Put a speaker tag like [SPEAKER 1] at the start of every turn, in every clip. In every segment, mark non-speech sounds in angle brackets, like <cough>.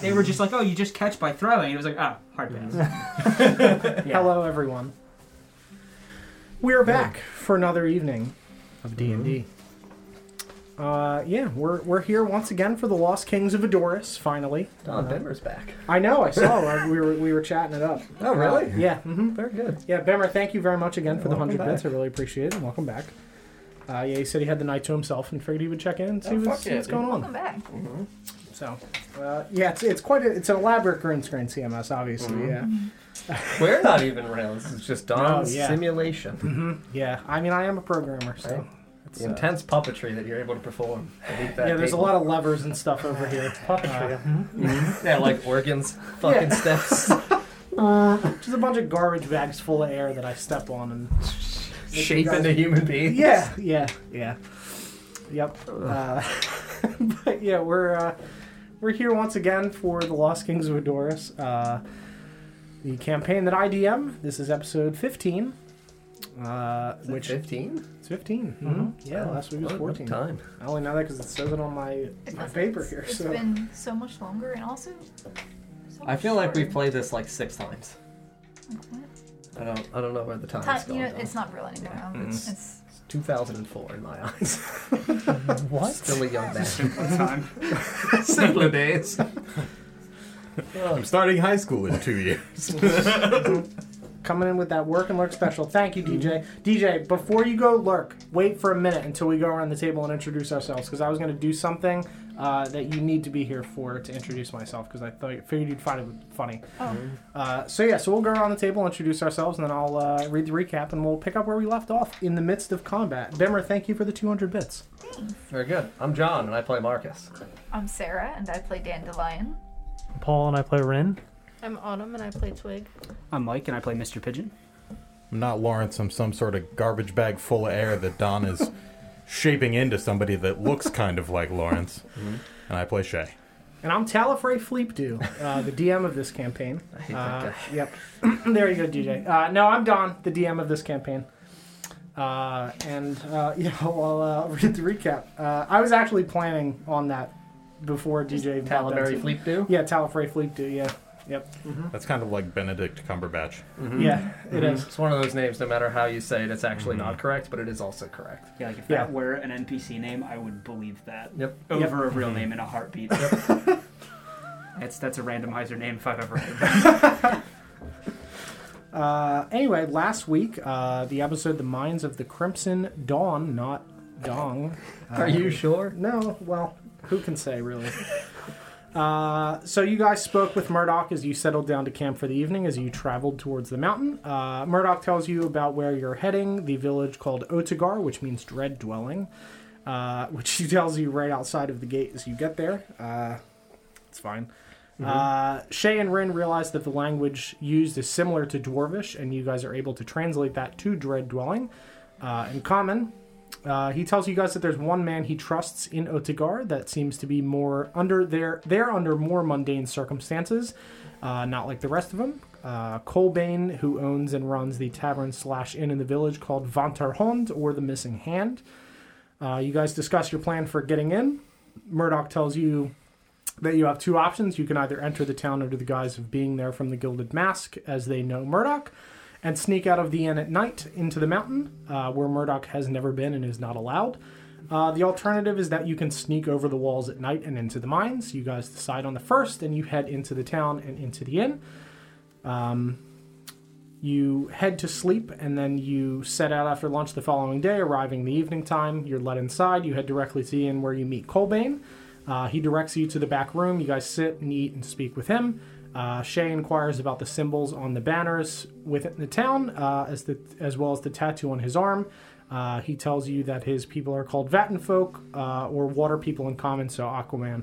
[SPEAKER 1] They were just like, oh, you just catch by throwing. It was like, oh, hard pass. Yeah.
[SPEAKER 2] Hello, everyone. We are back for another evening.
[SPEAKER 3] of D and D.
[SPEAKER 2] Uh, yeah, we're we're here once again for the Lost Kings of Adoris. Finally,
[SPEAKER 4] Don Benmer's back.
[SPEAKER 2] I know. I saw. I, we were we were chatting it up.
[SPEAKER 4] Oh, really?
[SPEAKER 2] Yeah. hmm
[SPEAKER 4] Very good.
[SPEAKER 2] Yeah, Bemmer, thank you very much again for the
[SPEAKER 4] welcome
[SPEAKER 2] 100 bits. I
[SPEAKER 4] back.
[SPEAKER 2] really appreciate it. and Welcome back. Uh, yeah, he said he had the night to himself and figured he would check in and see
[SPEAKER 4] Oh,
[SPEAKER 2] what's,
[SPEAKER 4] fuck yeah,
[SPEAKER 2] what's going
[SPEAKER 5] Welcome
[SPEAKER 2] on.
[SPEAKER 5] back.
[SPEAKER 2] So, uh, yeah, it's, it's quite a, it's an elaborate green screen CMS, obviously.
[SPEAKER 4] We're not even rounds. It's just Don's
[SPEAKER 2] No, yeah.
[SPEAKER 4] simulation.
[SPEAKER 2] Yeah. Mm-hmm. Yeah. I mean, I am a programmer, so.
[SPEAKER 4] Right.
[SPEAKER 2] it's,
[SPEAKER 4] The
[SPEAKER 2] uh,
[SPEAKER 4] intense puppetry that you're able to perform. beneath that
[SPEAKER 2] yeah, there's a
[SPEAKER 4] table.
[SPEAKER 2] lot of levers and stuff over here. Uh, Puppetry.
[SPEAKER 4] Yeah, like organs, fucking steps.
[SPEAKER 2] just a bunch of garbage bags full of air that I step on and
[SPEAKER 4] shape into human beings.
[SPEAKER 2] Yeah, yeah, yeah. Yep. Uh, <laughs> but yeah, we're uh, we're here once again for the Lost Kings of Adoris, uh, the campaign that I DM. This is episode fifteen, uh, which
[SPEAKER 4] fifteen? Oh,
[SPEAKER 2] it's 15 Mm-hmm. Yeah, last week was fourteen.
[SPEAKER 4] Time.
[SPEAKER 2] I only know that because it says it on my, my paper here.
[SPEAKER 5] It's
[SPEAKER 2] so
[SPEAKER 5] been so much longer and also. so
[SPEAKER 4] I
[SPEAKER 5] much
[SPEAKER 4] feel like we've
[SPEAKER 5] shorter.
[SPEAKER 4] played this like six times. I don't. I don't know where the time
[SPEAKER 5] Ti-
[SPEAKER 4] is going.
[SPEAKER 5] you know, it's not real anymore. Um,
[SPEAKER 4] It's-
[SPEAKER 5] It's
[SPEAKER 4] 2004 in my <laughs> eyes.
[SPEAKER 3] What?
[SPEAKER 4] Still a young man.
[SPEAKER 1] Simple time.
[SPEAKER 4] <laughs> Simpler days.
[SPEAKER 6] I'm starting high school in two years.
[SPEAKER 2] coming in with that work and lurk special. Thank you, DJ. DJ, before you go lurk, wait for a minute until we go around the table and introduce ourselves because I was going to do something uh, that you need to be here for to introduce myself because I thought figured you'd find it funny.
[SPEAKER 5] Oh.
[SPEAKER 2] Uh, so yeah, so we'll go around the table, introduce ourselves, and then I'll uh, read the recap and we'll pick up where we left off in the midst of combat. Bimmer, thank you for the 200 bits.
[SPEAKER 4] Very good. I'm John and I play Marcus.
[SPEAKER 5] I'm Sarah and I play Dandelion.
[SPEAKER 3] Paul and I play Rin.
[SPEAKER 7] I'm Autumn and I play Twig.
[SPEAKER 1] <laughs> I'm Mike, and I play Mr. Pigeon.
[SPEAKER 6] I'm not Lawrence. I'm some sort of garbage bag full of air that Don <laughs> is shaping into somebody that looks kind of like Lawrence. And I play Shay.
[SPEAKER 2] And I'm Talifrey Fleepdew, uh, the DM of this campaign.
[SPEAKER 4] I hate
[SPEAKER 2] Uh,
[SPEAKER 4] that guy.
[SPEAKER 2] yep. <clears throat> there you go, DJ. Uh, no, I'm Don, the DM of this campaign. Uh, and uh, <laughs> yeah, I'll uh, read the recap. Uh, I was actually planning on that before DJ. brought that
[SPEAKER 4] Talaberry
[SPEAKER 2] to-
[SPEAKER 4] Fleep do?
[SPEAKER 2] Yeah, Talifrey Fleepdew. Yeah. Yep.
[SPEAKER 6] That's kind of like Benedict Cumberbatch.
[SPEAKER 4] Hmm.
[SPEAKER 2] Yeah, it is.
[SPEAKER 4] Mm-hmm. It's one of those names, no matter how you say it, it's actually not correct, but it is also correct.
[SPEAKER 1] Yeah, like if
[SPEAKER 2] Yeah.
[SPEAKER 1] that were an NPC name, I would believe that
[SPEAKER 4] Yep.
[SPEAKER 1] over a real
[SPEAKER 8] Mm-hmm.
[SPEAKER 1] name in a heartbeat. <laughs> that's that's a randomizer name if I've ever heard.
[SPEAKER 8] <laughs>
[SPEAKER 1] of it.
[SPEAKER 2] Uh, anyway, last week, uh, the episode "The Minds of the Crimson Dawn," not Dong.
[SPEAKER 4] Are you sure?
[SPEAKER 2] No, well, who can say really? Uh, so you guys spoke with Murdoch as you settled down to camp for the evening as you traveled towards the mountain. Uh, Murdoch tells you about where you're heading, the village called Otagar, which means dread dwelling, uh, <laughs> which he tells you right outside of the gate as you get there. Uh, it's fine. Uh, Shay and Rin realize that the language used is similar to Dwarvish, and you guys are able to translate that to dread dwelling. Uh, in common, uh, he tells you guys that there's one man he trusts in Otagar that seems to be more under their they're under more mundane circumstances, uh, not like the rest of them. Uh, Colbane, who owns and runs the tavern slash inn in the village called Vantarhond or the Missing Hand. Uh, you guys discuss your plan for getting in. Murdoch tells you that you have two options. You can either enter the town under the guise of being there from the Gilded Mask, as they know Murdoch, and sneak out of the inn at night into the mountain, uh, where Murdoch has never been and is not allowed. Uh, the alternative is that you can sneak over the walls at night and into the mines. You guys decide on the first, and you head into the town and into the inn. Um, You head to sleep and then you set out after lunch the following day, arriving the evening time. You're led inside. You head directly to the inn where you meet Colbane. Uh, he directs you to the back room. You guys sit and eat and speak with him. Uh, Shay inquires about the symbols on the banners within the town, uh, as, the, as well as the tattoo on his arm. Uh, he tells you that his people are called Vatan folk uh, or water people in common, so Aquaman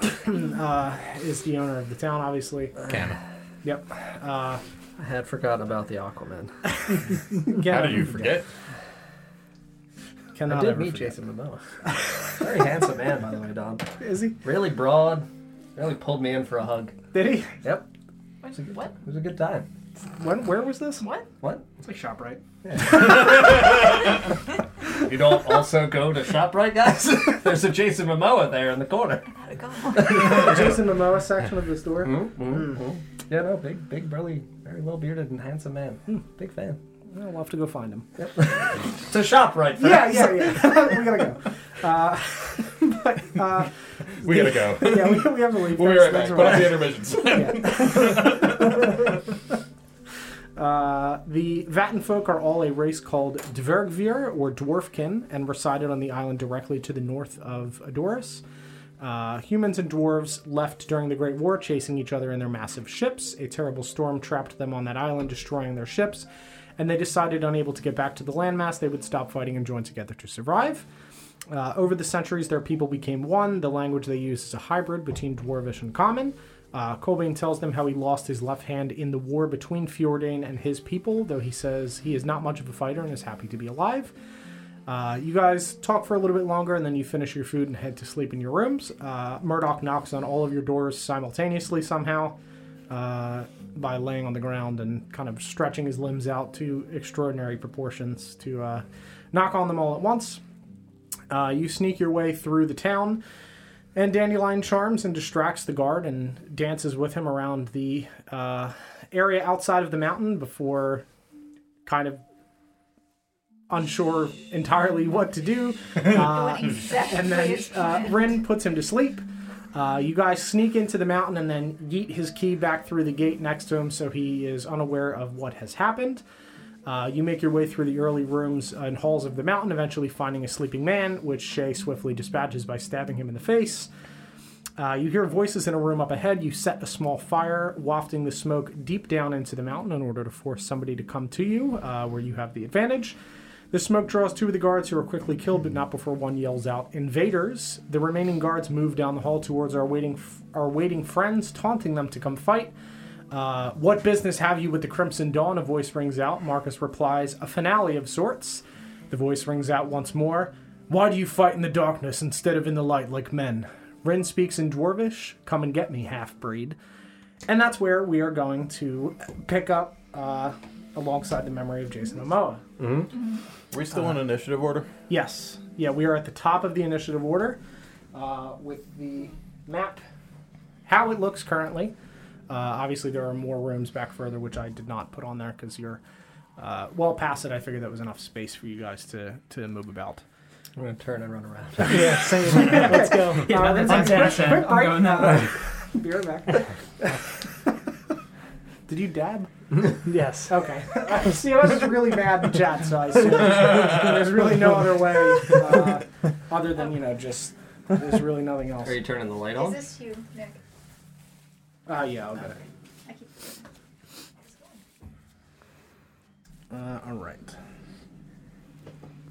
[SPEAKER 2] <coughs> uh, is the owner of the town, obviously.
[SPEAKER 6] Canon.
[SPEAKER 2] Yep. Uh,
[SPEAKER 4] I had forgotten about the Aquaman.
[SPEAKER 6] How did you forget?
[SPEAKER 2] Cannot
[SPEAKER 4] I did
[SPEAKER 2] ever
[SPEAKER 4] meet
[SPEAKER 2] forget.
[SPEAKER 4] Jason <laughs> Momoa. Very handsome man, by the way, Don.
[SPEAKER 2] Is he?
[SPEAKER 4] Really broad. Really pulled me in for a hug.
[SPEAKER 2] Did he?
[SPEAKER 4] Yep. It
[SPEAKER 5] What?
[SPEAKER 4] was a good,
[SPEAKER 5] What?
[SPEAKER 4] It was a good time.
[SPEAKER 2] When? Where was this?
[SPEAKER 5] What?
[SPEAKER 4] What?
[SPEAKER 1] It's like Shoprite.
[SPEAKER 4] <laughs> You don't also go to ShopRite, guys? There's a Jason Momoa there in the corner.
[SPEAKER 5] I had a
[SPEAKER 2] Uh,
[SPEAKER 5] god.
[SPEAKER 2] Jason Momoa section of this door.
[SPEAKER 4] Yeah, no, big, big, burly, very well bearded and handsome man. Hmm, Big fan.
[SPEAKER 2] Well, we'll have to go find him.
[SPEAKER 4] It's a shop, right?
[SPEAKER 2] Yeah, <laughs> yeah, yeah. we gotta go. Uh, <laughs> but uh,
[SPEAKER 6] We gotta <laughs> go.
[SPEAKER 2] yeah, we, we have to leave.
[SPEAKER 6] We'll be
[SPEAKER 2] Thanks-
[SPEAKER 6] right back.
[SPEAKER 2] thanks for watching.
[SPEAKER 6] Put up the intermissions.
[SPEAKER 2] <laughs> Uh, the Vatan folk are all a race called Dvergvir or Dwarfkin and resided on the island directly to the north of Adorus. Uh, humans and dwarves left during the Great War chasing each other in their massive ships. A terrible storm trapped them on that island, destroying their ships, and they decided, unable to get back to the landmass, they would stop fighting and join together to survive. Uh, over the centuries, their people became one. The language they use is a hybrid between Dwarvish and Common. Uh, Colbane tells them how he lost his left hand in the war between Fjordain and his people, though he says he is not much of a fighter and is happy to be alive. Uh, you guys talk for a little bit longer, and then you finish your food and head to sleep in your rooms. Uh, Murdoch knocks on all of your doors simultaneously somehow uh, by laying on the ground and kind of stretching his limbs out to extraordinary proportions to uh, knock on them all at once. Uh, you sneak your way through the town, and Dandelion charms and distracts the guard and dances with him around the uh, area outside of the mountain before kind of unsure entirely what to do. Uh,
[SPEAKER 5] <laughs> What
[SPEAKER 2] <laughs>
[SPEAKER 5] exactly
[SPEAKER 2] and then
[SPEAKER 5] is
[SPEAKER 2] uh,
[SPEAKER 5] planned?
[SPEAKER 2] Rin puts him to sleep. Uh, you guys sneak into the mountain and then yeet his key back through the gate next to him so he is unaware of what has happened. Uh, you make your way through the early rooms and halls of the mountain, eventually finding a sleeping man, which Shay swiftly dispatches by stabbing him in the face. Uh, you hear voices in a room up ahead. You set a small fire, wafting the smoke deep down into the mountain in order to force somebody to come to you, uh, where you have the advantage. The smoke draws two of the guards who are quickly killed, but not before one yells out, "Invaders!" The remaining guards move down the hall towards our waiting f- our waiting friends, taunting them to come fight. Uh, what business have you with the Crimson Dawn? A voice rings out. Marcus replies, "A finale of sorts." The voice rings out once more. Why do you fight in the darkness instead of in the light like men? Rin speaks in Dwarvish. Come and get me, half breed. And that's where we are going to pick up uh, alongside the memory of Jason Momoa.
[SPEAKER 6] <laughs> we still on initiative order?
[SPEAKER 2] Yes. Yeah, we are at the top of the initiative order uh, with the map, how it looks currently. Uh, obviously, there are more rooms back further, which I did not put on there because you're uh, well past it. I figured that was enough space for you guys to, to move about.
[SPEAKER 4] I'm gonna turn and run around.
[SPEAKER 3] Yeah, same. Let's go.
[SPEAKER 1] <laughs> Yeah,
[SPEAKER 2] Uh,
[SPEAKER 1] no,
[SPEAKER 2] that's
[SPEAKER 1] that's
[SPEAKER 2] a
[SPEAKER 1] on Dash,
[SPEAKER 2] quick- quick
[SPEAKER 1] I'm
[SPEAKER 2] break.
[SPEAKER 1] going that way.
[SPEAKER 2] Be right back. <laughs> Did you
[SPEAKER 4] <laughs>
[SPEAKER 2] dab?
[SPEAKER 3] Yes.
[SPEAKER 2] Okay. <laughs> See, I was just really mad in chat, so I assumed there's really no other way uh, other than, you know, just there's really nothing else.
[SPEAKER 4] Are you turning the light
[SPEAKER 5] Is
[SPEAKER 4] on?
[SPEAKER 5] this you, Nick?
[SPEAKER 2] Ah, yeah, okay.
[SPEAKER 5] I keep.
[SPEAKER 2] Uh, all right.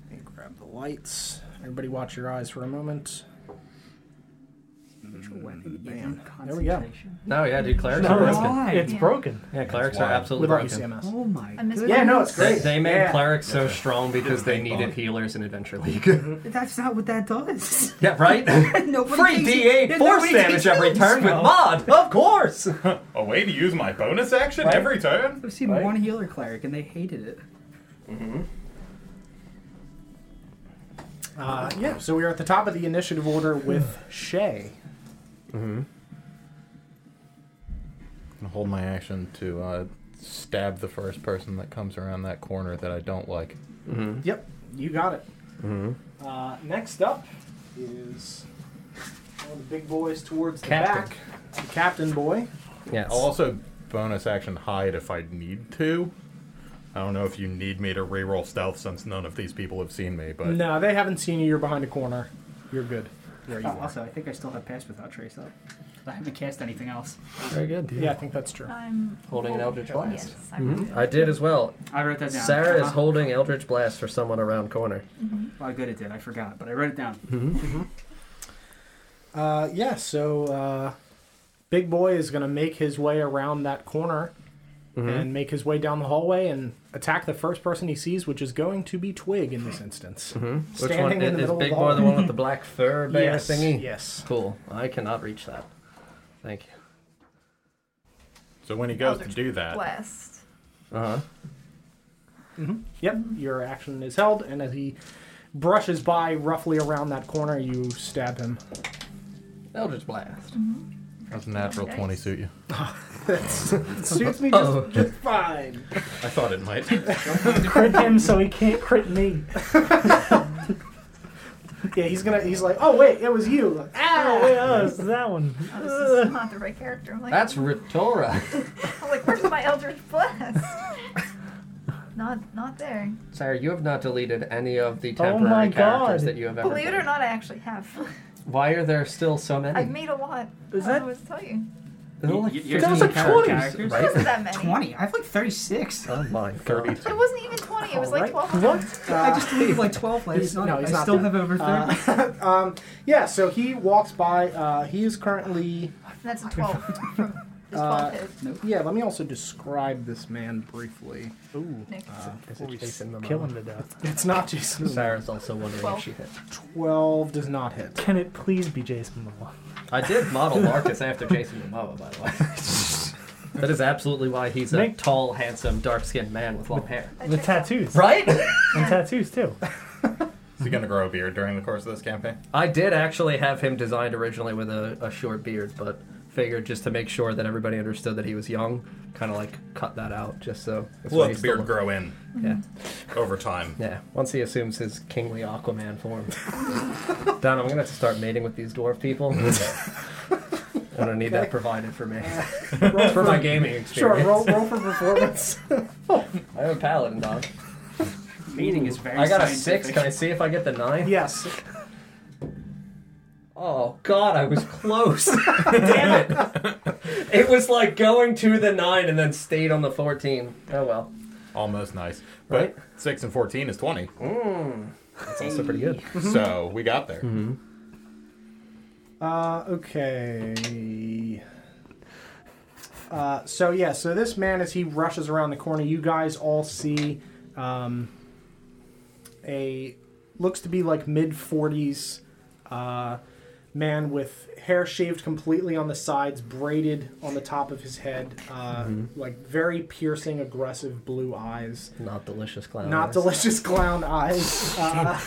[SPEAKER 2] Let me grab the lights. Everybody, watch your eyes for a moment. Bam. There we go.
[SPEAKER 4] No, yeah, dude, clerics
[SPEAKER 3] No,
[SPEAKER 4] are
[SPEAKER 3] it's-
[SPEAKER 4] broken.
[SPEAKER 3] It's
[SPEAKER 1] Yeah.
[SPEAKER 3] broken.
[SPEAKER 4] Yeah, clerics
[SPEAKER 6] That's
[SPEAKER 4] are
[SPEAKER 6] why.
[SPEAKER 2] We
[SPEAKER 4] absolutely
[SPEAKER 2] love you,
[SPEAKER 4] broken.
[SPEAKER 2] CMS.
[SPEAKER 1] Oh my
[SPEAKER 5] I miss
[SPEAKER 1] goodness.
[SPEAKER 2] Yeah, no, it's
[SPEAKER 4] They,
[SPEAKER 2] great.
[SPEAKER 4] they made
[SPEAKER 2] yeah.
[SPEAKER 4] clerics so strong because they
[SPEAKER 6] Thank
[SPEAKER 4] needed
[SPEAKER 6] God.
[SPEAKER 4] healers in Adventure
[SPEAKER 8] <laughs>
[SPEAKER 4] League.
[SPEAKER 8] That's not what that does.
[SPEAKER 4] yeah, right?
[SPEAKER 8] <laughs> Nobody
[SPEAKER 4] <laughs> Free
[SPEAKER 8] thinks-
[SPEAKER 4] D8
[SPEAKER 8] Yeah,
[SPEAKER 4] force
[SPEAKER 8] nobody
[SPEAKER 4] damage
[SPEAKER 8] thinks
[SPEAKER 4] every
[SPEAKER 8] that.
[SPEAKER 4] turn with mod! Of course!
[SPEAKER 6] A way to use my bonus action every turn?
[SPEAKER 8] I've seen
[SPEAKER 4] Right?
[SPEAKER 8] one healer cleric and they hated it.
[SPEAKER 2] Uh, yeah, so we are at the top of the initiative order <laughs> with Shay.
[SPEAKER 6] I'm gonna hold my action to uh, stab the first person that comes around that corner that I don't like.
[SPEAKER 2] Yep, you got it.
[SPEAKER 4] Mm-hmm.
[SPEAKER 2] Uh, next up is one of the big boys towards the
[SPEAKER 4] Captain.
[SPEAKER 2] back. The captain boy.
[SPEAKER 4] Yes.
[SPEAKER 6] I'll also bonus action hide if I need to. I don't know if you need me to reroll stealth since none of these people have seen me, but
[SPEAKER 2] No, they haven't seen you. You're behind a corner. You're good. Where you
[SPEAKER 8] Oh,
[SPEAKER 2] are.
[SPEAKER 8] also, I think I still have Pass Without Trace up. I haven't cast anything else.
[SPEAKER 4] Very good.
[SPEAKER 2] Yeah, I think that's true.
[SPEAKER 5] I'm
[SPEAKER 4] Holding an Eldritch Blast.
[SPEAKER 5] Yes, I'm
[SPEAKER 4] I did as well.
[SPEAKER 8] I wrote that down.
[SPEAKER 4] Sarah is
[SPEAKER 8] Uh-huh.
[SPEAKER 4] holding Eldritch Blast for someone around corner.
[SPEAKER 8] Well, good it did. I forgot, but I wrote it down.
[SPEAKER 2] Uh, yeah, so uh, Big Boy is going to make his way around that corner
[SPEAKER 4] Mm-hmm.
[SPEAKER 2] and make his way down the hallway and attack the first person he sees, which is going to be Twig in this instance.
[SPEAKER 4] Mm-hmm. Which one?
[SPEAKER 2] Standing in
[SPEAKER 4] Is,
[SPEAKER 2] the
[SPEAKER 4] is
[SPEAKER 2] middle
[SPEAKER 4] Big
[SPEAKER 2] of the
[SPEAKER 4] Boy the
[SPEAKER 2] hallway. <laughs>
[SPEAKER 4] one with the black fur bear
[SPEAKER 2] yes,
[SPEAKER 4] thingy?
[SPEAKER 2] Yes.
[SPEAKER 4] Cool. I cannot reach that. Thank you.
[SPEAKER 6] so when he goes to
[SPEAKER 5] Eldritch
[SPEAKER 6] do that,
[SPEAKER 5] blessed.
[SPEAKER 4] Uh huh.
[SPEAKER 2] Yep, your action is held, and as he brushes by roughly around that corner, you stab him.
[SPEAKER 4] Eldritch Blast.
[SPEAKER 6] Does natural 20 suit you?
[SPEAKER 2] <laughs> Suits me
[SPEAKER 4] Oh.
[SPEAKER 2] just, just fine.
[SPEAKER 6] I thought it might.
[SPEAKER 3] Crit him so he can't crit me.
[SPEAKER 2] <laughs> Yeah, he's gonna. He's like, oh wait, it was you. Like,
[SPEAKER 3] Oh,
[SPEAKER 2] ah.
[SPEAKER 3] wait, oh, it's
[SPEAKER 2] <laughs>
[SPEAKER 3] that one.
[SPEAKER 5] Oh, this is not the
[SPEAKER 4] <laughs>
[SPEAKER 5] right character. I'm like,
[SPEAKER 4] That's Ritora.
[SPEAKER 5] I'm like where's my Eldritch Blast? not, not there.
[SPEAKER 4] <laughs> Sarah, you have not deleted any of the
[SPEAKER 3] Oh
[SPEAKER 4] temporary
[SPEAKER 3] my
[SPEAKER 4] characters
[SPEAKER 3] God.
[SPEAKER 4] that you have ever.
[SPEAKER 5] Believe it
[SPEAKER 4] played.
[SPEAKER 5] or not, I actually have. <laughs>
[SPEAKER 4] Why are there still so many?
[SPEAKER 5] I've made a lot.
[SPEAKER 3] Is
[SPEAKER 5] I don't
[SPEAKER 3] that-
[SPEAKER 5] know what to tell you.
[SPEAKER 4] There's only
[SPEAKER 8] You-
[SPEAKER 4] 15
[SPEAKER 8] you're doing
[SPEAKER 4] characters,
[SPEAKER 8] characters?
[SPEAKER 5] It wasn't that many.
[SPEAKER 8] 20. I have like 36.
[SPEAKER 4] Oh my god.
[SPEAKER 6] 32.
[SPEAKER 5] It wasn't even 20. It was like
[SPEAKER 2] Alright.
[SPEAKER 5] 12.
[SPEAKER 2] What?
[SPEAKER 8] I just deleted like 12 last
[SPEAKER 2] he's-
[SPEAKER 8] night.
[SPEAKER 2] no, he's
[SPEAKER 8] I
[SPEAKER 2] not
[SPEAKER 8] still
[SPEAKER 2] done.
[SPEAKER 8] have over 30.
[SPEAKER 2] um, yeah. So he walks by. Uh, he is currently.
[SPEAKER 5] That's
[SPEAKER 2] <laughs>
[SPEAKER 5] a 12. <laughs> From, it's 12
[SPEAKER 2] Uh,
[SPEAKER 5] hit.
[SPEAKER 2] Yeah. Let me also describe this man briefly. uh,
[SPEAKER 3] Ooh,
[SPEAKER 5] Nick.
[SPEAKER 4] Is it Jason Momoa?
[SPEAKER 3] kill him to death.
[SPEAKER 2] It's not Jason.
[SPEAKER 4] Sarah's also wondering
[SPEAKER 5] Twelve.
[SPEAKER 4] if she hit.
[SPEAKER 2] Twelve does not hit.
[SPEAKER 3] Can it please be Jason Momoa?
[SPEAKER 4] I did <laughs> model Marcus after Jason Momoa, by the way. <laughs> That is absolutely why he's a
[SPEAKER 3] Make-
[SPEAKER 4] tall, handsome, dark-skinned man with long hair.
[SPEAKER 5] I
[SPEAKER 3] With
[SPEAKER 5] checked out.
[SPEAKER 3] tattoos.
[SPEAKER 4] Right?
[SPEAKER 3] And tattoos, too.
[SPEAKER 6] Is he going to grow a beard during the course of this campaign?
[SPEAKER 4] <laughs> I did actually have him designed originally with a, a short beard, but figured just to make sure that everybody understood that he was young, kind of like cut that out, just so. that's why
[SPEAKER 6] Let
[SPEAKER 4] he's
[SPEAKER 6] the
[SPEAKER 4] still look-
[SPEAKER 6] beard grow in
[SPEAKER 2] Mm-hmm.
[SPEAKER 4] Yeah.
[SPEAKER 6] over time.
[SPEAKER 4] Yeah, once he assumes his kingly Aquaman form. Don, I'm gonna have to start mating with these dwarf people. I'm gonna need that provided for me.
[SPEAKER 2] Roll
[SPEAKER 4] for my gaming
[SPEAKER 2] Sure.
[SPEAKER 4] experience.
[SPEAKER 2] Roll, roll for performance.
[SPEAKER 4] I have a paladin, Don.
[SPEAKER 8] Meaning Uh, is very
[SPEAKER 4] I got a
[SPEAKER 8] scientific.
[SPEAKER 4] six. Can I see if I get the
[SPEAKER 2] <laughs>
[SPEAKER 4] nine?
[SPEAKER 2] yes.
[SPEAKER 4] Oh god, I was close. Damn it. It was like going to the nine and then stayed on the fourteen. Oh well.
[SPEAKER 6] Almost nice.
[SPEAKER 4] Right?
[SPEAKER 6] But 6 and 14 is 20.
[SPEAKER 4] That's also pretty good.
[SPEAKER 2] Mm-hmm.
[SPEAKER 6] So we got there.
[SPEAKER 2] Uh, okay. Uh, so yeah, so this man, as he rushes around the corner, you guys all see um, a looks to be like mid forties uh, man with hair shaved completely on the sides, braided on the top of his head, uh,
[SPEAKER 4] Mm-hmm.
[SPEAKER 2] like very piercing, aggressive blue eyes
[SPEAKER 4] Not delicious clown.
[SPEAKER 2] not
[SPEAKER 4] eyes.
[SPEAKER 2] delicious clown eyes. Uh,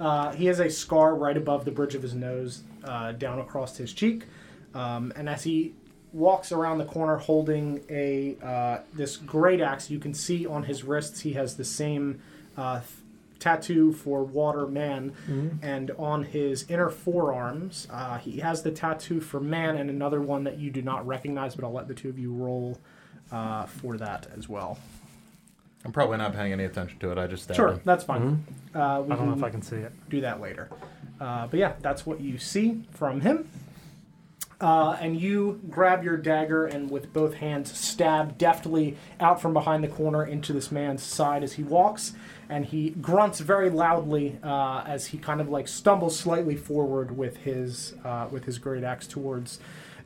[SPEAKER 2] uh, he has a scar right above the bridge of his nose, uh, down across his cheek, um, and as he walks around the corner holding a uh, this great axe, you can see on his wrists he has the same uh, th- tattoo for water man,
[SPEAKER 3] Mm-hmm.
[SPEAKER 2] and on his inner forearms uh, he has the tattoo for man and another one that you do not recognize, but I'll let the two of you roll. Uh, for that as well.
[SPEAKER 6] I'm probably not paying any attention to it. I just stabbed
[SPEAKER 2] Sure,
[SPEAKER 6] him.
[SPEAKER 2] that's fine. Uh, we
[SPEAKER 3] Mm-hmm. I don't know
[SPEAKER 2] can
[SPEAKER 3] if I can see it.
[SPEAKER 2] do that later. Uh, but yeah, that's what you see from him. Uh, and you grab your dagger and with both hands stab deftly out from behind the corner into this man's side as he walks. And he grunts very loudly uh, as he kind of like stumbles slightly forward with his uh, with his great axe towards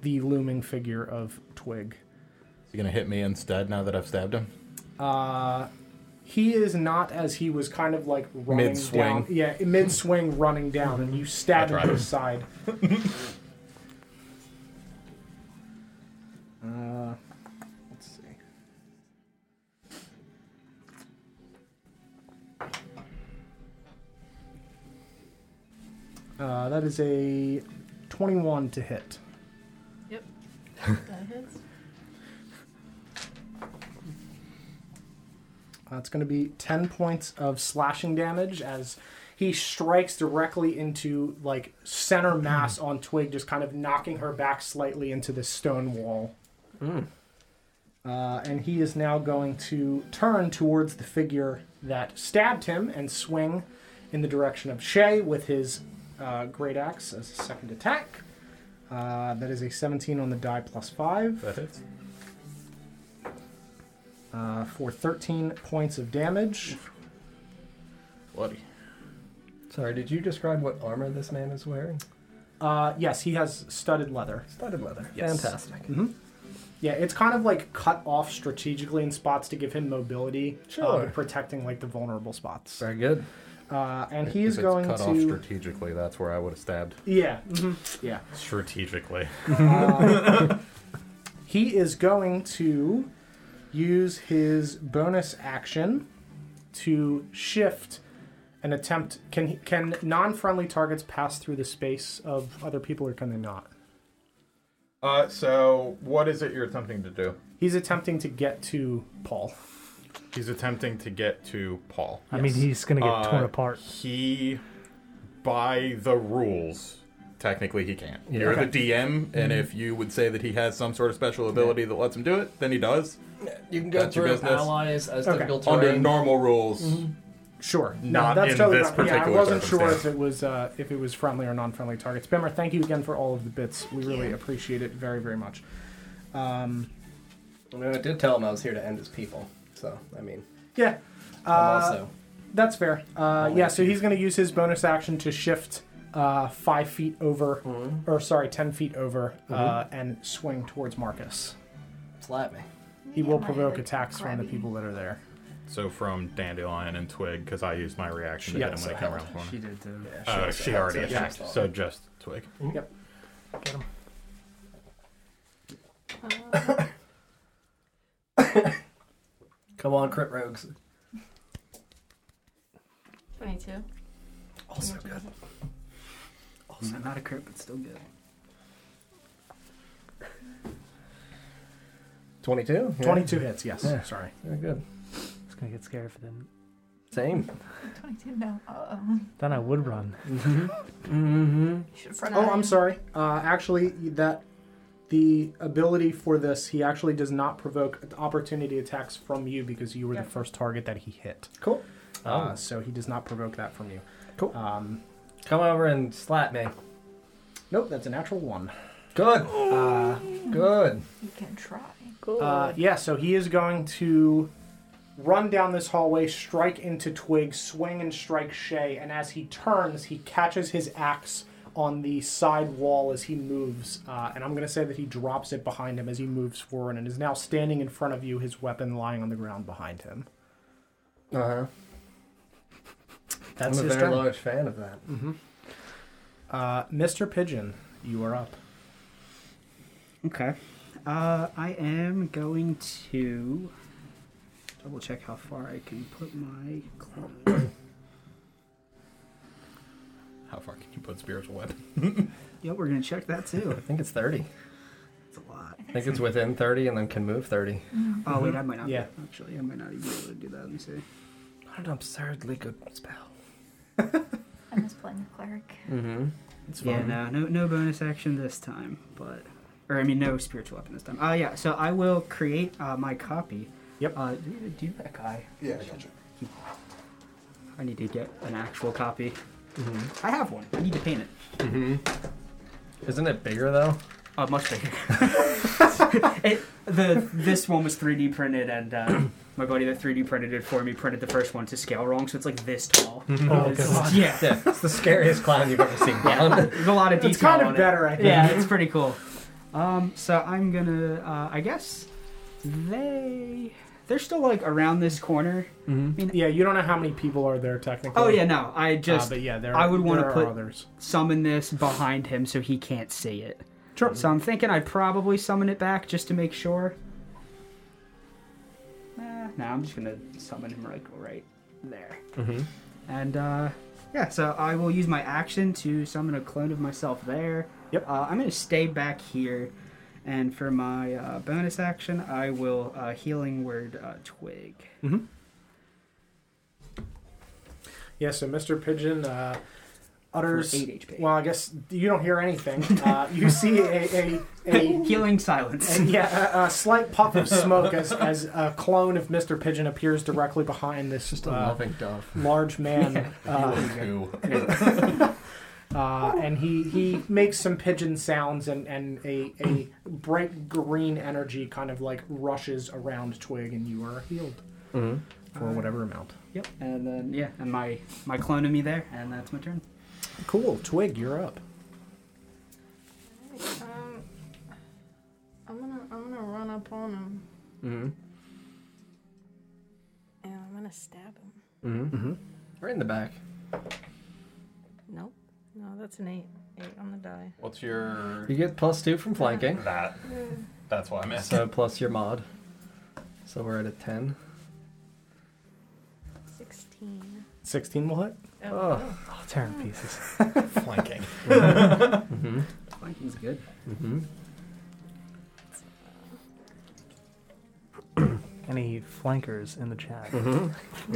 [SPEAKER 2] the looming figure of Twig.
[SPEAKER 6] Is he going to hit me instead now that I've stabbed him?
[SPEAKER 2] Uh, he is not as he was kind of like running
[SPEAKER 6] Mid-swing.
[SPEAKER 2] down. Yeah, mid swing running down, and you stab
[SPEAKER 6] I
[SPEAKER 2] him
[SPEAKER 6] tried.
[SPEAKER 2] to his side. <laughs> uh, let's see. Uh, that is a 21 to hit. <laughs>
[SPEAKER 7] Yep. That hits.
[SPEAKER 2] That's going to be 10 points of slashing damage as he strikes directly into like center mass on Twig, just kind of knocking her back slightly into the stone wall. Uh, and he is now going to turn towards the figure that stabbed him and swing in the direction of Shay with his uh, great axe as a second attack. Uh, that is a 17 on the die plus 5
[SPEAKER 6] That hits.
[SPEAKER 2] uh, for 13 points of damage.
[SPEAKER 6] Bloody.
[SPEAKER 4] Sorry, did you describe what armor this man is wearing?
[SPEAKER 2] Uh, yes, he has studded leather.
[SPEAKER 4] Studded leather.
[SPEAKER 6] Yes.
[SPEAKER 4] Fantastic.
[SPEAKER 2] Yeah, it's kind of like cut off strategically in spots to give him mobility, uh,
[SPEAKER 4] Sure.
[SPEAKER 2] but protecting like the vulnerable spots.
[SPEAKER 4] Very good.
[SPEAKER 2] Uh, and
[SPEAKER 6] If
[SPEAKER 2] he is
[SPEAKER 6] it's
[SPEAKER 2] going
[SPEAKER 6] cut off
[SPEAKER 2] to.
[SPEAKER 6] strategically. That's where I would have stabbed.
[SPEAKER 2] Yeah, mhm, yeah.
[SPEAKER 6] Strategically.
[SPEAKER 2] He is going to use his bonus action to shift an attempt can can non-friendly targets pass through the space of other people or can they not?
[SPEAKER 9] Uh, so what is it you're attempting to do?
[SPEAKER 2] He's attempting to get to Paul.
[SPEAKER 9] He's attempting to get to Paul.
[SPEAKER 3] I mean, he's gonna get torn
[SPEAKER 9] Uh,
[SPEAKER 3] apart.
[SPEAKER 9] He, by the rules, technically he can't.
[SPEAKER 4] Yeah.
[SPEAKER 9] You're the DM, and if you would say that he has some sort of special ability that lets him do it, then he does.
[SPEAKER 4] You can go
[SPEAKER 9] That's your
[SPEAKER 4] through
[SPEAKER 9] business.
[SPEAKER 4] allies as
[SPEAKER 2] Okay.
[SPEAKER 4] difficult
[SPEAKER 9] Under
[SPEAKER 4] terrain.
[SPEAKER 9] normal rules,
[SPEAKER 2] Sure.
[SPEAKER 9] Not
[SPEAKER 2] no, that's
[SPEAKER 9] in
[SPEAKER 2] totally
[SPEAKER 9] this
[SPEAKER 2] right. Yeah, I
[SPEAKER 9] particular
[SPEAKER 2] wasn't sure if
[SPEAKER 9] circumstance.
[SPEAKER 2] it was uh, if it was friendly or non-friendly targets. Bimmer, thank you again for all of the bits. We really appreciate it very very much. Um,
[SPEAKER 4] I did tell him I was here to end his people. So I mean,
[SPEAKER 2] yeah. Uh,
[SPEAKER 4] I'm also
[SPEAKER 2] That's fair. Uh,
[SPEAKER 4] I'll
[SPEAKER 2] yeah,
[SPEAKER 4] wait.
[SPEAKER 2] so he's going to use his bonus action to shift uh, five feet over,
[SPEAKER 9] Mm-hmm.
[SPEAKER 2] or sorry, ten feet over, uh, and swing towards Marcus.
[SPEAKER 4] slap me.
[SPEAKER 2] He
[SPEAKER 5] Yeah,
[SPEAKER 2] will
[SPEAKER 5] my
[SPEAKER 2] provoke
[SPEAKER 5] head
[SPEAKER 2] attacks from the
[SPEAKER 5] crabby.
[SPEAKER 2] people that are there.
[SPEAKER 9] so from Dandelion and Twig, because I used my reaction to
[SPEAKER 2] She
[SPEAKER 9] hit him when
[SPEAKER 4] also
[SPEAKER 9] he came
[SPEAKER 4] held.
[SPEAKER 9] around the corner.
[SPEAKER 1] She did too.
[SPEAKER 4] Yeah,
[SPEAKER 9] Uh,
[SPEAKER 4] also
[SPEAKER 9] she
[SPEAKER 4] helped,
[SPEAKER 9] already
[SPEAKER 4] so she
[SPEAKER 9] attacked,
[SPEAKER 4] was
[SPEAKER 9] so just Twig.
[SPEAKER 7] Uh,
[SPEAKER 4] off. Come on, crit rogues.
[SPEAKER 7] 22.
[SPEAKER 4] Also good.
[SPEAKER 8] Not- Not a crit, but still good.
[SPEAKER 4] Twenty-two.
[SPEAKER 2] Twenty-two hits. Yes.
[SPEAKER 4] Yeah.
[SPEAKER 2] Sorry.
[SPEAKER 4] Very good.
[SPEAKER 3] It's gonna get scared for them.
[SPEAKER 4] Same.
[SPEAKER 5] 22 now. Uh-oh.
[SPEAKER 3] Then I would run.
[SPEAKER 4] Mm-hmm.
[SPEAKER 5] Should
[SPEAKER 2] Oh, I'm sorry. Uh, actually, that the ability for this, he actually does not provoke opportunity attacks from you because you were
[SPEAKER 5] Yeah.
[SPEAKER 2] the first target that he hit.
[SPEAKER 4] Cool. Ah,
[SPEAKER 2] Uh, so he does not provoke that from you.
[SPEAKER 4] Oh. Cool.
[SPEAKER 2] Um,
[SPEAKER 4] Come over and slap me.
[SPEAKER 2] nope, that's a natural one.
[SPEAKER 4] Good.
[SPEAKER 2] Uh,
[SPEAKER 4] Good.
[SPEAKER 5] You can try.
[SPEAKER 2] Uh, yeah, so he is going to run down this hallway, strike into Twig, swing and strike Shay, and as he turns, he catches his axe on the side wall as he moves, uh, and I'm going to say that he drops it behind him as he moves forward and is now standing in front of you, his weapon lying on the ground behind him.
[SPEAKER 4] Uh huh.
[SPEAKER 2] That's
[SPEAKER 4] I'm a
[SPEAKER 2] his
[SPEAKER 4] very
[SPEAKER 2] turn.
[SPEAKER 4] large fan of that.
[SPEAKER 2] Uh, Mr. Pigeon, you are up.
[SPEAKER 8] Okay. Uh, I am going to double check how far I can put my club.
[SPEAKER 9] How far can you put spiritual weapon?
[SPEAKER 8] yeah, we're gonna check that too.
[SPEAKER 4] I think it's thirty.
[SPEAKER 8] It's a lot.
[SPEAKER 4] I think it's within thirty and then can move thirty.
[SPEAKER 8] Oh wait, I might not.
[SPEAKER 2] Yeah.
[SPEAKER 8] Actually, I might not even be able to do that. Let me see.
[SPEAKER 4] What an absurdly good spell.
[SPEAKER 5] I miss playing the cleric.
[SPEAKER 4] Mm-hmm.
[SPEAKER 2] It's
[SPEAKER 8] Yeah,
[SPEAKER 2] fine.
[SPEAKER 8] no, no, no bonus action this time, but or I mean, no spiritual weapon this time. Oh yeah, so I will create uh, my copy.
[SPEAKER 2] Yep.
[SPEAKER 8] Uh, do you do that guy?
[SPEAKER 9] Yeah, I got you.
[SPEAKER 8] I need to get an actual copy.
[SPEAKER 2] Mm-hmm.
[SPEAKER 8] I have one. I need to paint it.
[SPEAKER 4] Isn't it bigger though?
[SPEAKER 8] Oh, much
[SPEAKER 2] <laughs>
[SPEAKER 8] bigger. it, the this one was 3D printed, and uh, my buddy that 3D printed it for me printed the first one to scale wrong, so it's like this tall.
[SPEAKER 2] Mm-hmm.
[SPEAKER 3] Oh,
[SPEAKER 8] It's-
[SPEAKER 3] God.
[SPEAKER 8] Yeah,
[SPEAKER 4] <laughs>
[SPEAKER 2] <laughs>
[SPEAKER 4] Yeah, it's the scariest clown you've ever <laughs> seen.
[SPEAKER 8] yeah.
[SPEAKER 4] Bond.
[SPEAKER 8] There's a lot of detail.
[SPEAKER 2] It's kind
[SPEAKER 8] on
[SPEAKER 2] of
[SPEAKER 8] it.
[SPEAKER 2] better, I think.
[SPEAKER 8] Yeah, it's pretty cool. Um, so I'm gonna, uh, I guess they they're still like around this corner.
[SPEAKER 2] Yeah, you don't know how many people are there technically.
[SPEAKER 8] Oh yeah, no, I
[SPEAKER 2] Uh,
[SPEAKER 8] just
[SPEAKER 2] but yeah, there.
[SPEAKER 8] I would wanna
[SPEAKER 2] there are
[SPEAKER 8] put-
[SPEAKER 2] others.
[SPEAKER 8] summon this behind him so he can't see it.
[SPEAKER 2] Sure.
[SPEAKER 8] So I'm thinking I'd probably summon it back just to make sure. Nah, nah, I'm just gonna summon him like right there.
[SPEAKER 2] Mm-hmm.
[SPEAKER 4] Mhm.
[SPEAKER 8] And uh, yeah, so I will use my action to summon a clone of myself there.
[SPEAKER 2] Yep.
[SPEAKER 8] Uh, I'm gonna stay back here, and for my uh, bonus action, I will uh, healing word uh, twig.
[SPEAKER 2] Yeah, so Mr. Pigeon uh, utters.
[SPEAKER 8] For eight HP.
[SPEAKER 2] Well, I guess you don't hear anything. Uh, you see a, a, a,
[SPEAKER 8] healing silence.
[SPEAKER 2] <laughs> a yeah a, a slight puff of smoke as, as a clone of Mr. Pigeon appears directly behind this
[SPEAKER 4] Just a
[SPEAKER 2] uh,
[SPEAKER 4] loving dove.
[SPEAKER 2] large man,
[SPEAKER 9] Two.
[SPEAKER 2] uh, uh, and he he makes some pigeon sounds and and a a bright green energy kind of like rushes around Twig, and you are healed for whatever amount.
[SPEAKER 8] Yep. And then yeah, and my my clone of me there, and that's my turn.
[SPEAKER 2] Cool, Twig, you're up.
[SPEAKER 7] Um, I'm gonna I'm gonna run up on him
[SPEAKER 4] Mm-hmm.
[SPEAKER 7] and I'm gonna stab him.
[SPEAKER 4] Mm-hmm. Right in the back.
[SPEAKER 7] Nope. No, that's an eight. Eight on the die.
[SPEAKER 9] What's your
[SPEAKER 4] You get plus two from flanking,
[SPEAKER 9] that? That's why I missed.
[SPEAKER 4] so plus your mod. So we're at a ten.
[SPEAKER 7] Sixteen.
[SPEAKER 2] Sixteen will hit.
[SPEAKER 7] Oh,
[SPEAKER 3] Oh, I'll tear in pieces.
[SPEAKER 6] Flanking.
[SPEAKER 4] Mm-hmm.
[SPEAKER 8] Flanking's good.
[SPEAKER 4] Mm-hmm.
[SPEAKER 3] Any flankers in the chat?
[SPEAKER 2] We're gonna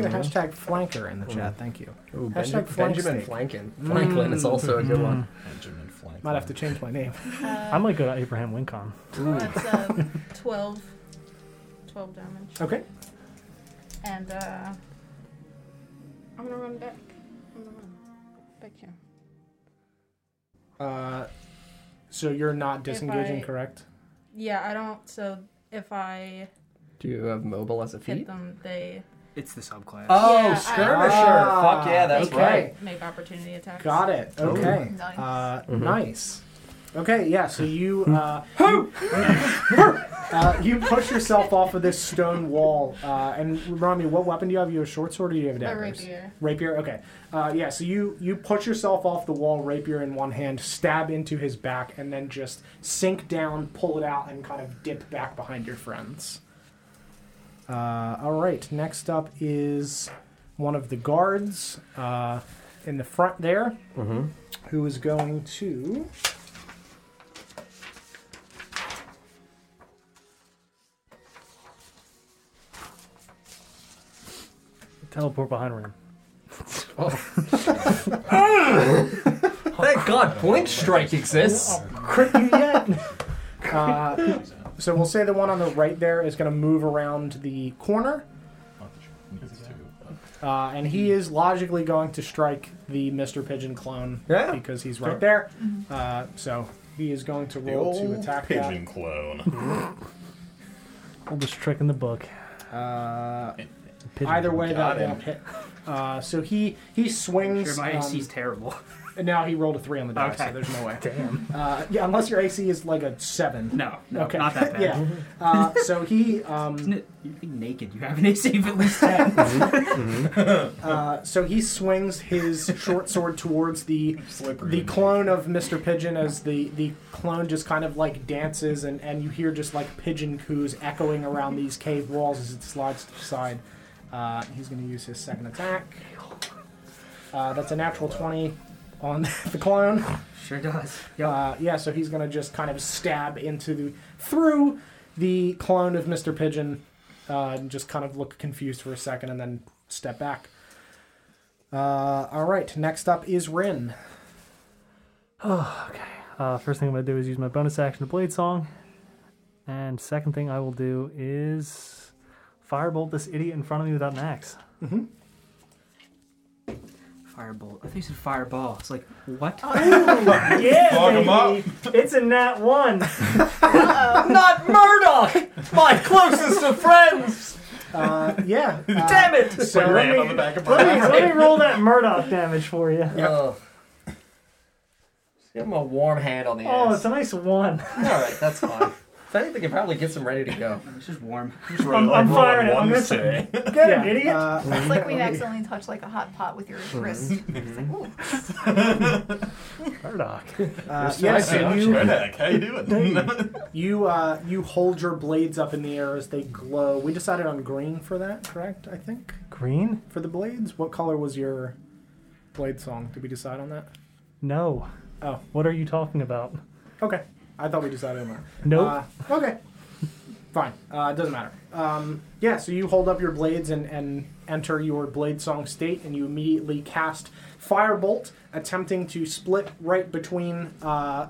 [SPEAKER 2] hashtag flanker in the chat. Thank you.
[SPEAKER 4] Ooh,
[SPEAKER 2] Hashtag
[SPEAKER 4] Benja-
[SPEAKER 2] flank
[SPEAKER 4] Benjamin
[SPEAKER 2] steak.
[SPEAKER 4] Flankin. Franklin is also a good one.
[SPEAKER 6] Benjamin Flanking.
[SPEAKER 2] Might have to change my name. <laughs>
[SPEAKER 3] I might go to Abraham Wincom.
[SPEAKER 7] That's uh, 12, 12 damage.
[SPEAKER 2] Okay.
[SPEAKER 7] And uh, I'm gonna run back. I'm gonna run back here.
[SPEAKER 2] Uh, so you're not disengaging,
[SPEAKER 7] I-
[SPEAKER 2] correct?
[SPEAKER 7] Yeah, I don't. So if I
[SPEAKER 4] Do you have mobile as a
[SPEAKER 7] hit
[SPEAKER 4] feat?
[SPEAKER 7] them, they
[SPEAKER 8] It's the subclass.
[SPEAKER 4] Oh,
[SPEAKER 7] Yeah, I-
[SPEAKER 4] skirmisher!
[SPEAKER 2] Ah,
[SPEAKER 4] Fuck yeah, that's
[SPEAKER 2] okay.
[SPEAKER 4] right.
[SPEAKER 7] make opportunity attacks.
[SPEAKER 2] Got it. Okay.
[SPEAKER 5] Nice.
[SPEAKER 2] Uh,
[SPEAKER 4] Mhm.
[SPEAKER 2] Nice. Okay. Yeah. So
[SPEAKER 4] <laughs>
[SPEAKER 2] you. Uh, you, uh, you push yourself off of this stone wall. Uh, and remind me, what weapon do you have? You have a short sword or do you have
[SPEAKER 7] A
[SPEAKER 2] daggers?
[SPEAKER 7] rapier.
[SPEAKER 2] Rapier. Okay. Uh, yeah. So you you push yourself off the wall, rapier in one hand, stab into his back, and then just sink down, pull it out, and kind of dip back behind your friends. Uh, all right. Next up is one of the guards uh, in the front there, who is going to.
[SPEAKER 3] Teleport behind him.
[SPEAKER 4] Thank God, Blink Strike exists.
[SPEAKER 2] crit you yet. uh, so we'll say the one on the right there is going to move around the corner,
[SPEAKER 6] Oh,
[SPEAKER 2] uh, and he
[SPEAKER 6] Hmm.
[SPEAKER 2] is logically going to strike the Mr. Pigeon clone
[SPEAKER 4] Yeah.
[SPEAKER 2] because he's right there. Uh, so he is going to
[SPEAKER 6] The
[SPEAKER 2] roll to
[SPEAKER 6] old
[SPEAKER 2] attack
[SPEAKER 6] pigeon clone.
[SPEAKER 3] Oldest trick in the book.
[SPEAKER 2] that. Uh,
[SPEAKER 3] Pigeon
[SPEAKER 2] either way,
[SPEAKER 6] Got
[SPEAKER 2] that won't
[SPEAKER 6] him.
[SPEAKER 2] hit. Uh, so he he
[SPEAKER 8] I'm
[SPEAKER 2] swings.
[SPEAKER 8] sure my
[SPEAKER 2] um,
[SPEAKER 8] AC's <laughs> terrible.
[SPEAKER 2] and now he rolled a three on the die, so
[SPEAKER 8] Okay.
[SPEAKER 2] there's no
[SPEAKER 8] <laughs>
[SPEAKER 2] way.
[SPEAKER 3] Damn.
[SPEAKER 2] Uh, yeah, unless your AC is like a seven.
[SPEAKER 8] No, no,
[SPEAKER 2] Okay.
[SPEAKER 8] not <laughs> that bad.
[SPEAKER 2] <laughs> yeah. Uh, so he um,
[SPEAKER 8] Isn't it? You'd be naked. You have an AC of at least 10.
[SPEAKER 2] Uh, so he swings his short sword towards the the clone of Mr. Pigeon as the, the clone just kind of like dances and, and you hear just like pigeon coos echoing around these cave walls as it slides to the side. Uh, he's going to use his second attack. Uh, that's a natural 20 on <laughs> the clone.
[SPEAKER 8] <laughs> sure does.
[SPEAKER 2] Uh, yeah, so he's gonna just kind of stab into the through the clone of Mister Pigeon, uh, and just kind of look confused for a second, and then step back. Uh, all right, next up is Rin.
[SPEAKER 3] Uh, first thing I'm gonna do is use my bonus action to Blade Song, and second thing I will do is firebolt this idiot in front of me without an axe.
[SPEAKER 8] Firebolt. I think you said fireball. It's like, what?
[SPEAKER 3] Yeah,
[SPEAKER 9] Fuck 'em baby!
[SPEAKER 3] It's a nat one.
[SPEAKER 4] Not <laughs> Murdoch! My closest of friends!
[SPEAKER 2] Uh, yeah, uh,
[SPEAKER 4] <laughs> Damn it!
[SPEAKER 2] so let me-
[SPEAKER 3] let, me, let me roll that Murdoch damage for you.
[SPEAKER 4] Oh. Give him a warm hand on the
[SPEAKER 3] Oh,
[SPEAKER 4] ass.
[SPEAKER 3] it's a nice one.
[SPEAKER 4] Alright, that's fine. <laughs> If anything, it probably gets him ready to go.
[SPEAKER 8] It's just warm.
[SPEAKER 3] I'm, I'm firing it. I'm missing.
[SPEAKER 9] Say.
[SPEAKER 3] <laughs> Get
[SPEAKER 2] yeah,
[SPEAKER 3] him, idiot.
[SPEAKER 2] uh, <laughs>
[SPEAKER 5] It's like when you accidentally touch like a hot pot with your wrist. It's
[SPEAKER 2] Mm-hmm.
[SPEAKER 5] like, ooh.
[SPEAKER 3] Murdoch.
[SPEAKER 2] uh, yeah, so you
[SPEAKER 9] How you doing?
[SPEAKER 2] you uh, you hold your blades up in the air as they glow. We decided on green for that, correct? I think
[SPEAKER 3] Green?
[SPEAKER 2] for the blades. What color was your blade song? Did we decide on that?
[SPEAKER 3] No.
[SPEAKER 2] Oh.
[SPEAKER 3] What are you talking about?
[SPEAKER 2] Okay, I thought we decided on that.
[SPEAKER 3] Nope.
[SPEAKER 2] Uh, okay. Fine. Uh, it doesn't matter. Um, yeah, so you hold up your blades and, and enter your blade song state, and you immediately cast Firebolt, attempting to split right between uh,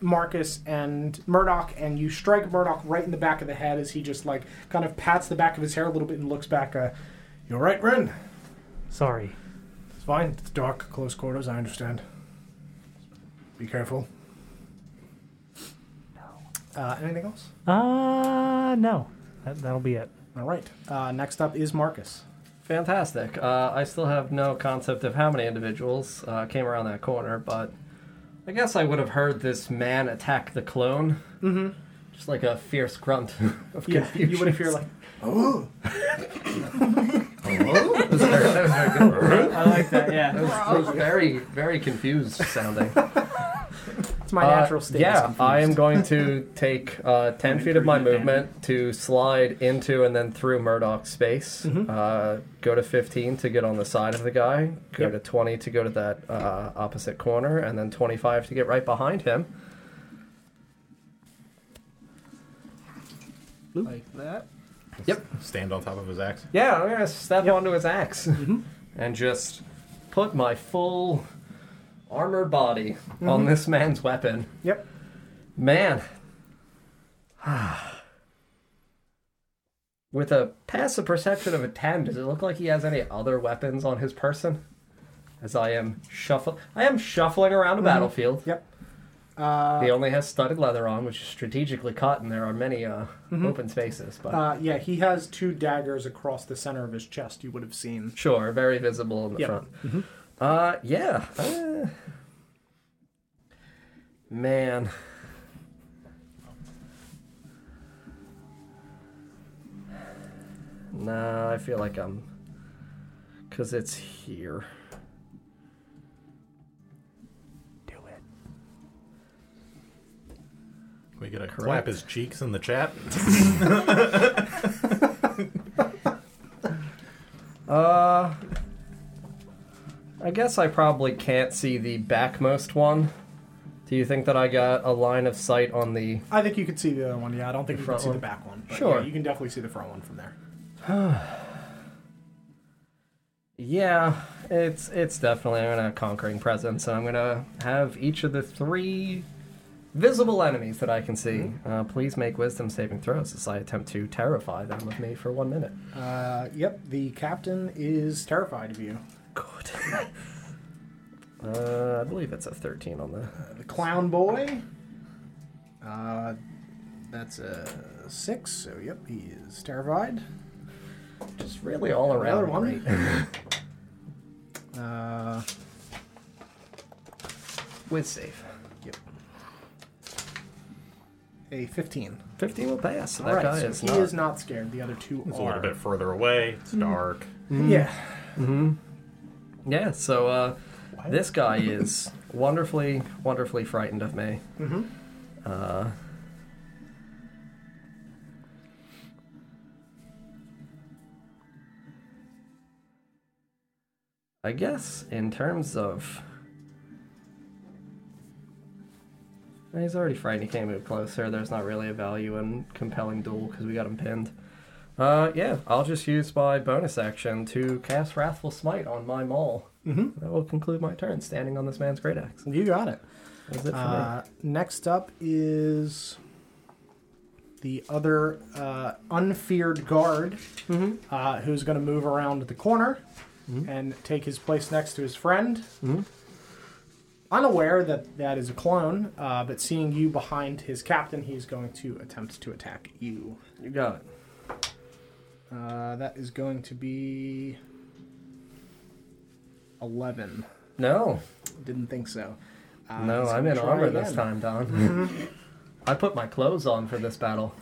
[SPEAKER 2] Marcus and Murdoch, and you strike Murdoch right in the back of the head as he just, like, kind of pats the back of his hair a little bit and looks back. Uh, You're right, Ren.
[SPEAKER 3] Sorry.
[SPEAKER 2] It's fine. It's dark, close quarters. I understand. Be careful. No. Uh, anything else?
[SPEAKER 3] Uh, no. That, that'll be it.
[SPEAKER 2] All right. Uh, next up is Marcus.
[SPEAKER 4] Fantastic. Uh, I still have no concept of how many individuals uh, came around that corner, but I guess I would have heard this man attack the clone. Mm-hmm. Just like a fierce grunt <laughs> of confusion.
[SPEAKER 2] you would have heard like
[SPEAKER 4] That was very- that was very good.
[SPEAKER 8] I like that, yeah.
[SPEAKER 2] <laughs>
[SPEAKER 4] That was, that was very, very confused sounding.
[SPEAKER 2] It's my
[SPEAKER 4] Uh,
[SPEAKER 2] natural state.
[SPEAKER 4] Yeah, I am going to take uh, 10 feet of my movement to slide into and then through Murdoch's space.
[SPEAKER 2] Mm-hmm.
[SPEAKER 4] Uh, go to 15 to get on the side of the guy. Go
[SPEAKER 2] Yep.
[SPEAKER 4] to 20 to go to that uh, opposite corner. And then 25 to get right behind him. Like that.
[SPEAKER 6] Stand on top of his axe.
[SPEAKER 4] Yeah, I'm going to step onto his <laughs> ax
[SPEAKER 2] Mm-hmm.
[SPEAKER 4] and just put my full armored body on this man's weapon.
[SPEAKER 2] Mm-hmm. Yep.
[SPEAKER 4] Man. <sighs> With a passive perception of a 10, does it look like he has any other weapons on his person? As I am shuffle I am shuffling around a battlefield.
[SPEAKER 2] Mm-hmm. Yep. Uh,
[SPEAKER 4] He only has studded leather on, which is strategically cut, and there are many uh, open spaces. But
[SPEAKER 2] Mm-hmm. uh, yeah, he has two daggers across the center of his chest. You would have seen.
[SPEAKER 4] Sure, very visible in the
[SPEAKER 2] Yep.
[SPEAKER 4] front. Uh, yeah. uh, man. Nah, I feel like I'm. Because it's here.
[SPEAKER 3] Do it.
[SPEAKER 6] Can we get a clap his cheeks in the chat? <laughs>
[SPEAKER 4] Uh. I guess I probably can't see the backmost one. Do you think that I got a line of sight on the.
[SPEAKER 2] I think you could see the other one. Yeah, I don't think
[SPEAKER 4] The
[SPEAKER 2] you
[SPEAKER 4] front
[SPEAKER 2] can see
[SPEAKER 4] one?
[SPEAKER 2] the back one. But
[SPEAKER 4] Sure.
[SPEAKER 2] yeah, you can definitely see the front one from there.
[SPEAKER 4] Yeah, it's it's definitely I'm gonna conquering presence, and I'm gonna have each of the three visible enemies that I can see.
[SPEAKER 2] Mm-hmm.
[SPEAKER 4] Uh, please make wisdom saving throws as I attempt to terrify them with me for one minute.
[SPEAKER 2] Uh, yep, the captain is terrified of you.
[SPEAKER 4] Good. uh, I believe it's a 13 on the.
[SPEAKER 2] Uh, The clown boy. Uh, that's a six. So yep, he is terrified.
[SPEAKER 4] Just really all
[SPEAKER 2] The other
[SPEAKER 4] around.
[SPEAKER 2] one.
[SPEAKER 4] great
[SPEAKER 2] Uh,
[SPEAKER 4] With save.
[SPEAKER 2] a fifteen.
[SPEAKER 4] 15 will pass. So
[SPEAKER 2] All
[SPEAKER 4] that
[SPEAKER 2] right,
[SPEAKER 4] guy
[SPEAKER 2] so
[SPEAKER 4] is
[SPEAKER 2] he
[SPEAKER 4] not.
[SPEAKER 2] is not scared. The other two
[SPEAKER 6] It's a
[SPEAKER 2] are.
[SPEAKER 6] little bit further away. It's dark.
[SPEAKER 4] Mm-hmm.
[SPEAKER 2] Yeah.
[SPEAKER 4] Yeah, so uh, this guy is wonderfully, wonderfully frightened of me. Mm-hmm. Uh, I guess in terms of. He's already frightened. He can't move closer. There's not really a value in compelling duel because we got him pinned. Uh, yeah, I'll just use my bonus action to cast Wrathful Smite on my mole. Mm-hmm. That will conclude my turn, standing on this man's great axe.
[SPEAKER 2] You got it.
[SPEAKER 4] That's it for
[SPEAKER 2] Uh, next up is the other uh, unfeared guard uh, who's going to move around the corner
[SPEAKER 4] Mm-hmm.
[SPEAKER 2] and take his place next to his friend. Unaware that that is a clone, uh, but seeing you behind his captain, he's going to attempt to attack you.
[SPEAKER 4] me. You got it.
[SPEAKER 2] Uh, that is going to be 11.
[SPEAKER 4] No,
[SPEAKER 2] Didn't think so. Uh,
[SPEAKER 4] no,
[SPEAKER 2] he's
[SPEAKER 4] I'm
[SPEAKER 2] gonna
[SPEAKER 4] in
[SPEAKER 2] try
[SPEAKER 4] armor this
[SPEAKER 2] again. Mm-hmm.
[SPEAKER 4] time, Don. <laughs> I put my clothes on for this battle.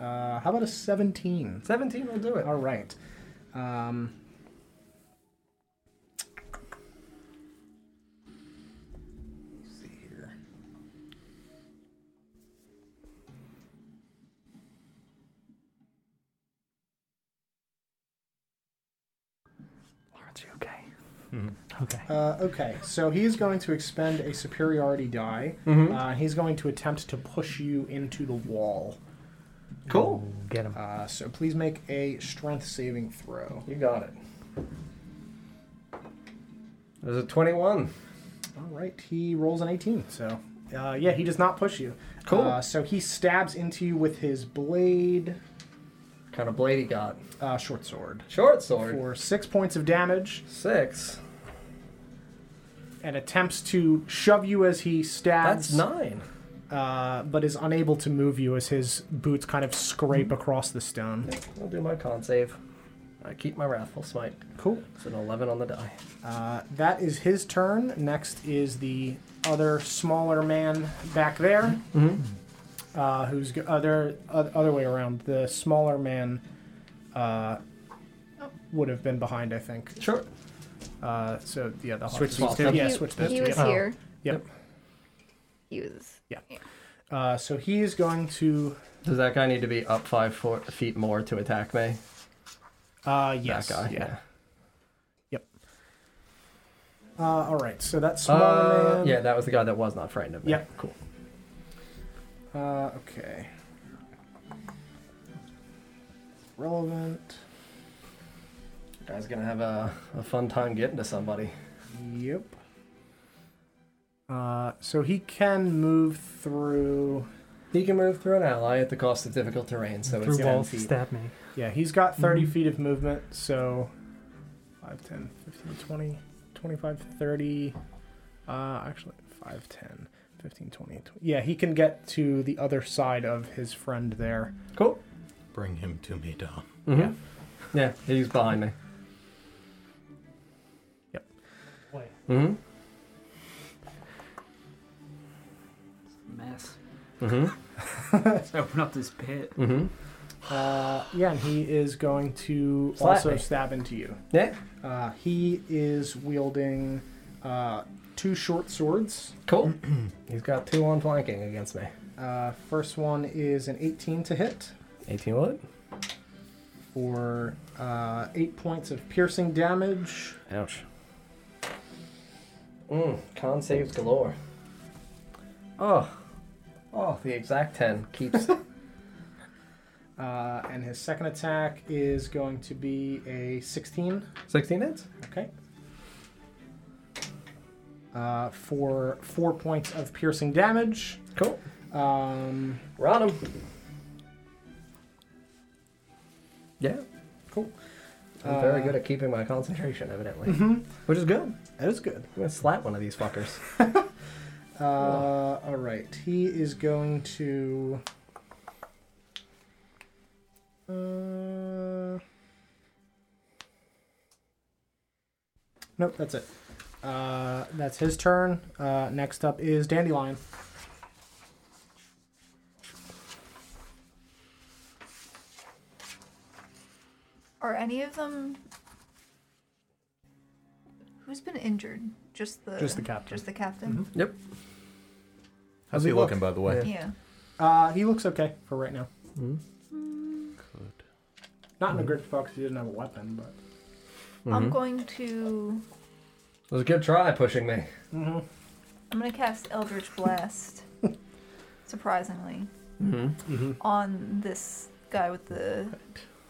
[SPEAKER 2] Uh, how about a 17?
[SPEAKER 4] 17 will do it.
[SPEAKER 2] All right. Um, let's see here.
[SPEAKER 3] Lawrence, you okay? Hmm. Okay.
[SPEAKER 2] Uh, okay, so he is going to expend a superiority die.
[SPEAKER 4] Mm-hmm.
[SPEAKER 2] Uh, he's going to attempt to push you into the wall.
[SPEAKER 4] Cool.
[SPEAKER 3] Get him.
[SPEAKER 2] Uh, so please make a strength saving throw.
[SPEAKER 4] You got it. There's a 21.
[SPEAKER 2] All right, he rolls an 18. So, uh, yeah, he does not push you.
[SPEAKER 4] Cool.
[SPEAKER 2] Uh, so he stabs into you with his blade,
[SPEAKER 4] Kind of blade he got.
[SPEAKER 2] uh, short sword,
[SPEAKER 4] Short sword.
[SPEAKER 2] for six points of damage.
[SPEAKER 4] Six.
[SPEAKER 2] and attempts to shove you as he stabs,
[SPEAKER 4] That's nine.
[SPEAKER 2] uh, but is unable to move you as his boots kind of
[SPEAKER 4] Hmm.
[SPEAKER 2] scrape across the stone.
[SPEAKER 4] I'll do my con save. I keep my wrathful smite.
[SPEAKER 2] Cool.
[SPEAKER 4] It's an 11 on the die.
[SPEAKER 2] Uh, that is his turn. Next is the other smaller man back there, uh, who's go- other uh, other way around. The smaller man uh, would have been behind, I think.
[SPEAKER 4] Sure.
[SPEAKER 2] Uh, so yeah, the
[SPEAKER 1] Switch these
[SPEAKER 2] yeah, switch those
[SPEAKER 7] he
[SPEAKER 2] two. Oh.
[SPEAKER 7] was
[SPEAKER 2] yeah.
[SPEAKER 3] Oh.
[SPEAKER 7] here.
[SPEAKER 2] Yep.
[SPEAKER 5] use.
[SPEAKER 2] Uh, so he is going to.
[SPEAKER 4] Does that guy need to be up five four, feet more to attack me?
[SPEAKER 2] Uh, yes.
[SPEAKER 4] that guy.
[SPEAKER 2] Yeah. Uh, all right. So that smaller
[SPEAKER 4] Uh,
[SPEAKER 2] man.
[SPEAKER 4] yeah, that was the guy that was not frightened of me.
[SPEAKER 2] Yeah.
[SPEAKER 4] cool.
[SPEAKER 2] Uh, okay. Relevant.
[SPEAKER 4] Guy's gonna have a, a fun time getting to somebody.
[SPEAKER 2] Yep. Uh, so he can move through.
[SPEAKER 4] He can move through an ally at the cost of difficult terrain, so
[SPEAKER 3] Through
[SPEAKER 4] it's ten
[SPEAKER 3] walls,
[SPEAKER 4] feet.
[SPEAKER 3] stab me.
[SPEAKER 2] Yeah, he's got 30
[SPEAKER 3] Mhm.
[SPEAKER 2] feet of movement, so 5, 10, 15, 20, 25, 30. Uh, actually, 5, 10, 15, 20. 20. Yeah, he can get to the other side of his friend there.
[SPEAKER 4] Cool.
[SPEAKER 6] Bring him to me, Dom.
[SPEAKER 4] Yeah. Mm-hmm. Yeah, he's behind me.
[SPEAKER 3] Wait.
[SPEAKER 4] hmm
[SPEAKER 1] Mess.
[SPEAKER 4] hmm
[SPEAKER 1] Let's open up this pit.
[SPEAKER 4] hmm
[SPEAKER 2] Uh, yeah, and he is going to
[SPEAKER 4] Slap
[SPEAKER 2] also
[SPEAKER 4] me.
[SPEAKER 2] stab into you.
[SPEAKER 4] Yeah.
[SPEAKER 2] Uh, he is wielding uh, two short swords.
[SPEAKER 4] Cool. <clears throat> he's got two on flanking against me.
[SPEAKER 2] Uh, first one is an 18 to hit
[SPEAKER 4] 18 will it?
[SPEAKER 2] for uh, 8 points of piercing damage.
[SPEAKER 4] Ouch. Mm, con saves galore. Oh. Oh, the exact 10 keeps.
[SPEAKER 2] Uh, and his second attack is going to be a 16.
[SPEAKER 4] 16 hits?
[SPEAKER 2] Okay. Uh, for four points of piercing damage.
[SPEAKER 4] Cool.
[SPEAKER 2] Um,
[SPEAKER 4] We're on him. Yeah.
[SPEAKER 2] Cool.
[SPEAKER 4] I'm very
[SPEAKER 2] Uh,
[SPEAKER 4] good at keeping my concentration, evidently. Mm-hmm. Which is good. I'm
[SPEAKER 2] that is good.
[SPEAKER 4] going to slap one of these fuckers.
[SPEAKER 2] Uh, All right. He is going to. Uh, nope, that's it. Uh, that's his turn. Uh, next up is Dandelion.
[SPEAKER 5] Are any of them? Who's been injured? Just the
[SPEAKER 2] Just the captain.
[SPEAKER 5] Just the captain.
[SPEAKER 4] Yep.
[SPEAKER 9] How's he looking, by the
[SPEAKER 2] Mm-hmm.
[SPEAKER 9] way?
[SPEAKER 5] Yeah.
[SPEAKER 2] Uh, he looks okay for right now.
[SPEAKER 4] Mhm.
[SPEAKER 2] Not in
[SPEAKER 4] Mm-hmm.
[SPEAKER 2] a grip box. He doesn't have a weapon, but Mm-hmm.
[SPEAKER 5] I'm going to.
[SPEAKER 4] It was a good try pushing me.
[SPEAKER 5] I'm gonna cast Eldritch
[SPEAKER 2] <laughs>
[SPEAKER 5] Blast. surprisingly,
[SPEAKER 4] Mm-hmm.
[SPEAKER 5] on this guy with the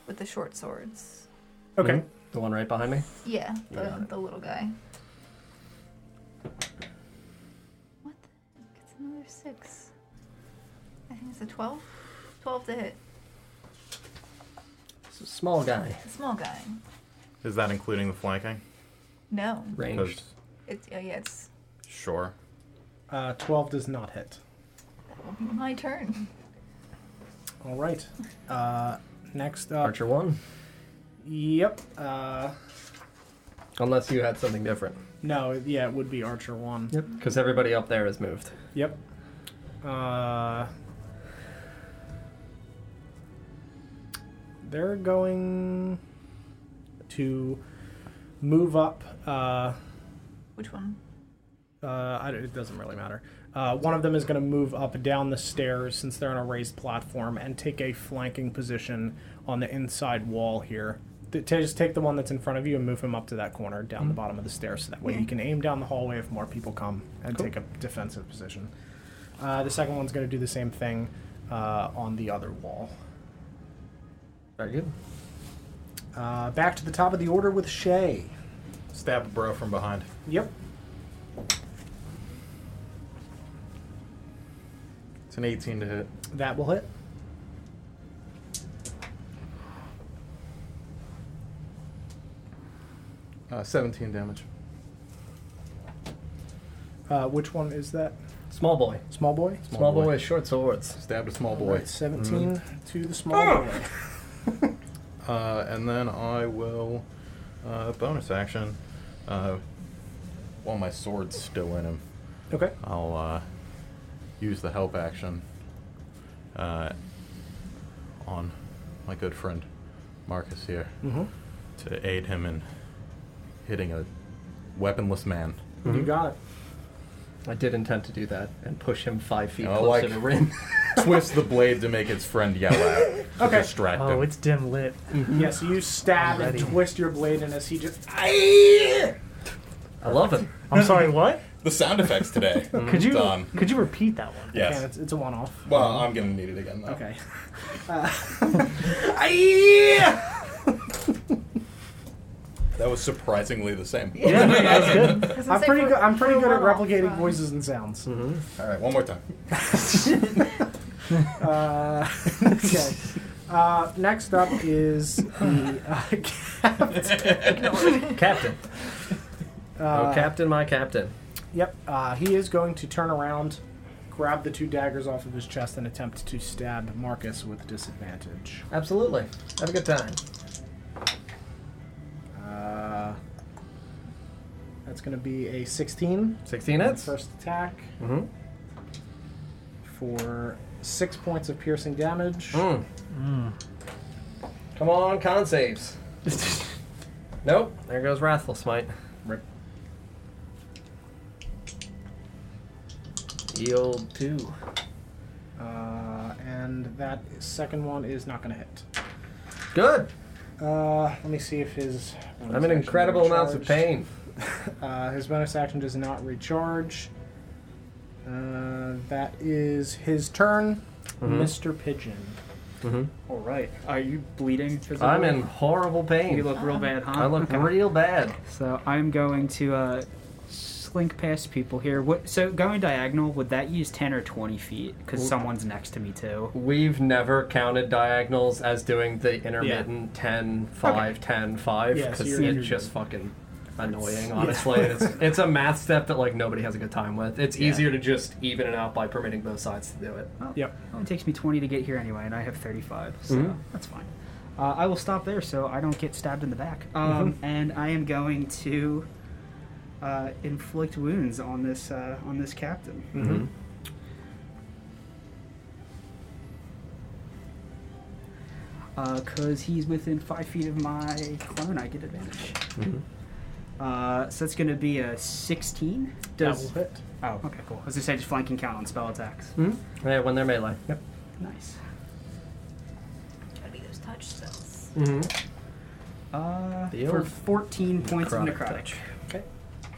[SPEAKER 5] with the short swords.
[SPEAKER 2] okay.
[SPEAKER 4] The one right behind me?
[SPEAKER 5] Yeah, the,
[SPEAKER 4] Got it.
[SPEAKER 5] the little guy. What the heck? It's another six. I think it's a 12? 12 to hit.
[SPEAKER 4] It's a small guy.
[SPEAKER 5] The small guy.
[SPEAKER 9] Is that including the flanking?
[SPEAKER 5] No.
[SPEAKER 4] Ranged.
[SPEAKER 9] 'Cause-
[SPEAKER 5] It's, yeah, yeah, it's.
[SPEAKER 9] Sure.
[SPEAKER 2] Uh, Twelve does not hit.
[SPEAKER 5] That will be
[SPEAKER 2] <laughs>
[SPEAKER 5] my turn. <laughs>
[SPEAKER 2] All right. Uh, next up.
[SPEAKER 4] Archer 1.
[SPEAKER 2] Yep. Uh,
[SPEAKER 4] Unless you had something different.
[SPEAKER 2] no. it- Yeah, it would be Archer one.
[SPEAKER 4] Yep. Because everybody up there is moved.
[SPEAKER 2] Yep. Uh, they're going to move up. Uh,
[SPEAKER 5] Which one?
[SPEAKER 2] uh, I don't- it doesn't really matter. Uh, one of them is going to move up down the stairs since they're on a raised platform and take a flanking position on the inside wall here. Th- ta- just take the one that's in front of you and move him up to that corner down the bottom of the stairs so that way you can aim down the hallway if more people come and take a defensive position. Uh, the second one's going to do the same thing uh, on the other wall.
[SPEAKER 4] Very good.
[SPEAKER 2] Uh, back to the top of the order with Shay.
[SPEAKER 6] Stab a bro from behind.
[SPEAKER 2] Yep.
[SPEAKER 9] It's an 18 to hit.
[SPEAKER 2] That will hit.
[SPEAKER 9] Uh, 17 damage.
[SPEAKER 2] Uh, which one is that?
[SPEAKER 4] Small boy.
[SPEAKER 2] Small boy?
[SPEAKER 4] Small, boy. with short swords.
[SPEAKER 9] Stabbed a small
[SPEAKER 2] All
[SPEAKER 9] boy.
[SPEAKER 2] right, 17 to the small boy.
[SPEAKER 9] Uh, and then I will uh, bonus action. Uh, while my sword's still in him,
[SPEAKER 2] Okay.
[SPEAKER 9] I'll uh, use the help action uh, on my good friend Marcus here
[SPEAKER 2] Mm-hmm.
[SPEAKER 9] to aid him in hitting a weaponless man.
[SPEAKER 2] You got it.
[SPEAKER 4] I did intend to do that and push him five feet
[SPEAKER 6] Oh,
[SPEAKER 4] closer
[SPEAKER 6] like-
[SPEAKER 9] <laughs>
[SPEAKER 4] to Rin.
[SPEAKER 6] Twist the blade to make its friend yell out. <laughs> To
[SPEAKER 2] Okay.
[SPEAKER 6] Distract
[SPEAKER 3] Oh,
[SPEAKER 6] him.
[SPEAKER 3] it's dim lit.
[SPEAKER 2] Yes, you stab
[SPEAKER 3] Already.
[SPEAKER 2] and twist your blade, and as he just
[SPEAKER 4] I love him.
[SPEAKER 2] <laughs>
[SPEAKER 3] I'm sorry, what?
[SPEAKER 6] The sound effects <laughs> today.
[SPEAKER 3] Could you
[SPEAKER 6] Done.
[SPEAKER 3] could you repeat that
[SPEAKER 2] <laughs>
[SPEAKER 3] one?
[SPEAKER 2] yeah, it's, it's a one-off.
[SPEAKER 6] Well, I'm gonna need it again though. <laughs> Uh,
[SPEAKER 2] Okay.
[SPEAKER 6] That was surprisingly the same.
[SPEAKER 3] Yeah, that's good.
[SPEAKER 5] Doesn't
[SPEAKER 2] I'm
[SPEAKER 5] say
[SPEAKER 2] pretty
[SPEAKER 5] for-
[SPEAKER 2] good. I'm pretty
[SPEAKER 5] for
[SPEAKER 2] good at
[SPEAKER 5] one-off
[SPEAKER 2] replicating
[SPEAKER 5] run.
[SPEAKER 2] voices and sounds.
[SPEAKER 6] All right, one more time.
[SPEAKER 2] Uh, <laughs> okay. Uh, next up is the uh, <laughs>
[SPEAKER 4] <laughs> Captain.
[SPEAKER 2] Uh,
[SPEAKER 4] oh, Captain, my Captain.
[SPEAKER 2] Yep. Uh, he is going to turn around, grab the two daggers off of his chest, and attempt to stab Marcus with disadvantage.
[SPEAKER 4] Absolutely. Have a good time.
[SPEAKER 2] Uh, that's going to be a 16.
[SPEAKER 4] 16 hits.
[SPEAKER 2] First attack
[SPEAKER 4] Mm-hmm.
[SPEAKER 2] for six points of piercing damage.
[SPEAKER 4] Mm. Come on, con <laughs> saves. nope. There goes Wrathful Smite.
[SPEAKER 2] Rip.
[SPEAKER 4] Yield two.
[SPEAKER 2] Uh, and that second one is not going to hit.
[SPEAKER 4] Good.
[SPEAKER 2] Uh, let me see if his.
[SPEAKER 4] I'm in incredible amounts of
[SPEAKER 2] Recharged.
[SPEAKER 4] pain.
[SPEAKER 2] Uh, his bonus action does not recharge. Uh, that is his turn,
[SPEAKER 4] Mm-hmm.
[SPEAKER 2] Mr. Pigeon.
[SPEAKER 8] All right. Are you bleeding physically?
[SPEAKER 4] I'm in horrible pain.
[SPEAKER 8] You look real bad, huh?
[SPEAKER 4] I look
[SPEAKER 8] Okay.
[SPEAKER 4] real bad.
[SPEAKER 8] So I'm going to uh, slink past people here. What? So going diagonal would that use ten or twenty feet? Because someone's next to me too.
[SPEAKER 4] We've never counted diagonals as doing the intermittent 10, 5, 10, 5,
[SPEAKER 2] Yeah, so
[SPEAKER 4] because
[SPEAKER 2] you're
[SPEAKER 4] it's
[SPEAKER 2] injured.
[SPEAKER 4] just fucking annoying, honestly. it's, it's a math step that, like, nobody has a good time with. It's
[SPEAKER 8] Yeah.
[SPEAKER 4] easier to just even it out by permitting both sides to do it.
[SPEAKER 8] Well,
[SPEAKER 2] Yep. Mm-hmm.
[SPEAKER 8] it
[SPEAKER 4] oh.
[SPEAKER 8] only takes me twenty to get here anyway, and I have thirty-five, so
[SPEAKER 4] Mhm.
[SPEAKER 8] that's fine. Uh, I will stop there so I don't get stabbed in the back. Um,
[SPEAKER 2] Mm-hmm.
[SPEAKER 8] And I am going to uh, inflict wounds on this uh, on this captain.
[SPEAKER 4] Mm-hmm.
[SPEAKER 8] because Uh, he's within five feet of my clone, I get advantage.
[SPEAKER 2] Mm-hmm.
[SPEAKER 4] Mhm.
[SPEAKER 8] Uh, so that's going to be a 16. Does
[SPEAKER 2] that will hit.
[SPEAKER 8] oh okay cool. As I said, just flanking count on spell attacks.
[SPEAKER 4] Yeah, when they're melee. Yep.
[SPEAKER 2] Mm-hmm.
[SPEAKER 8] Nice.
[SPEAKER 5] Gotta be those touch spells.
[SPEAKER 2] Hmm.
[SPEAKER 4] Mm-hmm.
[SPEAKER 8] Uh,
[SPEAKER 4] The
[SPEAKER 8] for
[SPEAKER 4] old
[SPEAKER 8] 14 points of
[SPEAKER 4] necrotic
[SPEAKER 8] necrotic,
[SPEAKER 4] touch.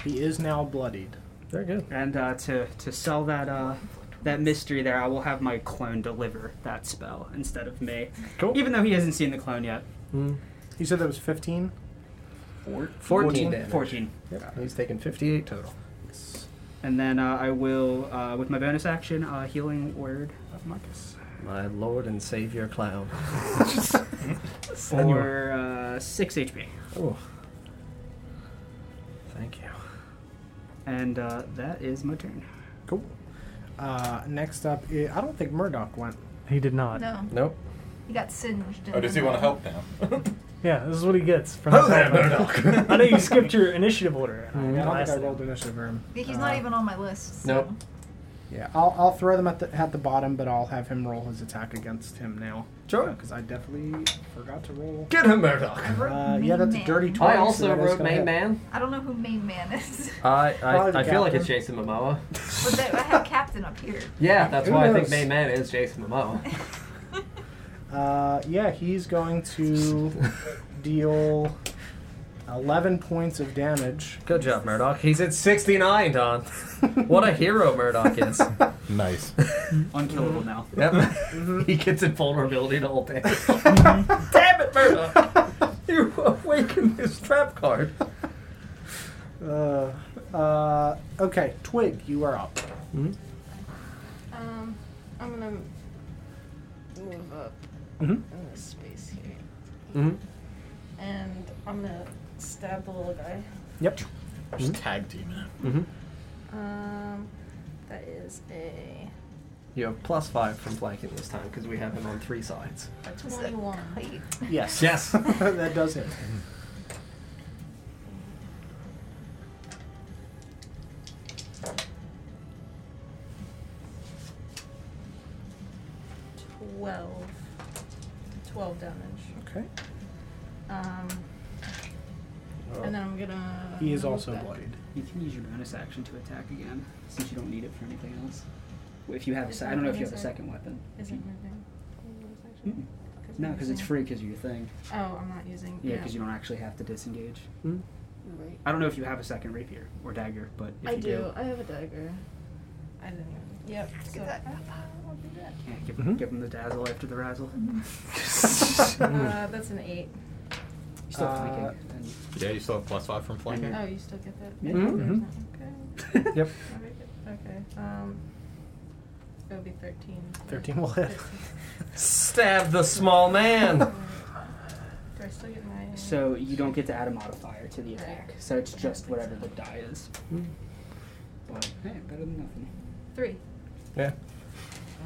[SPEAKER 2] He is now bloodied.
[SPEAKER 4] Very good.
[SPEAKER 8] and uh, to to sell that uh, that mystery there, I will have my clone deliver that spell instead of me.
[SPEAKER 4] Cool.
[SPEAKER 8] Even though he hasn't seen the clone yet.
[SPEAKER 2] You said that was 15?
[SPEAKER 4] 14,
[SPEAKER 2] 14
[SPEAKER 4] damage.
[SPEAKER 8] 14.
[SPEAKER 4] He's taken 58 total.
[SPEAKER 8] And then uh, I will, uh, with my bonus action, uh, healing word of Marcus.
[SPEAKER 4] My lord and savior clown.
[SPEAKER 8] for uh, 6 HP.
[SPEAKER 4] Oh. Thank you.
[SPEAKER 8] And uh, that is my turn.
[SPEAKER 2] Cool. Uh, next up, i I don't think Murdoch went.
[SPEAKER 3] He did not.
[SPEAKER 5] Oh, No,
[SPEAKER 4] Nope.
[SPEAKER 5] you got singed.
[SPEAKER 6] Oh, does he want to help now?
[SPEAKER 3] Yeah, this is what he gets
[SPEAKER 2] Oh,
[SPEAKER 3] from.
[SPEAKER 6] Hello there, Murdoch.
[SPEAKER 3] I know you skipped your initiative
[SPEAKER 2] <laughs>
[SPEAKER 3] order.
[SPEAKER 2] Mm-hmm. I don't think I
[SPEAKER 3] Last
[SPEAKER 2] rolled initiative for him.
[SPEAKER 5] He's
[SPEAKER 2] Uh,
[SPEAKER 5] not even on my list. So.
[SPEAKER 4] Nope.
[SPEAKER 2] Yeah, I'll, I'll throw them at the, at the bottom, but I'll have him roll his attack against him now.
[SPEAKER 4] Sure.
[SPEAKER 2] Because I definitely forgot to roll.
[SPEAKER 4] Get him, Murdoch.
[SPEAKER 5] I wrote
[SPEAKER 2] Uh,
[SPEAKER 5] main
[SPEAKER 2] yeah, that's a
[SPEAKER 5] man.
[SPEAKER 2] dirty 20.
[SPEAKER 4] I
[SPEAKER 2] so
[SPEAKER 4] also
[SPEAKER 2] that is
[SPEAKER 4] wrote
[SPEAKER 2] gonna
[SPEAKER 4] main
[SPEAKER 2] hit.
[SPEAKER 4] man.
[SPEAKER 5] I don't know who main man is, <laughs>
[SPEAKER 4] I
[SPEAKER 2] Probably the
[SPEAKER 4] I, I feel like
[SPEAKER 2] captain.
[SPEAKER 4] it's Jason Momoa.
[SPEAKER 5] but that, I have captain up here.
[SPEAKER 4] Yeah, that's
[SPEAKER 2] Who
[SPEAKER 4] why I
[SPEAKER 2] knows?
[SPEAKER 4] think main man is Jason Momoa.
[SPEAKER 2] Uh, yeah, he's going to
[SPEAKER 4] <laughs>
[SPEAKER 2] deal 11 points of
[SPEAKER 4] <laughs>
[SPEAKER 2] damage.
[SPEAKER 4] Good job, Murdoch. He's at 69, Don. What a hero Murdoch
[SPEAKER 2] <laughs>
[SPEAKER 4] is.
[SPEAKER 6] nice.
[SPEAKER 8] Unkillable now.
[SPEAKER 4] <laughs> Yep. he gets invulnerability to <laughs> all damage. Damn it, Murdoch! <laughs> You awakened his trap card.
[SPEAKER 2] Uh, uh, okay, Twig, you are up.
[SPEAKER 7] Um, I'm gonna move up
[SPEAKER 4] Mm-hmm.
[SPEAKER 2] Mhm.
[SPEAKER 7] in this space here,
[SPEAKER 4] Mhm.
[SPEAKER 7] and I'm gonna stab the little guy.
[SPEAKER 2] Yep.
[SPEAKER 6] Just tag team it.
[SPEAKER 4] Mm-hmm.
[SPEAKER 7] Um, that is a,
[SPEAKER 4] You have plus five from flanking this time because we have him on three sides.
[SPEAKER 7] a
[SPEAKER 5] It's a
[SPEAKER 7] 21.
[SPEAKER 5] kite.
[SPEAKER 2] Yes. <laughs>
[SPEAKER 4] Yes.
[SPEAKER 2] that does
[SPEAKER 4] <laughs>
[SPEAKER 2] hit.
[SPEAKER 7] Twelve. Twelve damage.
[SPEAKER 2] Okay.
[SPEAKER 7] Um, and then I'm gonna.
[SPEAKER 2] He is
[SPEAKER 7] move
[SPEAKER 2] also
[SPEAKER 7] back.
[SPEAKER 2] bloodied.
[SPEAKER 8] You can use your bonus action to attack again, since you don't need it for anything else. If you have a, se- I don't know if you have a second weapon.
[SPEAKER 7] Is it moving?
[SPEAKER 8] Mm-mm. No, because it's free because of your thing.
[SPEAKER 7] Oh, I'm not using.
[SPEAKER 8] Yeah, Hmm? because you don't actually have to disengage.
[SPEAKER 7] Right.
[SPEAKER 8] I don't know if you have a second rapier or dagger, but if
[SPEAKER 7] I
[SPEAKER 8] you
[SPEAKER 7] do. I have a dagger. I didn't even. Yep. So
[SPEAKER 8] yeah, give, give them the dazzle after the razzle.
[SPEAKER 7] uh, that's an
[SPEAKER 8] You
[SPEAKER 7] eight.
[SPEAKER 8] still have
[SPEAKER 2] Uh,
[SPEAKER 8] flanking.
[SPEAKER 9] <laughs>
[SPEAKER 8] And
[SPEAKER 9] Yeah, you still have plus five from flanking.
[SPEAKER 7] Oh, you still get that?
[SPEAKER 8] Yeah.
[SPEAKER 4] Mm-hmm.
[SPEAKER 2] Mhm.
[SPEAKER 7] Okay.
[SPEAKER 3] Yep.
[SPEAKER 7] Alright, Okay. Um, it would be thirteen.
[SPEAKER 2] 13 will hit.
[SPEAKER 4] Stab the small <laughs> man.
[SPEAKER 7] Do I still get my?
[SPEAKER 8] So you don't get to add a modifier to the attack, so it's just whatever the die is. But Hmm. hey, better than nothing.
[SPEAKER 7] three.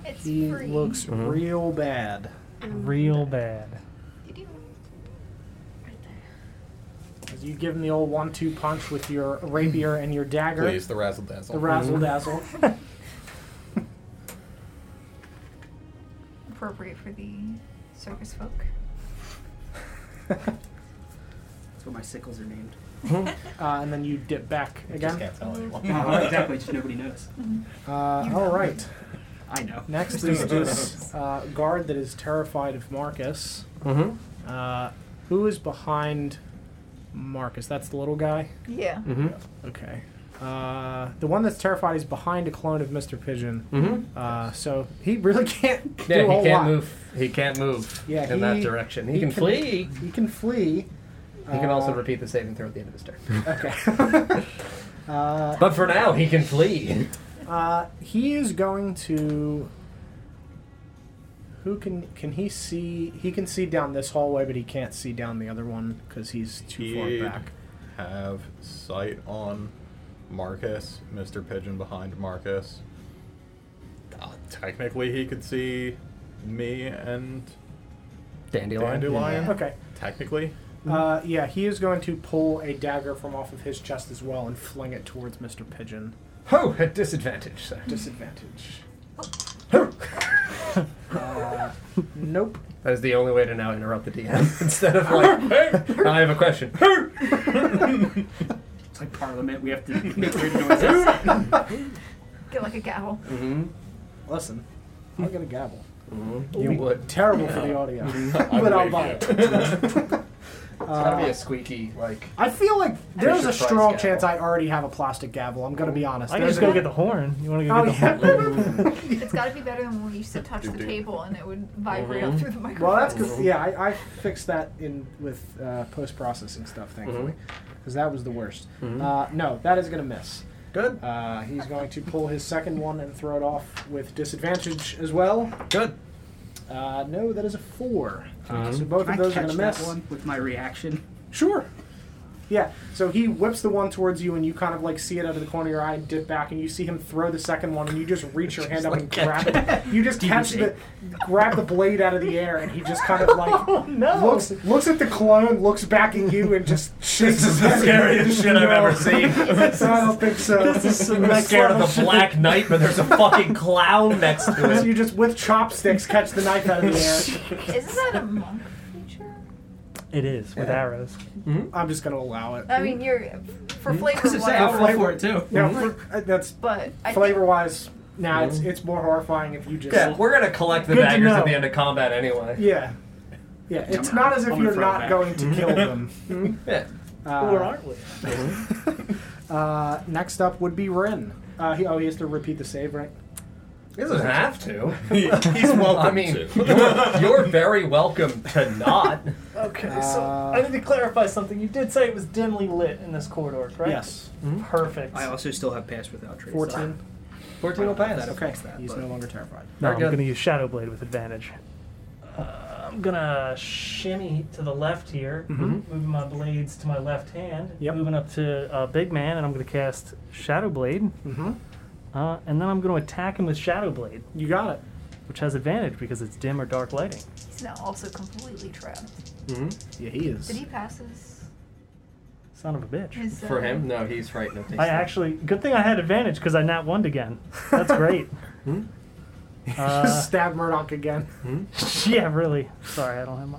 [SPEAKER 5] It's
[SPEAKER 2] He
[SPEAKER 5] free.
[SPEAKER 2] looks
[SPEAKER 4] Mhm.
[SPEAKER 2] real bad.
[SPEAKER 3] Real bad.
[SPEAKER 5] Did you? Right there.
[SPEAKER 2] As you give him the old one-two punch with your rapier and your dagger,
[SPEAKER 9] Please, the razzle dazzle.
[SPEAKER 2] the
[SPEAKER 8] <laughs>
[SPEAKER 2] razzle dazzle.
[SPEAKER 5] Appropriate for the circus folk.
[SPEAKER 8] That's what my sickles are named.
[SPEAKER 2] Uh, and then you dip back
[SPEAKER 9] Just
[SPEAKER 2] again.
[SPEAKER 9] can't tell anyone.
[SPEAKER 8] Uh, exactly, just nobody knows.
[SPEAKER 2] Uh, all right.
[SPEAKER 8] I know.
[SPEAKER 2] Next is this uh, guard that is terrified of Marcus.
[SPEAKER 4] Mm-hmm.
[SPEAKER 2] Uh, who is behind Marcus? That's the little guy.
[SPEAKER 5] Yeah.
[SPEAKER 4] Mm-hmm.
[SPEAKER 2] Okay. Uh, the one that's terrified is behind a clone of Mr. Pigeon.
[SPEAKER 4] Mm-hmm.
[SPEAKER 2] Uh, so he really <laughs>
[SPEAKER 4] <laughs>
[SPEAKER 2] can't do
[SPEAKER 4] Yeah,
[SPEAKER 2] a whole
[SPEAKER 4] he can't
[SPEAKER 2] lot.
[SPEAKER 4] move. He can't move
[SPEAKER 2] Yeah,
[SPEAKER 4] in that
[SPEAKER 2] he-
[SPEAKER 4] direction. He,
[SPEAKER 2] he
[SPEAKER 4] can,
[SPEAKER 2] can-
[SPEAKER 4] flee.
[SPEAKER 2] He can flee.
[SPEAKER 4] he can also
[SPEAKER 2] Uh,
[SPEAKER 4] repeat the saving throw at the end of his turn.
[SPEAKER 2] Okay. uh,
[SPEAKER 4] <laughs> But for now, he can flee.
[SPEAKER 2] <laughs> uh, he is going to. Who can can he see? He can see down this hallway, but he can't see down the other one because he's too
[SPEAKER 9] He'd
[SPEAKER 2] far back.
[SPEAKER 9] Have sight on Marcus, Mr. Pigeon behind Marcus. Uh, technically, he could see me and
[SPEAKER 4] <laughs> Dandelion.
[SPEAKER 9] Dandelion.
[SPEAKER 2] Okay.
[SPEAKER 9] Technically,
[SPEAKER 2] Uh, yeah, he is going to pull a dagger from off of his chest as well and fling it towards Mr. Pigeon.
[SPEAKER 4] Ho! At disadvantage, sir.
[SPEAKER 2] Disadvantage.
[SPEAKER 4] Ho!
[SPEAKER 2] Uh, nope.
[SPEAKER 4] That is the only way to now interrupt the DM <laughs> instead of like, "Hey, I have a question. Ho!
[SPEAKER 8] It's like Parliament. We have <laughs> to make weird noises.
[SPEAKER 5] Get like a gavel.
[SPEAKER 4] Mm-hmm.
[SPEAKER 2] Listen, I'm gonna gavel.
[SPEAKER 4] You
[SPEAKER 2] It'll be
[SPEAKER 4] would.
[SPEAKER 2] Terrible for the audio,
[SPEAKER 9] I
[SPEAKER 2] but I'll
[SPEAKER 9] believe
[SPEAKER 2] buy
[SPEAKER 9] you.
[SPEAKER 2] it.
[SPEAKER 4] It's gotta be a squeaky like.
[SPEAKER 2] I feel like there's a
[SPEAKER 4] Fisher Price
[SPEAKER 2] strong
[SPEAKER 4] gavel.
[SPEAKER 2] chance I already have a plastic gavel. I'm gonna be honest.
[SPEAKER 3] I can
[SPEAKER 2] There's
[SPEAKER 3] just
[SPEAKER 2] a-
[SPEAKER 3] go get the horn. You want to go
[SPEAKER 2] Oh,
[SPEAKER 3] get <laughs> the
[SPEAKER 2] yeah.
[SPEAKER 3] horn?
[SPEAKER 5] It's got to be better than when we used to touch the
[SPEAKER 9] Do-do.
[SPEAKER 5] table and it would vibrate up
[SPEAKER 4] Mhm.
[SPEAKER 5] through the microphone.
[SPEAKER 2] Well, that's because yeah, I, I fixed that in with uh, post processing stuff, thankfully,
[SPEAKER 4] Mm-hmm.
[SPEAKER 2] because that was the worst. Uh, no, that is gonna miss.
[SPEAKER 4] Good.
[SPEAKER 2] Uh, he's going to pull his second one and throw it off with disadvantage as well.
[SPEAKER 4] Good.
[SPEAKER 2] Uh, no, that is a 4
[SPEAKER 4] Mhm.
[SPEAKER 2] So both
[SPEAKER 8] Can I
[SPEAKER 2] of those
[SPEAKER 8] catch
[SPEAKER 2] are going to
[SPEAKER 8] that
[SPEAKER 2] miss.
[SPEAKER 8] one with my reaction?
[SPEAKER 2] Sure. Yeah. So he whips the one towards you, and you kind of like see it out of the corner of your eye, and dip back, and you see him throw the second one, and you just reach your hand up and grab it. You <laughs> just catch the grab the blade out of the air, and he just kind of <laughs> like looks looks at the clone, looks back at you, and just <laughs> shakes his head. <laughs> I don't think so. <laughs>
[SPEAKER 4] <laughs> I'm scared of the Black Knight, but there's a fucking clown next to
[SPEAKER 2] So <laughs>
[SPEAKER 4] it.
[SPEAKER 2] you just with chopsticks catch the knife out of the <laughs> air.
[SPEAKER 5] Isn't that a monk feature?
[SPEAKER 3] It is with arrows.
[SPEAKER 2] I'm just gonna allow it.
[SPEAKER 5] I mean, you're
[SPEAKER 8] <laughs>
[SPEAKER 5] for flavor
[SPEAKER 8] Say,
[SPEAKER 5] wise,
[SPEAKER 8] I'll roll for it too.
[SPEAKER 2] Now, for- uh, that's
[SPEAKER 5] but I
[SPEAKER 2] flavor wise. Now it's it's more horrifying if you just
[SPEAKER 4] Yeah, we're gonna collect the
[SPEAKER 2] Good to
[SPEAKER 4] daggers
[SPEAKER 2] know.
[SPEAKER 4] at the end of combat anyway.
[SPEAKER 2] Yeah. Yeah, it's not as if
[SPEAKER 8] I'm
[SPEAKER 2] you're
[SPEAKER 8] gonna throw it back.
[SPEAKER 2] not going to kill them.
[SPEAKER 4] Yeah.
[SPEAKER 2] Uh,
[SPEAKER 3] aren't we?
[SPEAKER 4] Mm-hmm.
[SPEAKER 2] uh, next up would be Ren. Uh, he, oh, he has to repeat the save, right?
[SPEAKER 4] He doesn't have <laughs> to.
[SPEAKER 9] he's welcome
[SPEAKER 4] I mean,
[SPEAKER 9] to.
[SPEAKER 4] you're, you're very welcome to not.
[SPEAKER 3] Okay,
[SPEAKER 2] so
[SPEAKER 3] so
[SPEAKER 2] Uh, I
[SPEAKER 3] I need to clarify something. You did say it was dimly lit in this corridor, correct?
[SPEAKER 2] Yes.
[SPEAKER 3] Perfect.
[SPEAKER 8] I also still have passed without trace.
[SPEAKER 2] 14.
[SPEAKER 4] 14 will pass.
[SPEAKER 2] Okay,
[SPEAKER 8] that,
[SPEAKER 2] he's
[SPEAKER 8] but-
[SPEAKER 2] no longer terrified.
[SPEAKER 3] No,
[SPEAKER 4] Very
[SPEAKER 3] I'm
[SPEAKER 4] good.
[SPEAKER 3] going to use Shadow Blade with advantage. Uh, I'm going to shimmy to the left here, moving my blades to my left hand,
[SPEAKER 2] Yep.
[SPEAKER 3] moving up to uh, Big Man, and I'm going to cast Shadow Blade.
[SPEAKER 2] Mm-hmm.
[SPEAKER 3] Uh, and then I'm going to attack him with Shadow Blade,
[SPEAKER 2] You got it.
[SPEAKER 3] which has advantage because it's dim or dark lighting.
[SPEAKER 5] he's now also completely trapped.
[SPEAKER 2] Yeah, he is.
[SPEAKER 5] Did he pass his?
[SPEAKER 3] Son of a bitch.
[SPEAKER 5] his uh,
[SPEAKER 4] For him, no, he's right. No,
[SPEAKER 3] I actually, good thing I had advantage because I nat one again. <laughs> That's great.
[SPEAKER 5] <laughs>
[SPEAKER 3] uh,
[SPEAKER 2] Just <laughs> stab Murdoch again.
[SPEAKER 3] <laughs> yeah, really. Sorry, I don't have my.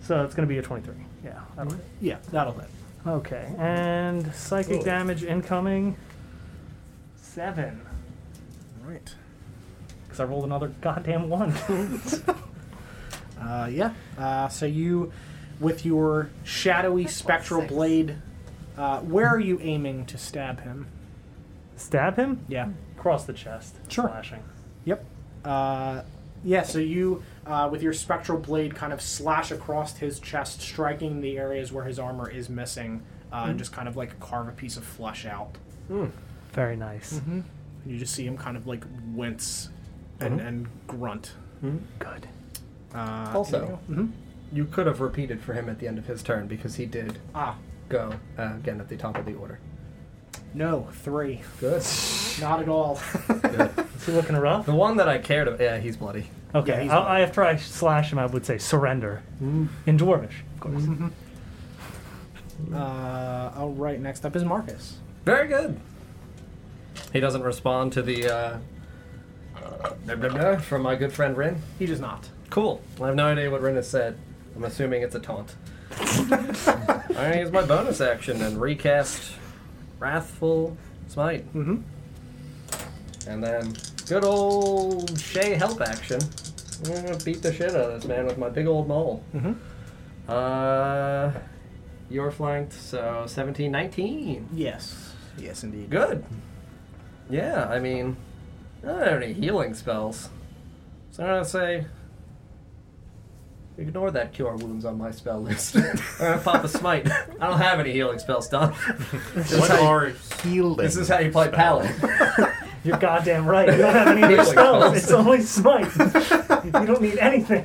[SPEAKER 3] So it's going to be a 23. Yeah. that'll hit.
[SPEAKER 2] Mm-hmm. Yeah, that'll hit.
[SPEAKER 3] Okay, and psychic damage incoming. Seven.
[SPEAKER 2] Right.
[SPEAKER 3] Because I rolled another goddamn one.
[SPEAKER 2] <laughs> Uh, yeah. Uh, so you, with your shadowy spectral
[SPEAKER 5] six.
[SPEAKER 2] blade, uh, where are you aiming to stab him?
[SPEAKER 3] Stab him?
[SPEAKER 5] Hmm.
[SPEAKER 2] Yeah.
[SPEAKER 3] Across the chest.
[SPEAKER 2] Sure.
[SPEAKER 3] Slashing.
[SPEAKER 2] Yep. Uh, yeah, so you, uh, with your spectral blade, kind of slash across his chest, striking the areas where his armor is missing, uh,
[SPEAKER 4] Mm-hmm.
[SPEAKER 2] and just kind of like carve a piece of flesh out.
[SPEAKER 3] Very nice.
[SPEAKER 2] Mm-hmm. And you just see him kind of like wince and,
[SPEAKER 4] Mm-hmm.
[SPEAKER 2] and grunt.
[SPEAKER 3] Good.
[SPEAKER 2] Uh,
[SPEAKER 4] Also,
[SPEAKER 2] Mhm.
[SPEAKER 4] Hmm? you could have repeated for him at the end of his turn because he did
[SPEAKER 2] ah,
[SPEAKER 4] go uh, again at the top of the order.
[SPEAKER 2] no, three.
[SPEAKER 4] Good.
[SPEAKER 2] Not at all. <laughs>
[SPEAKER 3] Is he looking rough?
[SPEAKER 4] The one that I cared about. Yeah, he's bloody.
[SPEAKER 2] Yeah,
[SPEAKER 3] Okay.
[SPEAKER 2] he's Mm-hmm.
[SPEAKER 3] I, I, after I slash him, I would say surrender. In Dwarvish, of course.
[SPEAKER 2] uh, all right, next up is Marcus.
[SPEAKER 4] Very good. He doesn't respond to the uh, blah, blah, blah from my good friend Rin.
[SPEAKER 2] He does not.
[SPEAKER 4] Cool. I have no idea what Rin has said. I'm assuming it's a taunt. I'm gonna use my bonus action and recast Wrathful Smite.
[SPEAKER 2] Mhm.
[SPEAKER 4] And then good old Shay help action. I'm gonna beat the shit out of this man with my big old mole.
[SPEAKER 2] Mhm.
[SPEAKER 4] Uh, you're flanked, so 17, 19.
[SPEAKER 2] Yes. Yes, indeed.
[SPEAKER 4] Good. Yeah, I mean, I don't have any healing spells. So I'm gonna say, ignore that cure wounds on my spell list. <laughs> I'm gonna pop a smite. I don't have any healing spells, Don.
[SPEAKER 6] <laughs> What are healing?
[SPEAKER 4] This is how you play
[SPEAKER 6] spells?
[SPEAKER 4] Paladin.
[SPEAKER 9] <laughs>
[SPEAKER 3] You're goddamn right. You don't
[SPEAKER 2] <laughs>
[SPEAKER 3] have any other
[SPEAKER 4] Healing
[SPEAKER 3] spells.
[SPEAKER 4] spells.
[SPEAKER 3] It's only smite. you don't need anything.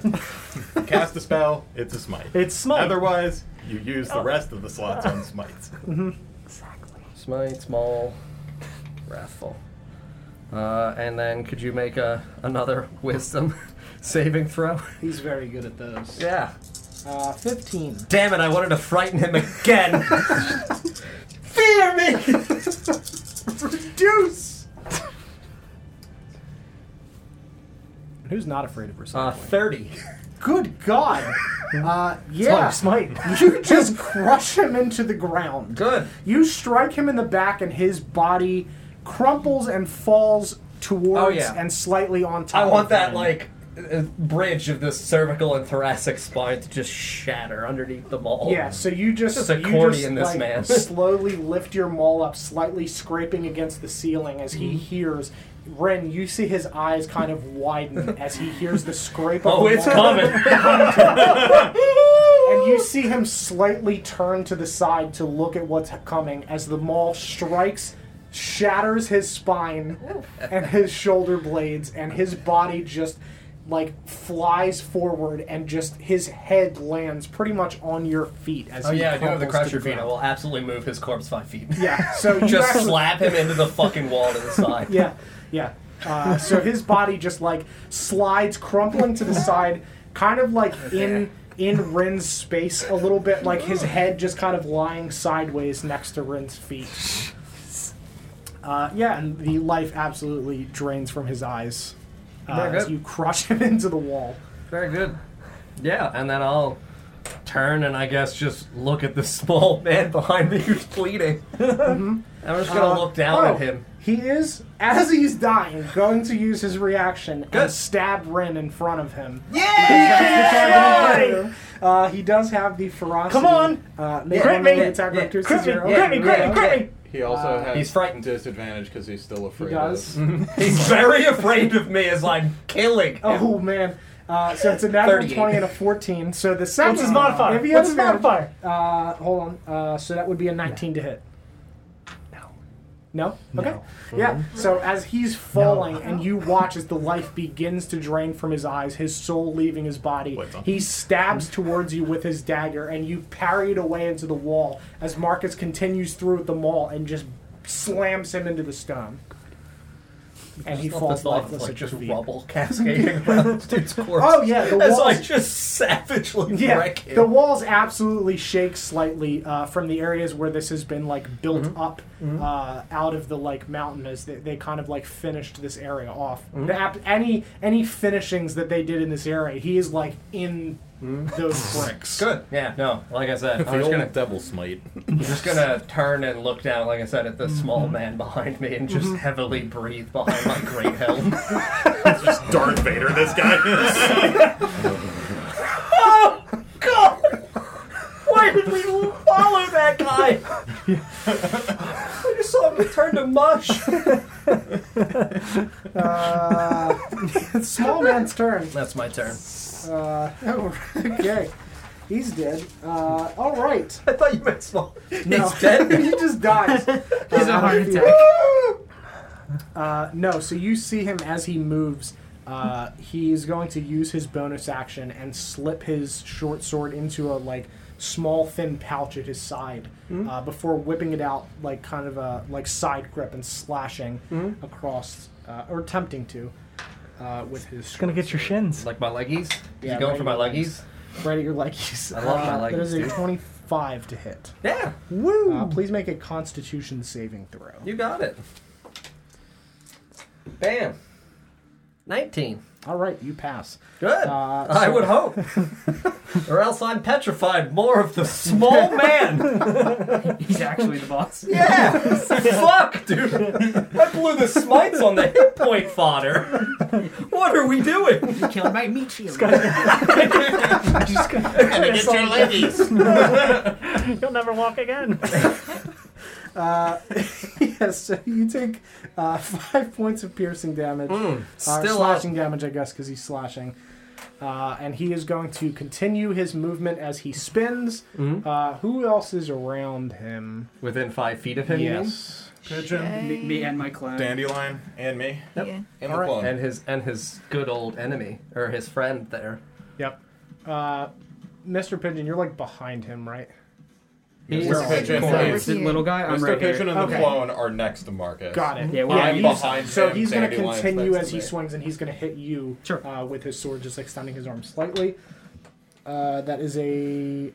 [SPEAKER 6] Cast a spell, it's a smite.
[SPEAKER 3] It's smite.
[SPEAKER 6] Otherwise, you use
[SPEAKER 2] Oh.
[SPEAKER 6] the rest of the
[SPEAKER 2] <laughs>
[SPEAKER 6] slots on smites.
[SPEAKER 2] Mm-hmm.
[SPEAKER 3] Exactly.
[SPEAKER 4] <laughs> Smite, small, wrathful. Uh, and then could you make a another wisdom <laughs> saving throw? <laughs>
[SPEAKER 2] He's very good at those.
[SPEAKER 4] yeah.
[SPEAKER 2] Uh, 15.
[SPEAKER 4] Damn it! I wanted to frighten him
[SPEAKER 6] <laughs>
[SPEAKER 4] again. Fear me.
[SPEAKER 2] Deuce! <laughs> Who's not afraid of
[SPEAKER 4] Uh,
[SPEAKER 2] recycling?
[SPEAKER 4] thirty.
[SPEAKER 2] Good <laughs> God! uh, yeah.
[SPEAKER 3] Oh, smite.
[SPEAKER 2] You just crush him into the ground.
[SPEAKER 4] Good.
[SPEAKER 2] You strike him in the back, and his body crumples and falls towards
[SPEAKER 4] Oh, yeah.
[SPEAKER 2] and slightly on top.
[SPEAKER 4] I want
[SPEAKER 2] of
[SPEAKER 4] that
[SPEAKER 2] him.
[SPEAKER 4] like uh, bridge of the cervical and thoracic spine to just shatter underneath the ball.
[SPEAKER 2] Yeah, so you just
[SPEAKER 4] Just a
[SPEAKER 2] you
[SPEAKER 4] corny
[SPEAKER 2] just,
[SPEAKER 4] in this
[SPEAKER 2] like,
[SPEAKER 4] man. <laughs>
[SPEAKER 2] slowly lift your maul up, slightly scraping against the ceiling as
[SPEAKER 4] Mm-hmm.
[SPEAKER 2] he hears. Ren, you see his eyes kind of
[SPEAKER 4] <laughs>
[SPEAKER 2] widen as he hears the scrape. of
[SPEAKER 4] Oh,
[SPEAKER 2] the
[SPEAKER 4] it's
[SPEAKER 2] maul.
[SPEAKER 4] coming.
[SPEAKER 2] <laughs> And you see him slightly turn to the side to look at what's coming as the maul strikes, shatters his spine and his shoulder blades, and his body just like flies forward and just his head lands pretty much on your feet as
[SPEAKER 4] oh
[SPEAKER 2] he
[SPEAKER 4] yeah, I do have the
[SPEAKER 2] crumples to
[SPEAKER 4] crusher feet. I
[SPEAKER 2] ground.
[SPEAKER 4] will absolutely move his corpse five feet.
[SPEAKER 2] Yeah, so you
[SPEAKER 4] <laughs> just
[SPEAKER 2] actually-
[SPEAKER 4] slap him into the fucking
[SPEAKER 2] <laughs>
[SPEAKER 4] wall to the side.
[SPEAKER 2] Yeah, yeah. Uh, so his body just like slides, crumpling
[SPEAKER 4] <laughs>
[SPEAKER 2] to the side, kind of like in in Rin's space a little bit, like his head just kind of lying sideways next to Rin's feet.
[SPEAKER 4] <laughs>
[SPEAKER 2] Uh, yeah, and the life absolutely drains from his eyes uh,
[SPEAKER 4] Very
[SPEAKER 2] as
[SPEAKER 4] good.
[SPEAKER 2] you crush <laughs> him into the wall.
[SPEAKER 4] Very good. Yeah, and then I'll turn and I guess just look at the <laughs> small man behind me who's bleeding. I'm just gonna
[SPEAKER 2] Uh,
[SPEAKER 4] look down
[SPEAKER 2] oh,
[SPEAKER 4] at him.
[SPEAKER 2] He is, as he's dying, going to use his reaction
[SPEAKER 4] Good.
[SPEAKER 2] and stab Rin in front of him. Yeah! Uh, he does have the ferocity.
[SPEAKER 3] Come on!
[SPEAKER 2] Uh, make
[SPEAKER 4] Crit
[SPEAKER 2] one melee
[SPEAKER 4] me!
[SPEAKER 2] attack
[SPEAKER 4] Yeah,
[SPEAKER 2] reduces
[SPEAKER 3] Crit me,
[SPEAKER 2] zero.
[SPEAKER 3] crit me, crit me, crit me!
[SPEAKER 9] He also has
[SPEAKER 4] he's frightened.
[SPEAKER 9] disadvantage because he's still
[SPEAKER 2] Uh, He
[SPEAKER 9] afraid.
[SPEAKER 2] does.
[SPEAKER 9] <laughs> Of
[SPEAKER 4] He's very <laughs> afraid of me as I'm killing him.
[SPEAKER 2] Oh man. Uh, so it's a natural
[SPEAKER 4] 38.
[SPEAKER 2] twenty and a fourteen. So the second
[SPEAKER 3] What's his modifier?
[SPEAKER 2] If he
[SPEAKER 3] What's
[SPEAKER 2] has
[SPEAKER 3] his
[SPEAKER 2] advantage-
[SPEAKER 3] modifier?
[SPEAKER 2] Uh, hold on. Uh, so that would be a nineteen to hit.
[SPEAKER 3] No.
[SPEAKER 2] No?
[SPEAKER 3] No.
[SPEAKER 2] Okay. Yeah.
[SPEAKER 4] Mm-hmm.
[SPEAKER 2] So as he's falling and you watch as the life begins to drain from his eyes, his soul leaving his body,
[SPEAKER 6] Wait, don't-
[SPEAKER 2] he stabs towards you with his dagger and you parry it away into the wall as Marcus continues through with the maul and just slams him into the stone. And he
[SPEAKER 4] Just
[SPEAKER 2] falls
[SPEAKER 4] the thought of,
[SPEAKER 2] lifeless
[SPEAKER 4] like
[SPEAKER 2] at your
[SPEAKER 4] just
[SPEAKER 2] feet.
[SPEAKER 4] rubble cascading around dude's corpse.
[SPEAKER 2] Oh, yeah, the
[SPEAKER 4] as
[SPEAKER 2] walls-
[SPEAKER 4] I just savagely
[SPEAKER 2] Yeah,
[SPEAKER 4] <laughs> wreck him.
[SPEAKER 2] the walls absolutely shake slightly uh, from the areas where this has been like built
[SPEAKER 4] Mm-hmm.
[SPEAKER 2] up Uh, out of the like mountain as they, they kind of like finished this
[SPEAKER 4] Mm-hmm.
[SPEAKER 2] area off. The ap- any any finishings that they did in this area, he is like in
[SPEAKER 4] <laughs>
[SPEAKER 2] those bricks.
[SPEAKER 4] Mm-hmm. Good. Yeah, no, like I said,
[SPEAKER 9] The
[SPEAKER 4] I'm just
[SPEAKER 9] old
[SPEAKER 4] gonna,
[SPEAKER 9] devil smite.
[SPEAKER 4] I'm just gonna turn and look down, like I said, at the small man behind me and just heavily breathe behind my great helm.
[SPEAKER 9] Darth Vader, this guy is.
[SPEAKER 4] God! Why did we follow that guy? I just saw him turn to mush.
[SPEAKER 2] Uh, <laughs> small man's turn.
[SPEAKER 4] <laughs> That's my turn. <laughs>
[SPEAKER 2] Uh, okay. He's dead. Uh, all right.
[SPEAKER 4] I thought you meant <laughs> small.
[SPEAKER 2] No.
[SPEAKER 4] He's dead.
[SPEAKER 2] <laughs> he just
[SPEAKER 4] <laughs>
[SPEAKER 2] dies.
[SPEAKER 1] He's a heart attack.
[SPEAKER 2] Uh, no, so you see him as he moves. Uh, he's going to use his bonus action and slip his short sword into a like small thin pouch at his side uh, before whipping it out like kind of a like side grip and slashing across uh, or attempting to uh, with his
[SPEAKER 3] It's gonna get
[SPEAKER 4] <laughs>
[SPEAKER 3] your shins.
[SPEAKER 4] Like my leggies.
[SPEAKER 2] Yeah,
[SPEAKER 4] you going for my
[SPEAKER 2] right.
[SPEAKER 4] leggies?
[SPEAKER 2] right at your leggies.
[SPEAKER 4] I love my
[SPEAKER 2] Uh, That
[SPEAKER 4] leggies,
[SPEAKER 2] is a
[SPEAKER 4] dude.
[SPEAKER 2] twenty-five to hit.
[SPEAKER 4] Yeah,
[SPEAKER 3] Woo!
[SPEAKER 2] Uh, please make a Constitution saving throw.
[SPEAKER 4] you got it. Bam. Nineteen.
[SPEAKER 2] All right, you pass. <laughs>
[SPEAKER 4] Good.
[SPEAKER 2] Uh,
[SPEAKER 4] I
[SPEAKER 2] so-
[SPEAKER 4] would
[SPEAKER 2] <laughs>
[SPEAKER 4] hope. or else I'm petrified more of the small man.
[SPEAKER 1] <laughs> He's actually the boss.
[SPEAKER 4] yeah.
[SPEAKER 2] <laughs>
[SPEAKER 4] Fuck, dude. I blew the smites on the hit point fodder. what are we doing?
[SPEAKER 8] <laughs>
[SPEAKER 1] He killed my meat shield.
[SPEAKER 3] Just gonna-
[SPEAKER 9] Get your
[SPEAKER 4] <laughs>
[SPEAKER 9] ladies.
[SPEAKER 3] You'll never walk again.
[SPEAKER 2] Uh, yes, so you take uh, <laughs> five points of piercing damage. Uh,
[SPEAKER 4] Hmm. Still up.
[SPEAKER 2] slashing damage, I guess, because he's slashing. Uh, and he is going to continue his movement as he spins. Uh, who else is around him?
[SPEAKER 4] Within five feet of him, you mean?
[SPEAKER 2] Yes.
[SPEAKER 9] Pigeon,
[SPEAKER 1] me, me and my clone.
[SPEAKER 9] <laughs> dandelion, and me,
[SPEAKER 4] Yep.
[SPEAKER 5] Yeah.
[SPEAKER 9] and the
[SPEAKER 2] All right.
[SPEAKER 9] clone.
[SPEAKER 4] and his and his good old enemy or his friend there.
[SPEAKER 2] Yep. Uh, Mr. Pigeon, you're like behind him, right?
[SPEAKER 4] He's
[SPEAKER 9] Mr. Pigeon
[SPEAKER 4] cornered.
[SPEAKER 9] is-
[SPEAKER 1] Is it little guy? I'm
[SPEAKER 9] Mr.
[SPEAKER 1] right
[SPEAKER 9] Pigeon
[SPEAKER 1] here.
[SPEAKER 9] and the
[SPEAKER 2] Okay.
[SPEAKER 9] clone are next to Marcus.
[SPEAKER 2] Got it.
[SPEAKER 1] Yeah, we're-
[SPEAKER 9] I'm
[SPEAKER 2] he's-
[SPEAKER 9] behind
[SPEAKER 2] So
[SPEAKER 9] him,
[SPEAKER 2] he's going to
[SPEAKER 9] Dandelion's
[SPEAKER 2] continue
[SPEAKER 9] next
[SPEAKER 2] as
[SPEAKER 9] to
[SPEAKER 2] he
[SPEAKER 9] me.
[SPEAKER 2] swings, and he's going to hit you
[SPEAKER 1] Sure.
[SPEAKER 2] uh, with his sword, just extending his arm slightly. Uh, that is a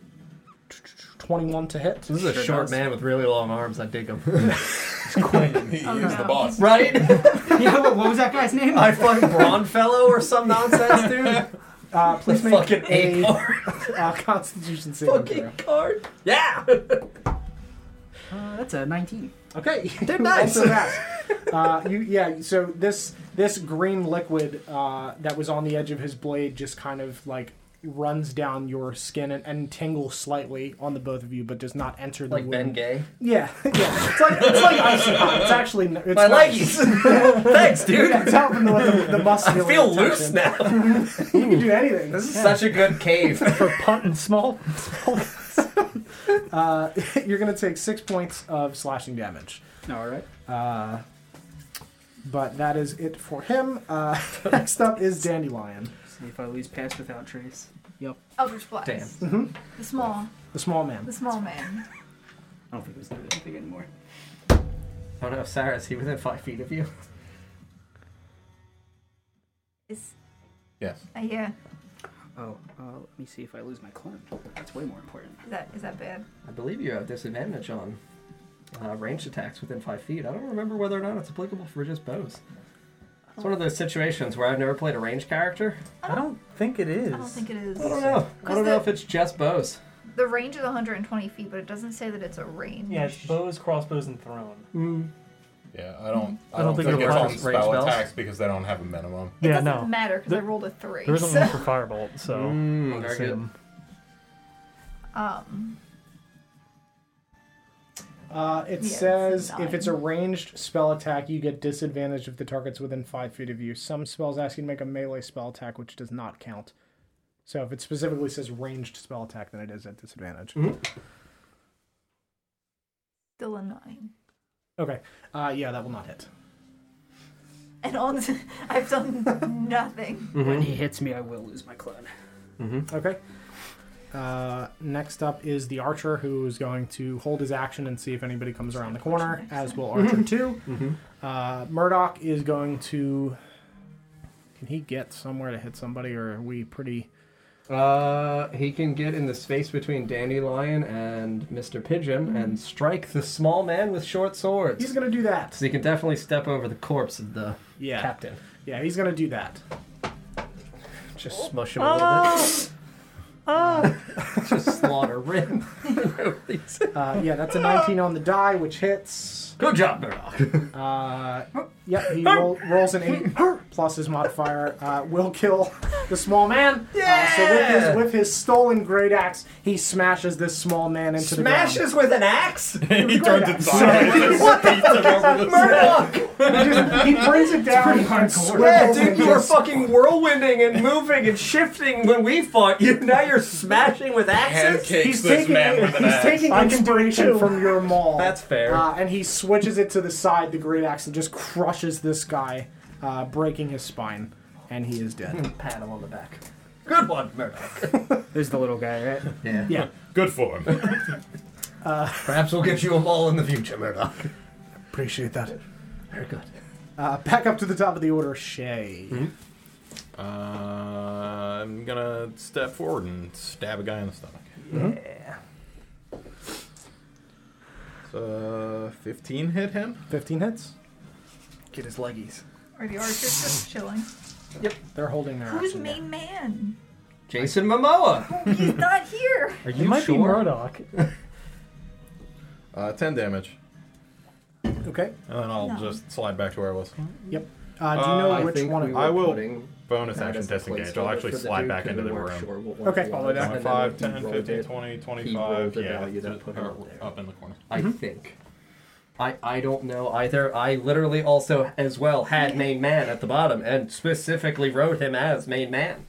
[SPEAKER 2] twenty-one to hit.
[SPEAKER 4] This is a
[SPEAKER 1] Sure
[SPEAKER 4] short
[SPEAKER 1] does.
[SPEAKER 4] man with really long arms. I dig him.
[SPEAKER 9] <laughs> He
[SPEAKER 5] Oh,
[SPEAKER 9] is the
[SPEAKER 5] no.
[SPEAKER 9] boss.
[SPEAKER 4] <laughs> right?
[SPEAKER 1] <laughs> yeah, what, what was that guy's name?
[SPEAKER 4] I fucking Braunfellow or some nonsense, <laughs> dude.
[SPEAKER 2] Uh, please make
[SPEAKER 4] fucking
[SPEAKER 2] a
[SPEAKER 4] ape card.
[SPEAKER 2] <laughs> uh, Constitution saving
[SPEAKER 4] fucking
[SPEAKER 2] throw.
[SPEAKER 4] card. Yeah. <laughs>
[SPEAKER 1] Uh, that's a 19.
[SPEAKER 2] <laughs> Okay,
[SPEAKER 4] They're
[SPEAKER 2] you
[SPEAKER 4] nice.
[SPEAKER 2] also pass. <laughs> Uh, you yeah. So this this green liquid uh, that was on the edge of his blade just kind of like runs down your skin and, and tingles slightly on the both of you, but does not enter the
[SPEAKER 4] Like
[SPEAKER 2] wound.
[SPEAKER 4] Ben Gay.
[SPEAKER 2] Yeah, <laughs> yeah. It's like it's
[SPEAKER 4] <laughs>
[SPEAKER 2] like icy hot. It's actually n- it's
[SPEAKER 4] My
[SPEAKER 2] nice. <laughs>
[SPEAKER 4] leggies. Thanks,
[SPEAKER 2] Yeah,
[SPEAKER 4] <laughs> dude.
[SPEAKER 2] it's helping with
[SPEAKER 4] <laughs>
[SPEAKER 2] the, the
[SPEAKER 4] I
[SPEAKER 2] muscular.
[SPEAKER 4] feel loose
[SPEAKER 2] tension.
[SPEAKER 4] now.
[SPEAKER 2] You can do anything. <laughs>
[SPEAKER 4] <laughs> This is such a good <laughs> cave.
[SPEAKER 3] <laughs> For punting small. small.
[SPEAKER 2] Uh, you're gonna take six points of slashing damage.
[SPEAKER 1] All right.
[SPEAKER 2] Uh, but that is it for him. Uh, <laughs> next up is Dandelion,
[SPEAKER 1] See if I lose pass without trace.
[SPEAKER 5] Eldritch Blast.
[SPEAKER 4] Damn.
[SPEAKER 3] Mm-hmm.
[SPEAKER 5] The small,
[SPEAKER 2] the small
[SPEAKER 5] the
[SPEAKER 2] man.
[SPEAKER 5] small man.
[SPEAKER 1] I don't think it was that big anymore.
[SPEAKER 4] I don't know, Oh, Sarah, is he within five feet of you?
[SPEAKER 5] Is
[SPEAKER 9] Yes.
[SPEAKER 5] uh, yeah.
[SPEAKER 1] Oh, uh, let me see if I lose my clone. That's way more important.
[SPEAKER 5] Is that is that bad?
[SPEAKER 4] I believe you have disadvantage on uh, ranged attacks within five feet. I don't remember whether or not it's applicable for just bows. It's one of those situations where I've never played a ranged character.
[SPEAKER 3] I don't think it is.
[SPEAKER 5] I don't think it is.
[SPEAKER 4] I don't know. I don't know if it's just bows.
[SPEAKER 5] The range is 120 feet, but it doesn't say that it's a range.
[SPEAKER 3] Yeah, it's bows, crossbows, and thrown.
[SPEAKER 9] Yeah, I don't. I,
[SPEAKER 3] I
[SPEAKER 9] don't,
[SPEAKER 3] don't think
[SPEAKER 9] think,
[SPEAKER 3] they're
[SPEAKER 9] it's on
[SPEAKER 4] range
[SPEAKER 9] spell
[SPEAKER 4] spells.
[SPEAKER 9] attacks because they don't have a minimum.
[SPEAKER 5] It
[SPEAKER 3] yeah,
[SPEAKER 5] doesn't
[SPEAKER 3] no.
[SPEAKER 5] matter because I
[SPEAKER 3] There-
[SPEAKER 5] rolled a three.
[SPEAKER 3] There isn't
[SPEAKER 5] so,
[SPEAKER 3] one for firebolt, so.
[SPEAKER 4] Mm,
[SPEAKER 3] I'll
[SPEAKER 4] very
[SPEAKER 3] assume.
[SPEAKER 5] <laughs> um,
[SPEAKER 2] Uh, it
[SPEAKER 5] Yeah, it's
[SPEAKER 2] says
[SPEAKER 5] a nine.
[SPEAKER 2] if it's a ranged spell attack, you get disadvantage if the target's within five feet of you. Some spells ask you to make a melee spell attack, which does not count. So if it specifically says ranged spell attack, then it is at disadvantage.
[SPEAKER 5] still a nine.
[SPEAKER 2] Okay. Uh, yeah, that will not hit.
[SPEAKER 5] And on, <laughs> I've done nothing.
[SPEAKER 4] Mm-hmm.
[SPEAKER 1] When he hits me, I will lose my clone.
[SPEAKER 2] Okay. Uh, next up is the archer who is going to hold his action and see if anybody comes around the corner, as will <laughs> Archer 2. Uh, Murdoch is going to. Can he get somewhere to hit somebody, or are we pretty.
[SPEAKER 4] good. Uh, he can get in the space between Dandelion and Mr. Pigeon and strike the small man with short swords.
[SPEAKER 2] He's going to do that.
[SPEAKER 4] so he can definitely step over the corpse of the
[SPEAKER 2] Yeah.
[SPEAKER 4] captain.
[SPEAKER 2] Yeah, he's going to do that.
[SPEAKER 4] Ah. Just smush him a little bit. <laughs> Just slaughter <laughs> Rin.
[SPEAKER 2] Uh, yeah, that's a
[SPEAKER 4] Ah!
[SPEAKER 2] 19 on the die, which hits.
[SPEAKER 4] Good job, Murdoch.
[SPEAKER 2] Uh, yep,
[SPEAKER 4] Ah!
[SPEAKER 2] he roll, rolls an 8 plus his modifier. Uh, will kill <laughs> the small man. Yeah! so with his, with his stolen great axe, he smashes this small man into the ground.
[SPEAKER 4] with an <laughs> axe?
[SPEAKER 6] he turns inside.
[SPEAKER 4] <laughs>
[SPEAKER 6] what
[SPEAKER 4] Murdoch!
[SPEAKER 2] He, just, he brings
[SPEAKER 4] <laughs>
[SPEAKER 2] it down and
[SPEAKER 4] Yeah,
[SPEAKER 2] swivels
[SPEAKER 4] dude,
[SPEAKER 2] and
[SPEAKER 4] you were
[SPEAKER 2] just-
[SPEAKER 4] fucking whirlwinding and moving and shifting when we fought you. Now you're smashing with axes?
[SPEAKER 6] Pancakes
[SPEAKER 2] He's
[SPEAKER 6] this
[SPEAKER 2] taking,
[SPEAKER 6] man with an
[SPEAKER 2] he's
[SPEAKER 6] axe.
[SPEAKER 2] taking
[SPEAKER 3] I can do
[SPEAKER 2] inspiration
[SPEAKER 3] two.
[SPEAKER 2] from your maul.
[SPEAKER 4] That's fair.
[SPEAKER 2] Uh, and he switches it to the side, the great axe, and just crushes this guy, uh, breaking his spine. And he is dead.
[SPEAKER 4] Pat him on the back. Good one, Murdoch.
[SPEAKER 8] There's the little guy, right?
[SPEAKER 4] Yeah.
[SPEAKER 2] Yeah.
[SPEAKER 6] Good for him.
[SPEAKER 4] Perhaps we'll get you a ball in the future, Murdoch.
[SPEAKER 2] <laughs> Appreciate that.
[SPEAKER 4] Very good.
[SPEAKER 2] Uh, back up to the top of the order, Shay.
[SPEAKER 9] Uh, I'm gonna step forward and stab a guy in the stomach.
[SPEAKER 2] Mm-hmm.
[SPEAKER 4] Yeah.
[SPEAKER 9] So, 15 hit him.
[SPEAKER 2] 15 hits.
[SPEAKER 4] Get his leggies.
[SPEAKER 5] Are the archers just chilling?
[SPEAKER 2] They're holding their
[SPEAKER 5] Who's
[SPEAKER 2] action there.
[SPEAKER 5] main man?
[SPEAKER 4] Jason Momoa.
[SPEAKER 5] Oh, he's not here.
[SPEAKER 4] Are
[SPEAKER 3] It might be Murdoch.
[SPEAKER 9] Uh, 10 damage.
[SPEAKER 2] Okay.
[SPEAKER 9] And then I'll
[SPEAKER 5] No.
[SPEAKER 9] just slide back to where I was.
[SPEAKER 2] Yep. Uh, do you know
[SPEAKER 9] Uh, I
[SPEAKER 2] which one of
[SPEAKER 9] I will bonus action disengage. I'll actually slide back into the room.
[SPEAKER 2] Okay. Follow
[SPEAKER 9] Down 5, 10, 15, 20, 25.
[SPEAKER 4] rolled a
[SPEAKER 9] Yeah,
[SPEAKER 4] value that
[SPEAKER 9] just-
[SPEAKER 4] put it
[SPEAKER 9] or
[SPEAKER 4] up there.
[SPEAKER 9] up in the corner.
[SPEAKER 4] I think. I, I don't know either. I literally also as well had main man at the bottom and specifically wrote him as main man.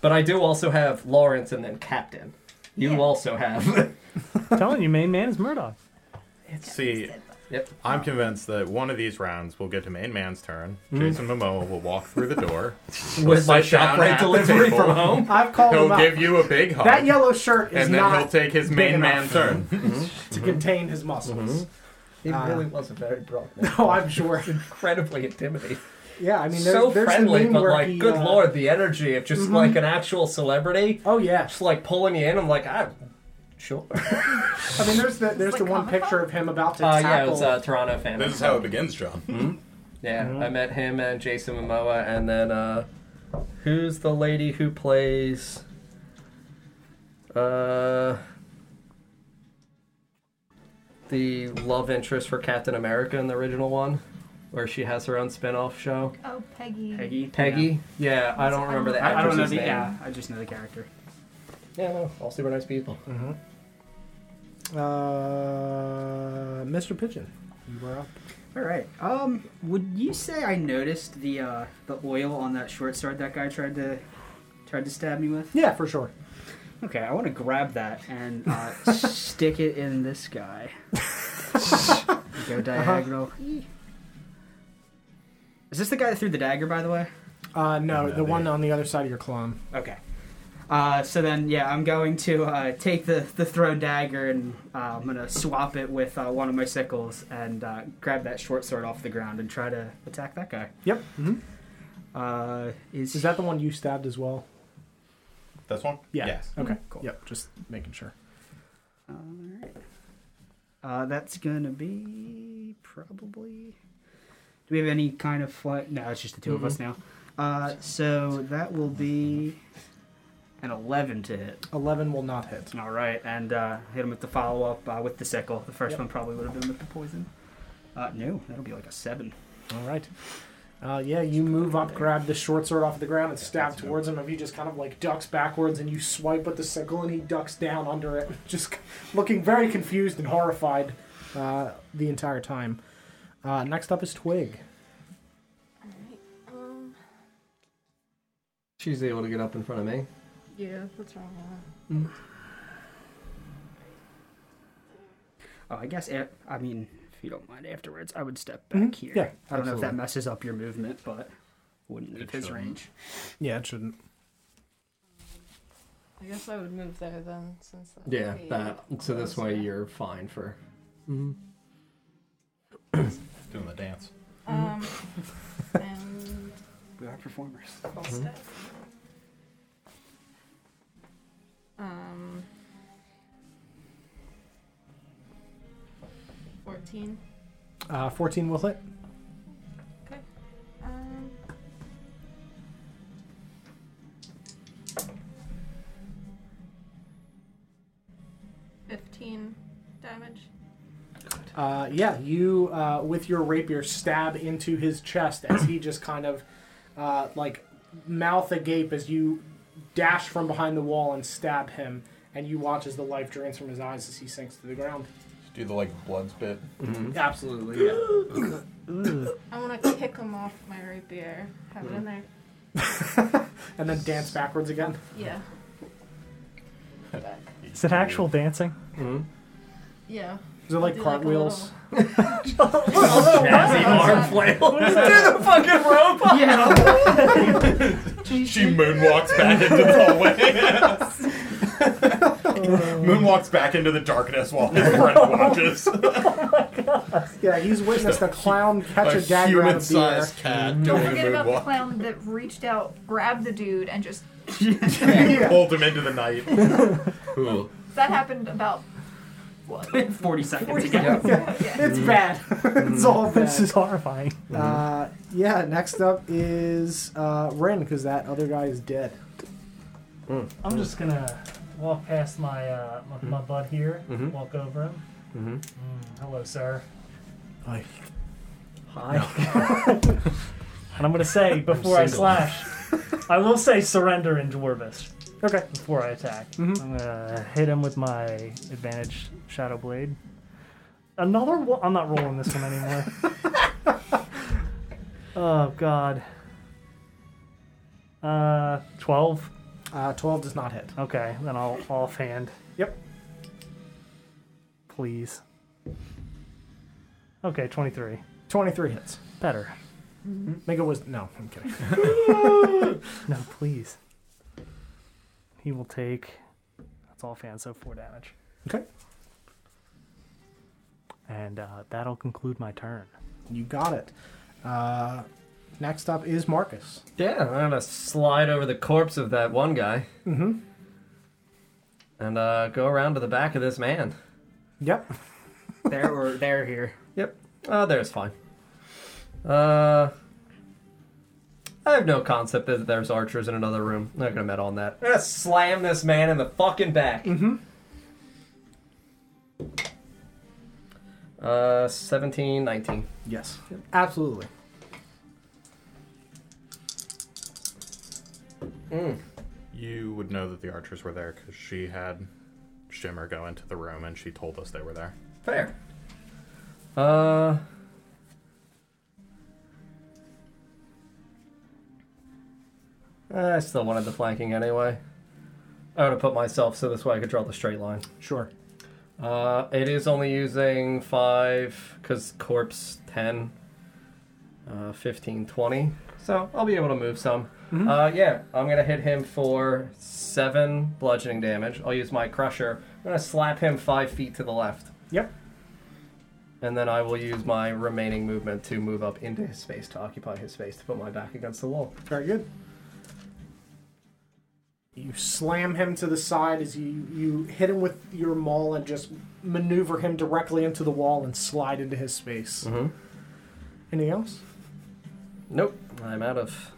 [SPEAKER 4] But I do also have Lawrence and then Captain. You
[SPEAKER 5] Yeah.
[SPEAKER 9] <laughs>
[SPEAKER 4] also have.
[SPEAKER 3] I'm telling you, main man is Murdoch.
[SPEAKER 9] See,
[SPEAKER 4] yep.
[SPEAKER 9] I'm convinced that one of these rounds we'll get to main man's turn.
[SPEAKER 2] Mm.
[SPEAKER 9] Jason Momoa will walk through the
[SPEAKER 2] <laughs>
[SPEAKER 9] door.
[SPEAKER 4] With my
[SPEAKER 9] sit down
[SPEAKER 4] ShopRite
[SPEAKER 9] at the
[SPEAKER 4] delivery
[SPEAKER 9] table.
[SPEAKER 4] from home.
[SPEAKER 2] I've called him
[SPEAKER 9] He'll
[SPEAKER 2] out.
[SPEAKER 9] give you a big hug.
[SPEAKER 2] that yellow shirt is
[SPEAKER 9] and then he'll
[SPEAKER 2] not
[SPEAKER 9] take his main man
[SPEAKER 2] enough.
[SPEAKER 9] turn.
[SPEAKER 2] to contain his muscles.
[SPEAKER 4] He
[SPEAKER 2] Uh,
[SPEAKER 4] really was a very <laughs> broad man.
[SPEAKER 2] Oh, I'm sure.
[SPEAKER 4] Incredibly intimidating.
[SPEAKER 2] Yeah, I mean, there's,
[SPEAKER 4] so
[SPEAKER 2] there's the
[SPEAKER 4] friendly,
[SPEAKER 2] meme
[SPEAKER 4] but
[SPEAKER 2] where
[SPEAKER 4] like,
[SPEAKER 2] he,
[SPEAKER 4] good
[SPEAKER 2] uh,
[SPEAKER 4] lord, the energy of just like an actual celebrity.
[SPEAKER 2] Oh yeah.
[SPEAKER 4] Just like pulling you in. I'm like, I. Sure.
[SPEAKER 2] I mean, there's the there's
[SPEAKER 5] Like
[SPEAKER 2] the one
[SPEAKER 5] Comic-Con?
[SPEAKER 2] picture of him about to
[SPEAKER 4] Uh, yeah, it
[SPEAKER 2] tackle.
[SPEAKER 4] was uh, Toronto fan.
[SPEAKER 6] <laughs> This is how it begins, John.
[SPEAKER 4] Yeah,
[SPEAKER 8] Mm-hmm.
[SPEAKER 4] I met him and Jason Momoa, and then uh, who's the lady who plays? Uh, the love interest for Captain America in the original one, where she has her own spin-off show.
[SPEAKER 5] Oh, Peggy.
[SPEAKER 8] Peggy.
[SPEAKER 4] Peggy. Yeah, I don't remember the
[SPEAKER 8] Yeah. I, I
[SPEAKER 4] actress's
[SPEAKER 8] don't know the.
[SPEAKER 4] name.
[SPEAKER 8] Yeah, I just know the character.
[SPEAKER 4] yeah, no, all super nice people.
[SPEAKER 2] Uh, Mr. Pigeon, you were up.
[SPEAKER 8] All right. Um, would you say I noticed the uh, the oil on that short sword that guy tried to tried to stab me with?
[SPEAKER 2] Yeah, for sure.
[SPEAKER 8] Okay, I want to grab that and uh, stick it in this guy. Go diagonal. Is this the guy that threw the dagger, by the way?
[SPEAKER 2] Uh, no,
[SPEAKER 6] Yeah,
[SPEAKER 2] the one
[SPEAKER 6] yeah.
[SPEAKER 2] on the other side of your clone.
[SPEAKER 8] Okay. Uh, so then, yeah, I'm going to uh, take the, the thrown dagger and uh, I'm going to swap it with uh, one of my sickles and uh, grab that short sword off the ground and try to attack that guy.
[SPEAKER 2] Yep. hmm
[SPEAKER 8] Uh, is,
[SPEAKER 2] Is that the one you stabbed as well?
[SPEAKER 9] This one?
[SPEAKER 2] Yeah.
[SPEAKER 9] Yes.
[SPEAKER 2] Okay.
[SPEAKER 8] Cool.
[SPEAKER 2] Yep. Just making sure.
[SPEAKER 8] All right. Uh, that's going to be probably. Do we have any kind of flight? No, it's just the 2 of us
[SPEAKER 2] Mm-hmm.
[SPEAKER 8] now. Uh, so that will be an 11 to hit.
[SPEAKER 2] Eleven will not hit.
[SPEAKER 8] All right, and uh, hit him with the follow up uh, with the sickle. The first
[SPEAKER 2] Yep.
[SPEAKER 8] one probably would have been with the poison. Uh, no, that'll be like a seven.
[SPEAKER 2] All right. Uh, yeah, you move up, grab the short sword off the ground, and stab towards him. If he just kind of like ducks backwards, and you swipe with the sickle, and he ducks down under it, <laughs> just looking very confused and horrified uh, the entire time. Uh, next up is Twig.
[SPEAKER 7] Alright. Um,
[SPEAKER 4] She's able to get up in front of me.
[SPEAKER 7] yeah, what's wrong with that?
[SPEAKER 8] Oh, I guess, a- I mean, if you don't mind afterwards, I would step back
[SPEAKER 2] Mhm,
[SPEAKER 8] here.
[SPEAKER 2] yeah,
[SPEAKER 8] I don't know if that
[SPEAKER 2] absolutely.
[SPEAKER 8] messes up your movement, but wouldn't leave his range.
[SPEAKER 2] Yeah, it shouldn't.
[SPEAKER 7] I guess I would move there then, since that.
[SPEAKER 4] Yeah, that. So this way you're fine for.
[SPEAKER 9] Doing the dance.
[SPEAKER 7] Um,
[SPEAKER 4] Mm-hmm.
[SPEAKER 7] and
[SPEAKER 8] We are performers. <laughs>
[SPEAKER 7] full step. Um, fourteen.
[SPEAKER 2] Uh, 14 will hit.
[SPEAKER 7] Um, 15 damage.
[SPEAKER 2] Uh, yeah, you uh, with your rapier stab into his chest as he just kind of uh, like mouth agape as you dash from behind the wall and stab him, and you watch as the life drains from his eyes as he sinks to the ground.
[SPEAKER 9] Do the like blood spit.
[SPEAKER 4] Mm-hmm.
[SPEAKER 2] Absolutely, yeah.
[SPEAKER 7] I want to kick him off my rapier. Have it in there.
[SPEAKER 2] and then dance backwards again.
[SPEAKER 7] Yeah. Back.
[SPEAKER 3] Is it actual dancing?
[SPEAKER 7] Yeah.
[SPEAKER 2] Is it like
[SPEAKER 7] Do, like, a
[SPEAKER 2] cartwheels? <laughs>
[SPEAKER 7] Jazzy arm flail.
[SPEAKER 4] fucking rope.
[SPEAKER 8] Yeah.
[SPEAKER 9] She moonwalks back into the hallway.
[SPEAKER 6] <laughs>
[SPEAKER 9] moonwalks back into the darkness while his
[SPEAKER 2] <laughs>
[SPEAKER 9] friend watches.
[SPEAKER 2] yeah, he's witnessed a clown catch
[SPEAKER 9] A
[SPEAKER 2] a dagger out of the air. <laughs> Mm-hmm.
[SPEAKER 9] human-sized cat doing
[SPEAKER 5] Don't
[SPEAKER 9] a
[SPEAKER 5] forget about the
[SPEAKER 9] moonwalk.
[SPEAKER 5] clown that reached out, grabbed the dude, and just.
[SPEAKER 9] Pulled him into the
[SPEAKER 2] <laughs>
[SPEAKER 9] night. cool.
[SPEAKER 5] That happened about. What?
[SPEAKER 1] 40 seconds
[SPEAKER 5] 40
[SPEAKER 1] ago.
[SPEAKER 8] <laughs>
[SPEAKER 5] seconds ago. Yeah.
[SPEAKER 2] It's bad. <laughs> it's all bad.
[SPEAKER 3] This is horrifying.
[SPEAKER 2] Uh, yeah, next up is uh, Ren, because that other guy is dead.
[SPEAKER 3] I'm just gonna walk past my uh, my, my bud here,
[SPEAKER 4] Mhm.
[SPEAKER 3] walk over him.
[SPEAKER 4] Mm-hmm.
[SPEAKER 3] Mm, hello, sir.
[SPEAKER 6] Hi.
[SPEAKER 3] Hi. and I'm gonna say before I
[SPEAKER 4] single.
[SPEAKER 3] slash, I will say surrender in Dwarvish
[SPEAKER 2] Okay.
[SPEAKER 3] before I attack.
[SPEAKER 2] Mhm.
[SPEAKER 3] I'm gonna hit him with my advantage shadow blade. Another one. I'm not rolling this one anymore. oh God. Uh, twelve.
[SPEAKER 2] Uh, 12 does not hit.
[SPEAKER 3] Okay, then I'll offhand.
[SPEAKER 2] Yep.
[SPEAKER 3] Please. Okay, 23.
[SPEAKER 2] 23 hits.
[SPEAKER 3] Better.
[SPEAKER 2] Make a wisdom. No, I'm <laughs> kidding.
[SPEAKER 3] No, please. He will take. That's offhand, so four damage.
[SPEAKER 2] Okay.
[SPEAKER 3] And uh, that'll conclude my turn.
[SPEAKER 2] You got it. Uh, next up is Marcus.
[SPEAKER 4] <laughs> Yeah, I'm gonna slide over the corpse of that one guy
[SPEAKER 2] Mm-hmm.
[SPEAKER 4] and uh, go around to the back of this man.
[SPEAKER 2] Yep.
[SPEAKER 1] There or there here.
[SPEAKER 4] Oh, there's fine. Uh, I have no concept that there's archers in another room. I'm not gonna met on that. I'm gonna slam this man in the fucking back.
[SPEAKER 2] Mhm.
[SPEAKER 4] Uh, 17, 19.
[SPEAKER 2] Yes. Absolutely.
[SPEAKER 9] You would know that the archers were there because she had Shimmer go into the room and she told us they were there.
[SPEAKER 4] Fair. Uh. I still wanted the flanking anyway. I would have put myself so this way I could draw the straight line.
[SPEAKER 2] Sure.
[SPEAKER 4] Uh, it is only using 5, because corpse 10, uh, 15, 20. So I'll be able to move some. Uh, yeah, I'm going to hit him for 7 bludgeoning damage. I'll use my crusher. I'm going to slap him 5 feet to the left.
[SPEAKER 2] Yep.
[SPEAKER 4] And then I will use my remaining movement to move up into his space, to occupy his space, to put my back against the wall.
[SPEAKER 2] Very good. You slam him to the side as you, you hit him with your maul and just maneuver him directly into the wall and slide into his space.
[SPEAKER 4] Mhm.
[SPEAKER 2] Anything else?
[SPEAKER 4] Nope, I'm out of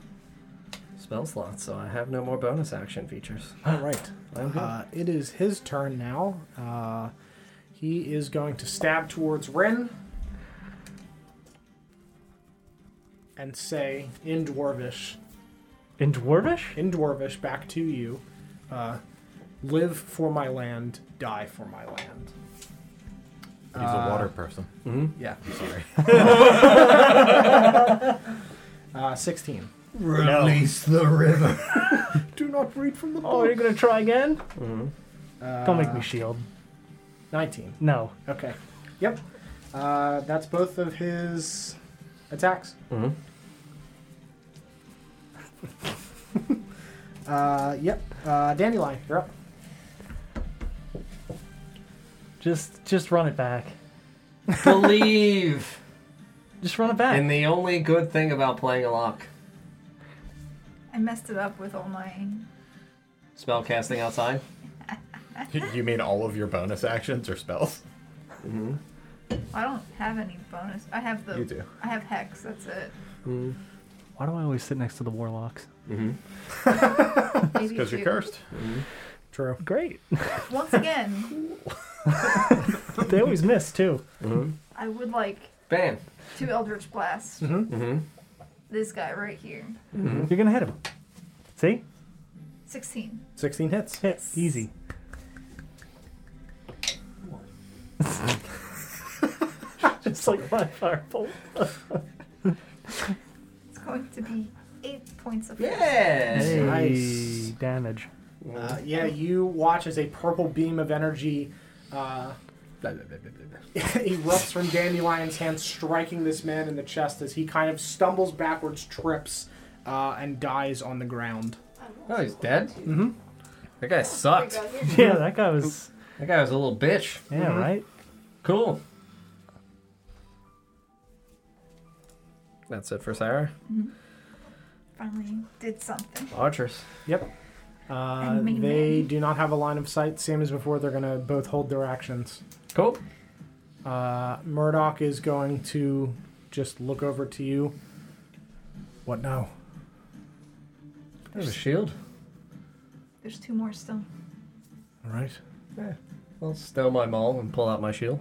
[SPEAKER 4] spell slots, so I have no more bonus action features.
[SPEAKER 2] All right.
[SPEAKER 4] I'm good.
[SPEAKER 2] Uh, it is his turn now. Uh, he is going to stab towards Ren and say in Dwarvish,
[SPEAKER 3] In Dwarvish?
[SPEAKER 2] in Dwarvish, back to you. Uh, Live for my land, die for my land.
[SPEAKER 6] He's
[SPEAKER 2] Uh,
[SPEAKER 6] a water person.
[SPEAKER 2] Yeah, <laughs> sorry. uh, 16.
[SPEAKER 6] Release the river.
[SPEAKER 2] Do not read from the
[SPEAKER 3] Oh, you're
[SPEAKER 2] book.
[SPEAKER 3] gonna try again?
[SPEAKER 2] Mm-hmm.
[SPEAKER 3] Don't
[SPEAKER 2] Uh,
[SPEAKER 3] make me shield.
[SPEAKER 2] 19.
[SPEAKER 3] No.
[SPEAKER 2] Okay. Yep. Uh, that's both of his attacks.
[SPEAKER 4] Mhm.
[SPEAKER 2] uh, yep. Uh, Dandelion, you're up.
[SPEAKER 3] Just just run it back.
[SPEAKER 4] <laughs> Believe!
[SPEAKER 3] Just run it back.
[SPEAKER 4] And the only good thing about playing a lock
[SPEAKER 5] I messed it up with all my.
[SPEAKER 4] spell casting outside.
[SPEAKER 9] <laughs> you mean all of your bonus actions or spells?
[SPEAKER 5] I don't have any bonus. I have the.
[SPEAKER 9] You do.
[SPEAKER 5] I have hex. That's it.
[SPEAKER 3] Why do I always sit next to the warlocks?
[SPEAKER 5] Maybe
[SPEAKER 9] Because you're
[SPEAKER 5] two.
[SPEAKER 9] cursed.
[SPEAKER 2] True.
[SPEAKER 3] Great. <laughs>
[SPEAKER 5] Once again,
[SPEAKER 3] they always miss too.
[SPEAKER 5] I would like
[SPEAKER 4] Bam.
[SPEAKER 5] two Eldritch Blasts.
[SPEAKER 4] Mm-hmm.
[SPEAKER 5] This guy right here.
[SPEAKER 2] Mm-hmm.
[SPEAKER 3] You're gonna hit him. See?
[SPEAKER 5] 16.
[SPEAKER 2] 16 hits.
[SPEAKER 3] Hit
[SPEAKER 2] <laughs>
[SPEAKER 3] easy. <laughs> Just like my firebolt.
[SPEAKER 5] It's going to be 8 points of
[SPEAKER 4] Yeah.
[SPEAKER 2] Nice.
[SPEAKER 3] damage. <laughs>
[SPEAKER 2] Uh, yeah, you watch as a purple beam of energy uh, <laughs>
[SPEAKER 4] Blah, blah, blah, blah, blah.
[SPEAKER 2] erupts from Dandelion's hand, striking this man in the chest as he kind of stumbles backwards, trips, uh, and dies on the ground.
[SPEAKER 4] Oh, he's dead? Mm-hmm. That guy sucked.
[SPEAKER 3] Yeah, that guy was.
[SPEAKER 4] That guy was a little bitch.
[SPEAKER 3] Yeah,
[SPEAKER 2] Mm-hmm.
[SPEAKER 3] right.
[SPEAKER 4] Cool. That's it for Sarah.
[SPEAKER 5] Finally did something.
[SPEAKER 4] Archers.
[SPEAKER 2] Yep. Uh,
[SPEAKER 5] And main
[SPEAKER 2] they
[SPEAKER 5] man.
[SPEAKER 2] do not have a line of sight. Same as before, they're going to both hold their actions.
[SPEAKER 4] Cool.
[SPEAKER 2] Uh, Murdoch is going to just look over to you. What now?
[SPEAKER 4] There's a shield.
[SPEAKER 5] There's two more still.
[SPEAKER 2] All right.
[SPEAKER 4] I'll stow my maul and pull out my shield.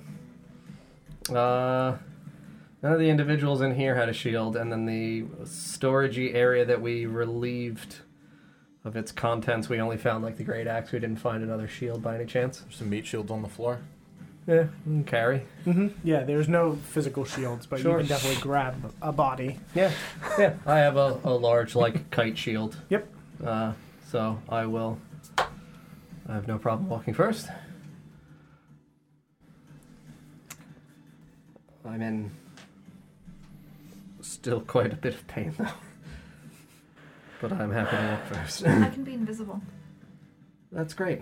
[SPEAKER 4] Uh, none of the individuals in here had a shield, and then the storagey area that we relieved of its contents, we only found like the great axe. We didn't find another shield by any chance.
[SPEAKER 6] There's some meat shields on the floor.
[SPEAKER 4] Yeah, mm, carry.
[SPEAKER 2] hmm Yeah, there's no physical shields, but
[SPEAKER 4] Sure.
[SPEAKER 2] you can definitely grab a body.
[SPEAKER 4] Yeah, yeah. I have a, a large like kite shield.
[SPEAKER 2] Yep.
[SPEAKER 4] Uh, so I will. I have no problem walking first. I'm in. Still quite a bit of pain though. But I'm happy to walk first.
[SPEAKER 5] I can be invisible.
[SPEAKER 4] That's great.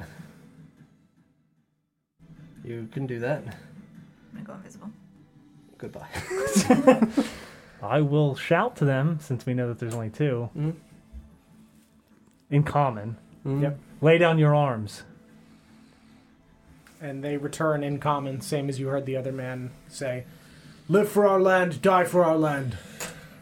[SPEAKER 4] You can do that.
[SPEAKER 5] I'm going to go invisible.
[SPEAKER 4] <laughs> Goodbye.
[SPEAKER 3] I will shout to them since we know that there's only two.
[SPEAKER 2] Mm-hmm.
[SPEAKER 4] Mm.
[SPEAKER 3] In common,
[SPEAKER 4] Mm.
[SPEAKER 2] Yep.
[SPEAKER 3] lay down your arms.
[SPEAKER 2] and they return in common, same as you heard the other man say, "Live for our land, die for our land."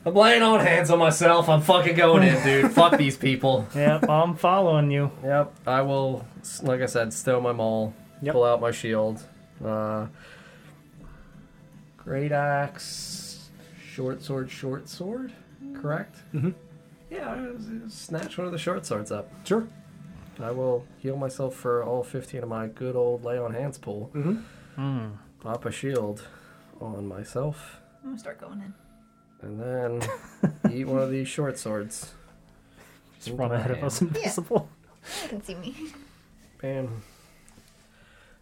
[SPEAKER 4] I'm laying on hands on myself. I'm fucking going in, dude. Fuck these people.
[SPEAKER 2] <laughs>
[SPEAKER 3] Yep, I'm following you.
[SPEAKER 4] Yep, I will, like I said, stow my maul,
[SPEAKER 2] Yep.
[SPEAKER 4] pull out my shield. Uh, great axe, short sword, short sword, correct?
[SPEAKER 2] Mhm.
[SPEAKER 4] Yeah, I was- uh, snatch one of the short swords up.
[SPEAKER 2] Sure.
[SPEAKER 4] I will heal myself for all 15 of my good old lay on hands pool.
[SPEAKER 2] Mm-hmm.
[SPEAKER 3] Mm.
[SPEAKER 4] Pop a shield on myself,
[SPEAKER 5] I'm going to start going in.
[SPEAKER 4] and then eat one of these short swords.
[SPEAKER 3] Just run ahead of us, invisible.
[SPEAKER 5] You can see me.
[SPEAKER 4] Bam.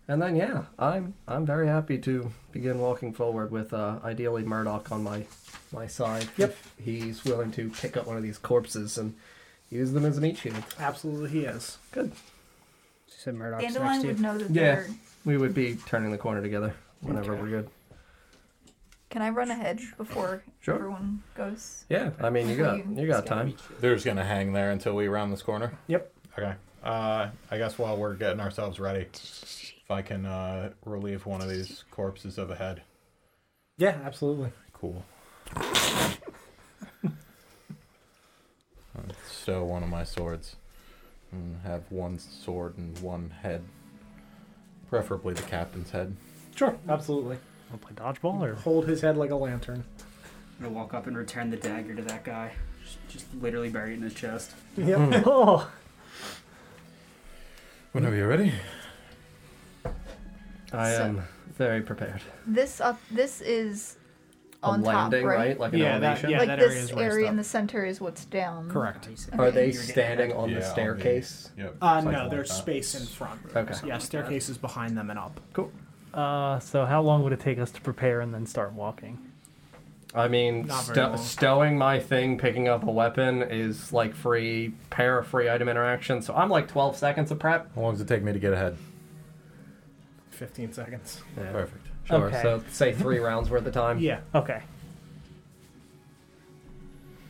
[SPEAKER 4] And then yeah, I'm I'm very happy to begin walking forward with uh, ideally Murdoch on my my side.
[SPEAKER 2] Yep.
[SPEAKER 4] If he's willing to pick up one of these corpses and use them as an meat shield.
[SPEAKER 2] Absolutely, he is.
[SPEAKER 4] Good.
[SPEAKER 8] She said Murdoch's next
[SPEAKER 5] Dandelion
[SPEAKER 8] to you.
[SPEAKER 5] would know that
[SPEAKER 4] Yeah.
[SPEAKER 5] they're.
[SPEAKER 4] We would be turning the corner together whenever
[SPEAKER 2] Okay.
[SPEAKER 4] we're good.
[SPEAKER 5] Can I run ahead before
[SPEAKER 4] Sure.
[SPEAKER 5] everyone goes?
[SPEAKER 4] Yeah. I mean you got you got time.
[SPEAKER 6] They're just gonna hang there until we round this corner.
[SPEAKER 9] Okay. Uh, I guess while we're getting ourselves ready, if I can uh, relieve one of these corpses of a head.
[SPEAKER 2] Yeah, absolutely.
[SPEAKER 9] Cool.
[SPEAKER 6] Stow one of my swords. And have one sword and one head. Preferably the captain's head.
[SPEAKER 2] Sure, absolutely.
[SPEAKER 3] Wanna play dodgeball or
[SPEAKER 2] Hold his head like a lantern.
[SPEAKER 1] I'm gonna walk up and return the dagger to that guy. Just, just literally bury it in his chest.
[SPEAKER 2] Yep.
[SPEAKER 3] <laughs> oh,
[SPEAKER 6] Whenever you're ready.
[SPEAKER 4] I
[SPEAKER 5] So-
[SPEAKER 4] am very prepared.
[SPEAKER 5] This up. This is
[SPEAKER 4] A
[SPEAKER 5] on
[SPEAKER 4] landing,
[SPEAKER 5] top,
[SPEAKER 4] right?
[SPEAKER 5] right?
[SPEAKER 4] Like an
[SPEAKER 2] Yeah, that-
[SPEAKER 4] elevation.
[SPEAKER 2] yeah.
[SPEAKER 5] like
[SPEAKER 2] that
[SPEAKER 5] this
[SPEAKER 2] area is raised
[SPEAKER 5] area,
[SPEAKER 2] up.
[SPEAKER 5] in the center is what's down.
[SPEAKER 2] Correct.
[SPEAKER 4] Are
[SPEAKER 2] <laughs>
[SPEAKER 5] Okay.
[SPEAKER 4] they
[SPEAKER 1] You were getting
[SPEAKER 4] standing
[SPEAKER 1] at-
[SPEAKER 4] on
[SPEAKER 9] Yeah,
[SPEAKER 4] the
[SPEAKER 9] I'll be-
[SPEAKER 4] staircase?
[SPEAKER 9] Yep.
[SPEAKER 2] Uh,
[SPEAKER 9] something
[SPEAKER 2] no,
[SPEAKER 9] like
[SPEAKER 2] there's
[SPEAKER 9] that.
[SPEAKER 2] space in front.
[SPEAKER 4] Okay.
[SPEAKER 2] Yeah, staircase is behind them and up.
[SPEAKER 3] uh, so how long would it take us to prepare and then start walking?
[SPEAKER 4] I mean,
[SPEAKER 2] Not very
[SPEAKER 4] sto-
[SPEAKER 2] long.
[SPEAKER 4] stowing my thing, picking up a weapon is like free pair of free item interaction. So I'm like 12 seconds of prep.
[SPEAKER 6] How long does it take me to get ahead?
[SPEAKER 2] 15 seconds.
[SPEAKER 6] Perfect.
[SPEAKER 4] Sure.
[SPEAKER 3] Okay.
[SPEAKER 4] So
[SPEAKER 2] <laughs>
[SPEAKER 4] say three rounds worth of time.
[SPEAKER 2] Yeah.
[SPEAKER 3] Okay,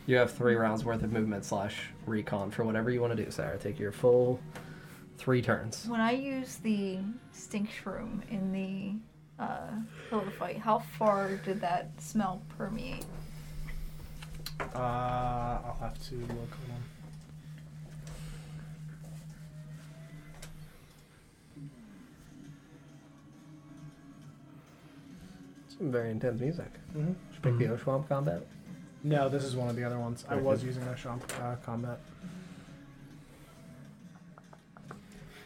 [SPEAKER 4] You have three rounds worth of movement slash recon for whatever you want to do, Sarah. Take your full three turns.
[SPEAKER 5] When I use the stink shroom in the uh, hill of the fight, how far did that smell permeate?
[SPEAKER 2] Uh, I'll have to look. Hold on.
[SPEAKER 4] Some very intense music.
[SPEAKER 2] Mm-hmm.
[SPEAKER 4] Should pick the Oshwamp combat.
[SPEAKER 2] No, this is one of the other ones. I
[SPEAKER 6] Okay.
[SPEAKER 2] was using Osham uh, combat.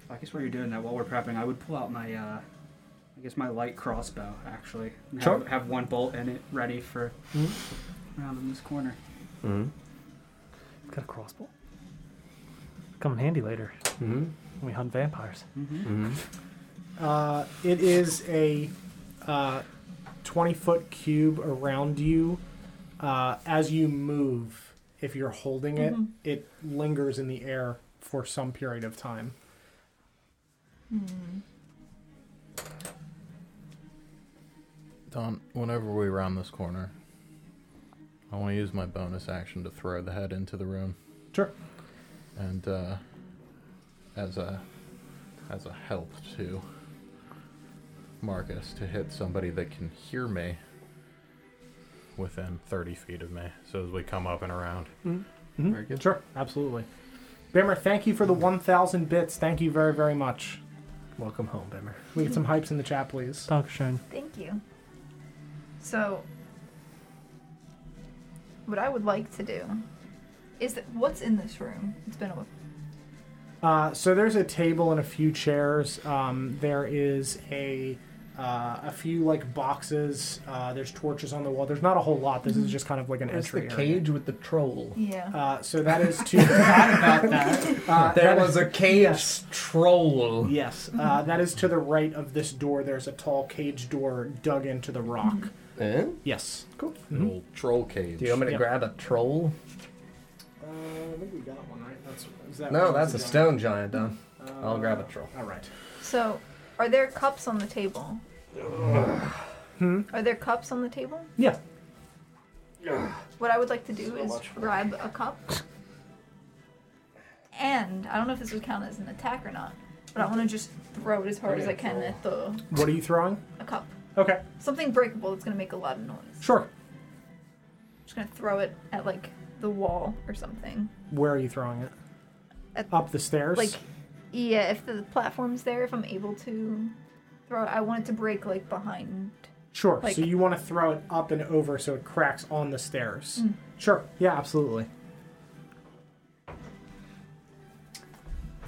[SPEAKER 1] I guess while you're doing that, while we're prepping, I would pull out my, uh, I guess my light crossbow actually. and have-
[SPEAKER 4] Sure.
[SPEAKER 1] Have, one bolt in it ready for round in this corner.
[SPEAKER 4] Mm-hmm.
[SPEAKER 3] Got a crossbow. Come in handy later
[SPEAKER 4] Mm-hmm.
[SPEAKER 3] when we hunt vampires.
[SPEAKER 4] Mm-hmm.
[SPEAKER 2] Uh, it is a uh, 20 foot cube around you. Uh, as you move, if you're holding it, it lingers in the air for some period of time.
[SPEAKER 6] Don, whenever we round this corner, I want to use my bonus action to throw the head into the room,
[SPEAKER 2] Sure.
[SPEAKER 6] and uh, as a as a help to Marcus to hit somebody that can hear me within 30 feet of me. So as we come up and around, very good.
[SPEAKER 2] Sure. Absolutely. Bammer, thank you for the 1,000 bits. Thank you very, very much.
[SPEAKER 4] Welcome home, Bimmer.
[SPEAKER 2] We get some hypes in the chat, please.
[SPEAKER 3] Dankeschön.
[SPEAKER 5] Thank you. So, what I would like to do is that what's in this room? It's been a while.
[SPEAKER 2] Uh, so there's a table and a few chairs. Um, there is a uh, a few like boxes. Uh, there's torches on the wall. There's not a whole lot. This is just kind of like an
[SPEAKER 4] There's Mm-hmm. the
[SPEAKER 2] entry
[SPEAKER 4] cage with the troll.
[SPEAKER 5] Yeah.
[SPEAKER 2] Area. Uh, so that is to
[SPEAKER 4] <laughs>
[SPEAKER 2] forgot about that. Uh,
[SPEAKER 4] There
[SPEAKER 2] that
[SPEAKER 4] was
[SPEAKER 2] is-
[SPEAKER 4] a cage troll.
[SPEAKER 2] yes. Uh, that is to the right of this door. There's a tall cage door dug into the rock.
[SPEAKER 4] Eh?
[SPEAKER 2] Yes.
[SPEAKER 4] Cool.
[SPEAKER 6] Little troll cage.
[SPEAKER 4] Do you want me to
[SPEAKER 2] Yep.
[SPEAKER 4] grab a troll?
[SPEAKER 2] Uh, I think we got one right. That's is that
[SPEAKER 4] No,
[SPEAKER 2] one?
[SPEAKER 4] that's a
[SPEAKER 2] Is it
[SPEAKER 4] stone giant, Don.
[SPEAKER 2] on-
[SPEAKER 4] I'll grab a
[SPEAKER 2] Uh,
[SPEAKER 4] troll.
[SPEAKER 2] All right.
[SPEAKER 5] So, are there cups on the table? Are there cups on the table?
[SPEAKER 2] Yeah.
[SPEAKER 5] What I would like to do is grab a cup. And I don't know if this would count as an attack or not, but I want to just Mm-hmm. throw it as hard as I can at the
[SPEAKER 2] What are you throwing?
[SPEAKER 5] a cup.
[SPEAKER 2] Okay.
[SPEAKER 5] Something breakable that's going to make a lot of noise.
[SPEAKER 2] Sure.
[SPEAKER 5] just going to throw it at like the wall or something.
[SPEAKER 2] Where are you throwing it?
[SPEAKER 5] At-
[SPEAKER 2] Up the stairs.
[SPEAKER 5] Like yeah, if the platform's there, if I'm able to throw it, I want it to break like behind.
[SPEAKER 2] Sure.
[SPEAKER 5] Like-
[SPEAKER 2] so you want to throw it up and over so it cracks on the stairs.
[SPEAKER 5] Mm.
[SPEAKER 2] Sure. Yeah, absolutely.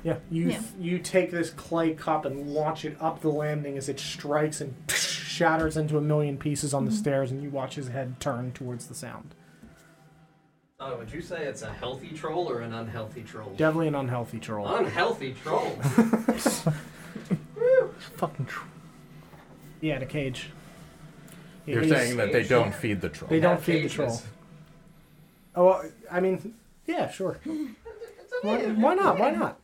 [SPEAKER 2] Yeah, you
[SPEAKER 5] Yeah.
[SPEAKER 2] you take this clay cup and launch it up the landing as it strikes and <laughs> shatters into a million pieces
[SPEAKER 5] Mm-hmm.
[SPEAKER 2] on the stairs, and you watch his head turn towards the sound.
[SPEAKER 4] Oh, would you say it's a healthy troll or an unhealthy troll?
[SPEAKER 2] Definitely an unhealthy troll.
[SPEAKER 4] Unhealthy <laughs> troll.
[SPEAKER 3] Fucking tr-
[SPEAKER 2] yeah, in a cage. Yeah,
[SPEAKER 6] You're
[SPEAKER 2] he's-
[SPEAKER 6] saying that they don't feed the troll.
[SPEAKER 2] They don't feed the troll. Oh, well, I mean, yeah,
[SPEAKER 5] <laughs>
[SPEAKER 2] sure. Why, why not? Why not?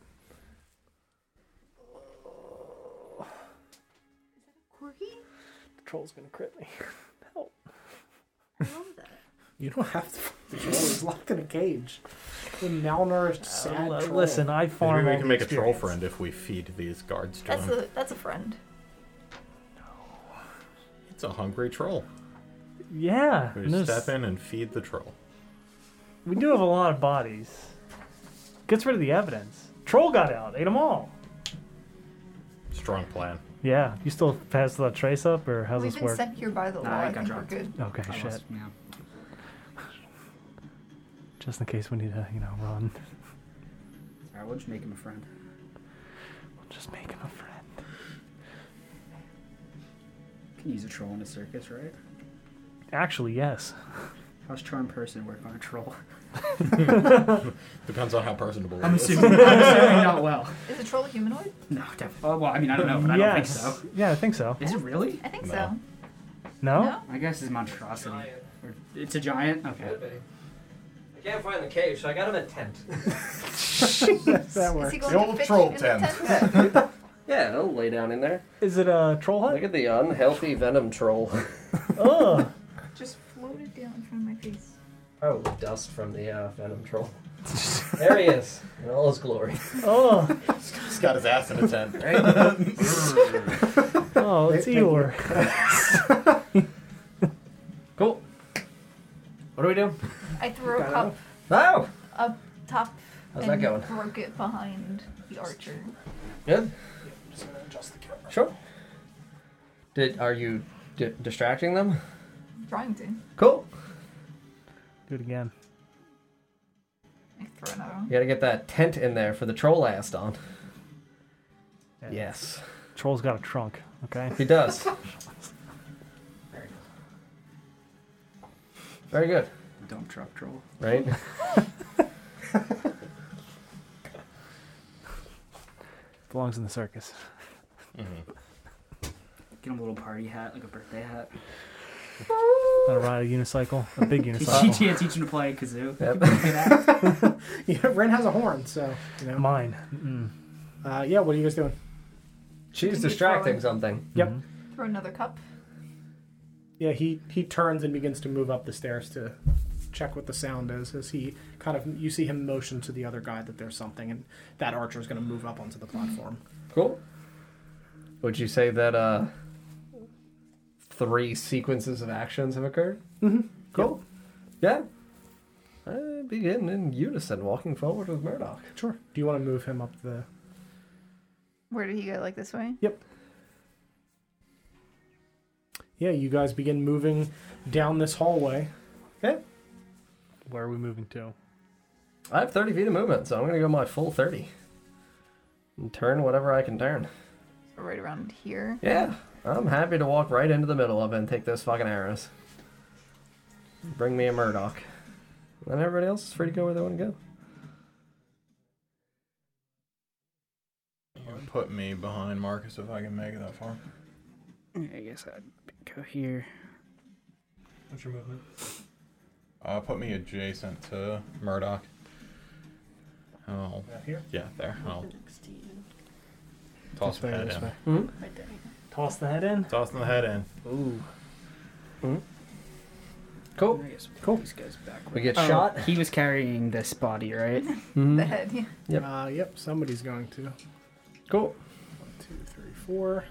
[SPEAKER 5] Quirky?
[SPEAKER 3] the troll's gonna crit me. Help.
[SPEAKER 5] I love that.
[SPEAKER 2] You don't have to. The
[SPEAKER 3] <laughs>
[SPEAKER 2] troll is locked in a cage. A malnourished, sad
[SPEAKER 3] Uh,
[SPEAKER 2] troll.
[SPEAKER 3] listen, I
[SPEAKER 6] Maybe
[SPEAKER 3] farm.
[SPEAKER 6] we
[SPEAKER 3] all
[SPEAKER 6] can
[SPEAKER 3] the
[SPEAKER 6] make a troll
[SPEAKER 3] experience.
[SPEAKER 6] friend if we feed these guards to
[SPEAKER 5] <laughs> That's
[SPEAKER 6] him.
[SPEAKER 5] a that's a friend.
[SPEAKER 6] It's a hungry troll.
[SPEAKER 3] Yeah.
[SPEAKER 6] We
[SPEAKER 3] and
[SPEAKER 6] just
[SPEAKER 3] there's-
[SPEAKER 6] step in and feed the troll.
[SPEAKER 3] We do have a lot of bodies. Gets rid of the evidence. Troll got out, ate them all.
[SPEAKER 6] Strong plan.
[SPEAKER 3] Yeah, you still pass the trace up, or how's
[SPEAKER 5] We've
[SPEAKER 3] this
[SPEAKER 5] been
[SPEAKER 3] work?
[SPEAKER 5] sent here by the law.
[SPEAKER 1] Nah, I
[SPEAKER 5] I
[SPEAKER 1] got
[SPEAKER 5] think we're
[SPEAKER 1] dropped.
[SPEAKER 5] good.
[SPEAKER 3] okay,
[SPEAKER 4] Oh,
[SPEAKER 1] I
[SPEAKER 3] shit.
[SPEAKER 1] lost- yeah.
[SPEAKER 3] Just in case we need to, you know, run.
[SPEAKER 1] Alright, we'll just make him a friend.
[SPEAKER 3] We'll just make him a friend.
[SPEAKER 1] Can use a troll in a circus, right?
[SPEAKER 3] Actually, yes.
[SPEAKER 1] How's charm person work on a troll?
[SPEAKER 6] Depends on how personable it
[SPEAKER 1] I'm
[SPEAKER 6] is.
[SPEAKER 1] assuming, I'm assuming not well.
[SPEAKER 5] Is the troll a humanoid?
[SPEAKER 1] No, definitely. Oh, well, I mean, I don't know, but I don't think
[SPEAKER 3] yes.
[SPEAKER 1] so.
[SPEAKER 3] Yeah, I think so.
[SPEAKER 1] Is it really?
[SPEAKER 5] I think
[SPEAKER 6] No.
[SPEAKER 5] so.
[SPEAKER 3] No?
[SPEAKER 5] No?
[SPEAKER 1] I guess it's monstrosity. Or, it's a giant? Okay.
[SPEAKER 4] I can't find the cage, so I got him a tent.
[SPEAKER 2] that
[SPEAKER 5] Is
[SPEAKER 2] works.
[SPEAKER 5] he going to
[SPEAKER 6] The old
[SPEAKER 5] fit
[SPEAKER 6] troll
[SPEAKER 5] in the
[SPEAKER 6] tent.
[SPEAKER 4] <laughs> Yeah, it'll lay down in there.
[SPEAKER 3] Is it a troll hut?
[SPEAKER 4] Look at the unhealthy venom troll.
[SPEAKER 3] Ugh.
[SPEAKER 6] <laughs>
[SPEAKER 5] Just floated down in front of my face.
[SPEAKER 4] <laughs> Oh, dust from the uh, venom <laughs> troll. there he is, in all his glory.
[SPEAKER 3] Ugh.
[SPEAKER 6] He's got his ass in a tent.
[SPEAKER 4] <laughs> Right?
[SPEAKER 3] Oh, it's
[SPEAKER 2] Thank you.
[SPEAKER 3] Eeyore.
[SPEAKER 4] cool. What do we do?
[SPEAKER 5] I threw a cup
[SPEAKER 4] Oh,
[SPEAKER 5] up top
[SPEAKER 4] How's that
[SPEAKER 5] and
[SPEAKER 4] going?
[SPEAKER 5] broke it behind the archer.
[SPEAKER 4] good.
[SPEAKER 2] Just gonna adjust the camera.
[SPEAKER 4] Sure. Did are you? D- distracting them?
[SPEAKER 5] I'm trying to.
[SPEAKER 4] Cool.
[SPEAKER 3] Do it again.
[SPEAKER 5] I can throw another one.
[SPEAKER 4] You gotta get that tent in there for the troll ass on. Yes.
[SPEAKER 3] Troll's got a trunk. Okay.
[SPEAKER 4] He does. Very good.
[SPEAKER 1] Dump truck troll.
[SPEAKER 4] Right?
[SPEAKER 3] Belongs in the circus.
[SPEAKER 1] Get him a little party hat, like a birthday hat.
[SPEAKER 3] Gotta ride a unicycle.
[SPEAKER 1] <laughs>
[SPEAKER 3] A big unicycle.
[SPEAKER 1] yeah, teach him to play kazoo.
[SPEAKER 4] Yep.
[SPEAKER 2] <laughs> Yeah, Ren has a horn, so you know.
[SPEAKER 3] Mine. Mm-mm.
[SPEAKER 2] Uh, yeah, what are you guys doing?
[SPEAKER 4] She's distracting something.
[SPEAKER 2] Yep.
[SPEAKER 5] Throw another cup.
[SPEAKER 2] Yeah, he he turns and begins to move up the stairs to check what the sound is as he kind of you see him motion to the other guy that there's something and that archer is going to move up onto the platform.
[SPEAKER 4] Cool. Would you say that uh three sequences of actions have occurred? Mm-hmm. Cool. Yeah. I begin in unison walking forward with Murdoch.
[SPEAKER 2] Sure. Do you want to move him up the
[SPEAKER 5] Where did he go? Like this way?
[SPEAKER 2] Yep. Yeah, you guys begin moving down this hallway.
[SPEAKER 3] Where are we moving to?
[SPEAKER 4] I have 30 feet of movement, so I'm going to go my full 30. And turn whatever I can turn.
[SPEAKER 5] So right around here.
[SPEAKER 4] Yeah. I'm happy to walk right into the middle of it and take those fucking arrows. Bring me a Murdoch. Then everybody else is free to go where they want to go.
[SPEAKER 9] Put me behind Marcus if I can make it that far.
[SPEAKER 8] I guess I'd go here.
[SPEAKER 3] What's your movement?
[SPEAKER 9] Uh, put me adjacent to Murdoch. Oh,
[SPEAKER 2] here?
[SPEAKER 9] yeah, there.
[SPEAKER 6] Oh.
[SPEAKER 9] I'll
[SPEAKER 7] Next to you.
[SPEAKER 9] toss the
[SPEAKER 3] way,
[SPEAKER 9] head
[SPEAKER 3] this
[SPEAKER 9] in.
[SPEAKER 3] way.
[SPEAKER 4] Hmm?
[SPEAKER 7] Right there.
[SPEAKER 3] Toss the head in.
[SPEAKER 9] Tossing the head in.
[SPEAKER 3] Ooh.
[SPEAKER 4] Hmm? Cool.
[SPEAKER 8] I guess
[SPEAKER 2] Cool.
[SPEAKER 8] This goes back.
[SPEAKER 4] We get
[SPEAKER 8] Oh,
[SPEAKER 4] shot.
[SPEAKER 8] He was carrying this body,
[SPEAKER 5] <laughs>
[SPEAKER 8] right?
[SPEAKER 6] Mm-hmm.
[SPEAKER 5] The head. Yeah.
[SPEAKER 4] Yep.
[SPEAKER 2] Uh, yep, somebody's going to. One,
[SPEAKER 4] Cool.
[SPEAKER 2] two, three, four.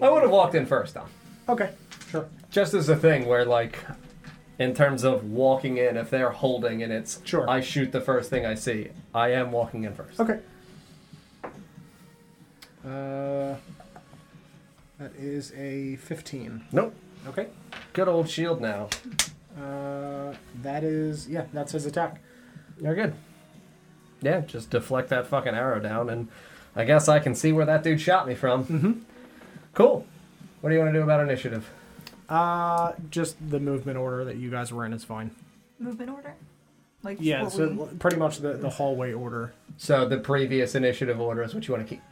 [SPEAKER 4] I would have walked in first, though.
[SPEAKER 2] Oh, Okay, sure.
[SPEAKER 4] Just as a thing where, like, in terms of walking in, if they're holding and it's,
[SPEAKER 2] Sure.
[SPEAKER 4] I shoot the first thing I see, I am walking in first.
[SPEAKER 2] Okay. Uh, that is a 15.
[SPEAKER 4] Nope.
[SPEAKER 2] Okay.
[SPEAKER 4] Good old shield now.
[SPEAKER 2] Uh, that is, yeah, that's his attack.
[SPEAKER 4] You're good. Yeah, just deflect that fucking arrow down, and I guess I can see where that dude shot me from. Mm-hmm. Cool. What do you want to do about initiative?
[SPEAKER 2] Uh, just the movement order that you guys were in is fine.
[SPEAKER 5] Movement order. Like
[SPEAKER 2] Yeah,
[SPEAKER 5] what
[SPEAKER 2] so
[SPEAKER 5] we-
[SPEAKER 2] pretty much the, the hallway order.
[SPEAKER 4] So the previous initiative order is what you want to keep.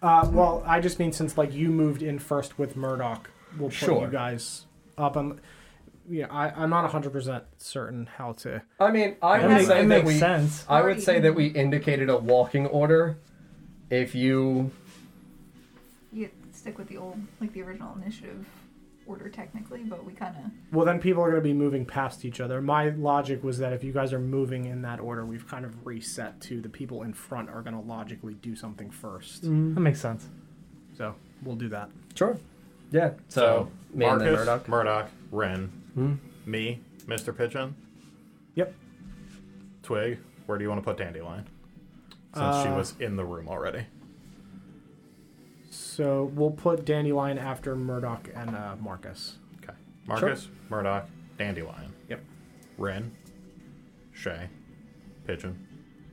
[SPEAKER 2] Uh, well, I just mean since like you moved in first with Murdoch, we'll put
[SPEAKER 4] Sure.
[SPEAKER 2] you guys up. Um, yeah, I, I'm not 100% certain how to.
[SPEAKER 4] I mean, I
[SPEAKER 3] That
[SPEAKER 4] would
[SPEAKER 3] make-
[SPEAKER 4] say
[SPEAKER 3] it
[SPEAKER 4] that
[SPEAKER 3] makes
[SPEAKER 4] we.
[SPEAKER 3] sense.
[SPEAKER 4] I would say that we indicated a walking order. If you
[SPEAKER 5] you stick with the old, like the original initiative order technically, but we kind of
[SPEAKER 2] Well, then people are going to be moving past each other. My logic was that if you guys are moving in that order, we've kind of reset to the people in front are going to logically do something first.
[SPEAKER 3] That makes sense.
[SPEAKER 2] So we'll do that.
[SPEAKER 4] sure, yeah. So, me and
[SPEAKER 9] Marcus,
[SPEAKER 4] then Murdoch. Hmm?
[SPEAKER 9] Ren, me, Mr. Pigeon,
[SPEAKER 2] Yep.
[SPEAKER 9] Twig. Where do you want to put Dandelion? Since she
[SPEAKER 4] Uh,
[SPEAKER 9] was in the room already.
[SPEAKER 2] So we'll put Dandelion after Murdoch and uh, Marcus.
[SPEAKER 9] Okay. Marcus, Murdoch, Dandelion,
[SPEAKER 2] Yep.
[SPEAKER 9] Ren, Shay, Pigeon,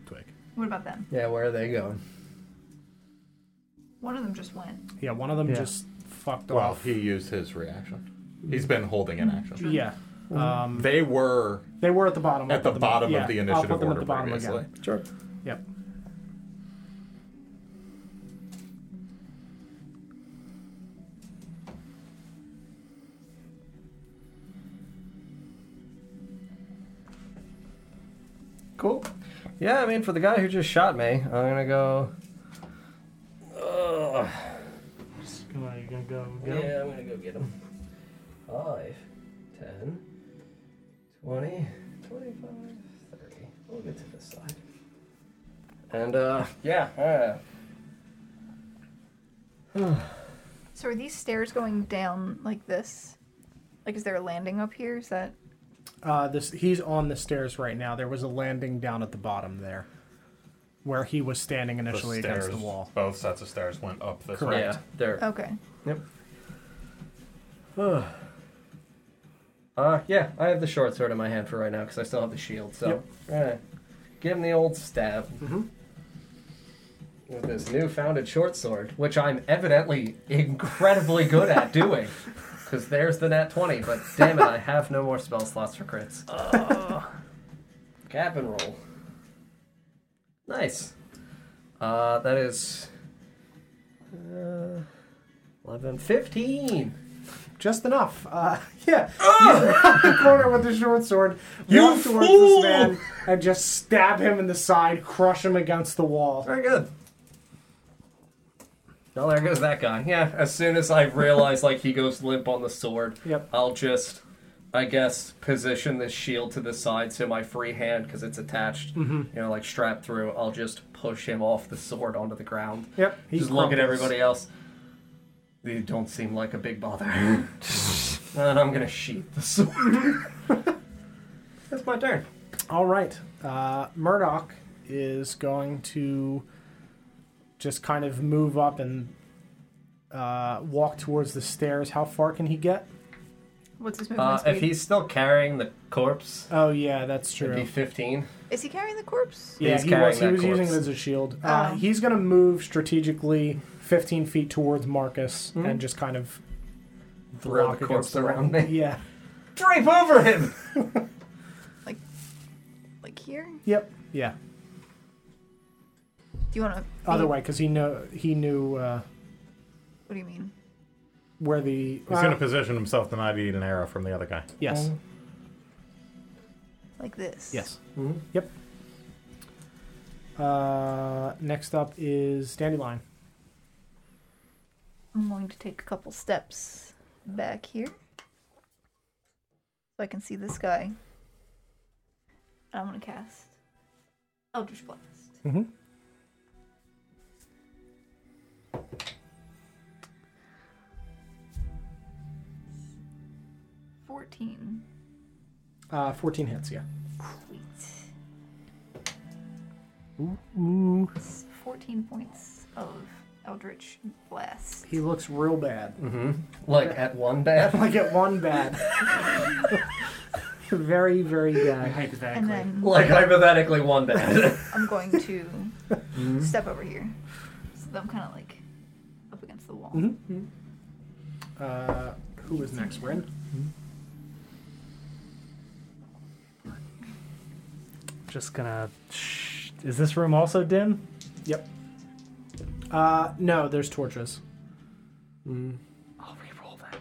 [SPEAKER 9] Twig.
[SPEAKER 5] What about them?
[SPEAKER 4] Yeah, where are they going?
[SPEAKER 5] One of them just went.
[SPEAKER 2] Yeah, one of them
[SPEAKER 3] Yeah.
[SPEAKER 2] just fucked
[SPEAKER 9] Well,
[SPEAKER 2] off.
[SPEAKER 9] he used his reaction. He's been holding an action.
[SPEAKER 2] Yeah. Um,
[SPEAKER 9] They were
[SPEAKER 2] they were at the bottom.
[SPEAKER 9] at the bottom
[SPEAKER 2] yeah,
[SPEAKER 9] of the
[SPEAKER 2] I'll put
[SPEAKER 9] initiative
[SPEAKER 2] them
[SPEAKER 9] order
[SPEAKER 2] at the bottom
[SPEAKER 9] previously.
[SPEAKER 2] again.
[SPEAKER 4] Sure.
[SPEAKER 2] Yep.
[SPEAKER 4] Cool. Yeah, I mean, for the guy who just shot me, I'm gonna go. uh, Ugh.
[SPEAKER 3] Come on, you're gonna go. Get him?
[SPEAKER 4] Yeah, I'm gonna go get him. 5, 10, 20, 25, 30. We'll get to this side. And, uh, yeah, uh,
[SPEAKER 5] So are these stairs going down like this? Like, is there a landing up here? Is that
[SPEAKER 2] Uh, this he's on the stairs right now. There was a landing down at the bottom there. where he was standing initially against the
[SPEAKER 9] stairs-
[SPEAKER 2] wall.
[SPEAKER 9] Both sets of stairs went up this way.
[SPEAKER 4] Yeah, there.
[SPEAKER 5] Okay.
[SPEAKER 4] Ugh. uh, yeah, I have the short sword in my hand for right now because I still have the shield. So, eh, give him the old stab with this new founded short sword, which I'm evidently incredibly good at doing. Because there's the nat 20, but damn it, I have no more spell slots for crits. Cap and roll. Nice. Uh, that is. Uh, 11, 15.
[SPEAKER 2] Just enough. Uh, <laughs> yeah. <laughs> You corner with the short sword,
[SPEAKER 4] Ah! You
[SPEAKER 2] walk towards
[SPEAKER 4] fool!
[SPEAKER 2] this man, and just stab him in the side, crush him against the wall.
[SPEAKER 4] Very good. Well, there goes that guy. Yeah, as soon as I realize like he goes limp on the sword,
[SPEAKER 2] Yep.
[SPEAKER 4] I'll just, I guess, position this shield to the side so my free hand, because it's attached, you know, like strapped through. I'll just push him off the sword onto the ground.
[SPEAKER 2] Yep. he
[SPEAKER 4] just look at
[SPEAKER 2] crumples.
[SPEAKER 4] everybody else. You don't seem like a big bother. and I'm gonna sheath the sword. That's my turn.
[SPEAKER 2] All right. Uh, Murdoch is going to just kind of move up and uh, walk towards the stairs. How far can he get?
[SPEAKER 5] What's his movement
[SPEAKER 4] Uh,
[SPEAKER 5] speed?
[SPEAKER 4] if he's still carrying the corpse,
[SPEAKER 2] Oh, yeah, that's
[SPEAKER 4] it'd be
[SPEAKER 2] true.
[SPEAKER 4] 15.
[SPEAKER 5] Is he carrying the corpse?
[SPEAKER 2] Yeah,
[SPEAKER 4] He's
[SPEAKER 2] he
[SPEAKER 4] carrying
[SPEAKER 2] was, he
[SPEAKER 4] that
[SPEAKER 2] was using it
[SPEAKER 4] corpse.
[SPEAKER 2] as a shield. Uh,
[SPEAKER 5] Oh.
[SPEAKER 2] he's going to move strategically 15 feet towards Marcus and just kind of.
[SPEAKER 4] Mm-hmm. Throw
[SPEAKER 2] block
[SPEAKER 4] the
[SPEAKER 2] against
[SPEAKER 4] corpse
[SPEAKER 2] wall.
[SPEAKER 4] around me.
[SPEAKER 2] Yeah.
[SPEAKER 4] <laughs> drape over him.
[SPEAKER 5] Like here?
[SPEAKER 2] Yep. Yeah.
[SPEAKER 5] Do you want to?
[SPEAKER 2] Other way, because he know he knew uh,
[SPEAKER 5] What do you mean?
[SPEAKER 2] where the.
[SPEAKER 6] He's
[SPEAKER 2] uh, Mm-hmm.
[SPEAKER 6] going to position himself to not eat an arrow from the other guy.
[SPEAKER 2] yes.
[SPEAKER 5] Like this?
[SPEAKER 2] Yes.
[SPEAKER 4] Mhm.
[SPEAKER 2] Mm-hmm. Yep. Uh, next up is Dandelion.
[SPEAKER 5] I'm going to take a couple steps back here so I can see this guy. And I'm going to cast Eldritch Blast.
[SPEAKER 2] Mm-hmm.
[SPEAKER 5] Fourteen.
[SPEAKER 2] Uh, 14 hits, yeah.
[SPEAKER 5] Sweet. It's Fourteen points of Eldritch Blast. <laughs>
[SPEAKER 2] He looks real bad. <laughs>
[SPEAKER 4] Mm-hmm. Like at one bad.
[SPEAKER 2] Like at one bad. <laughs> very, very bad.
[SPEAKER 1] Hypothetically.
[SPEAKER 5] And then
[SPEAKER 4] <laughs> Like <laughs> hypothetically one bad.
[SPEAKER 5] I'm going to step over here. So that I'm kind of like up against the wall.
[SPEAKER 2] Mm-hmm. Uh, who is next? We're in.
[SPEAKER 3] Just gonna. Shh. Is this room also dim?
[SPEAKER 2] Yep. Uh, no, there's torches.
[SPEAKER 3] I'll re-roll that.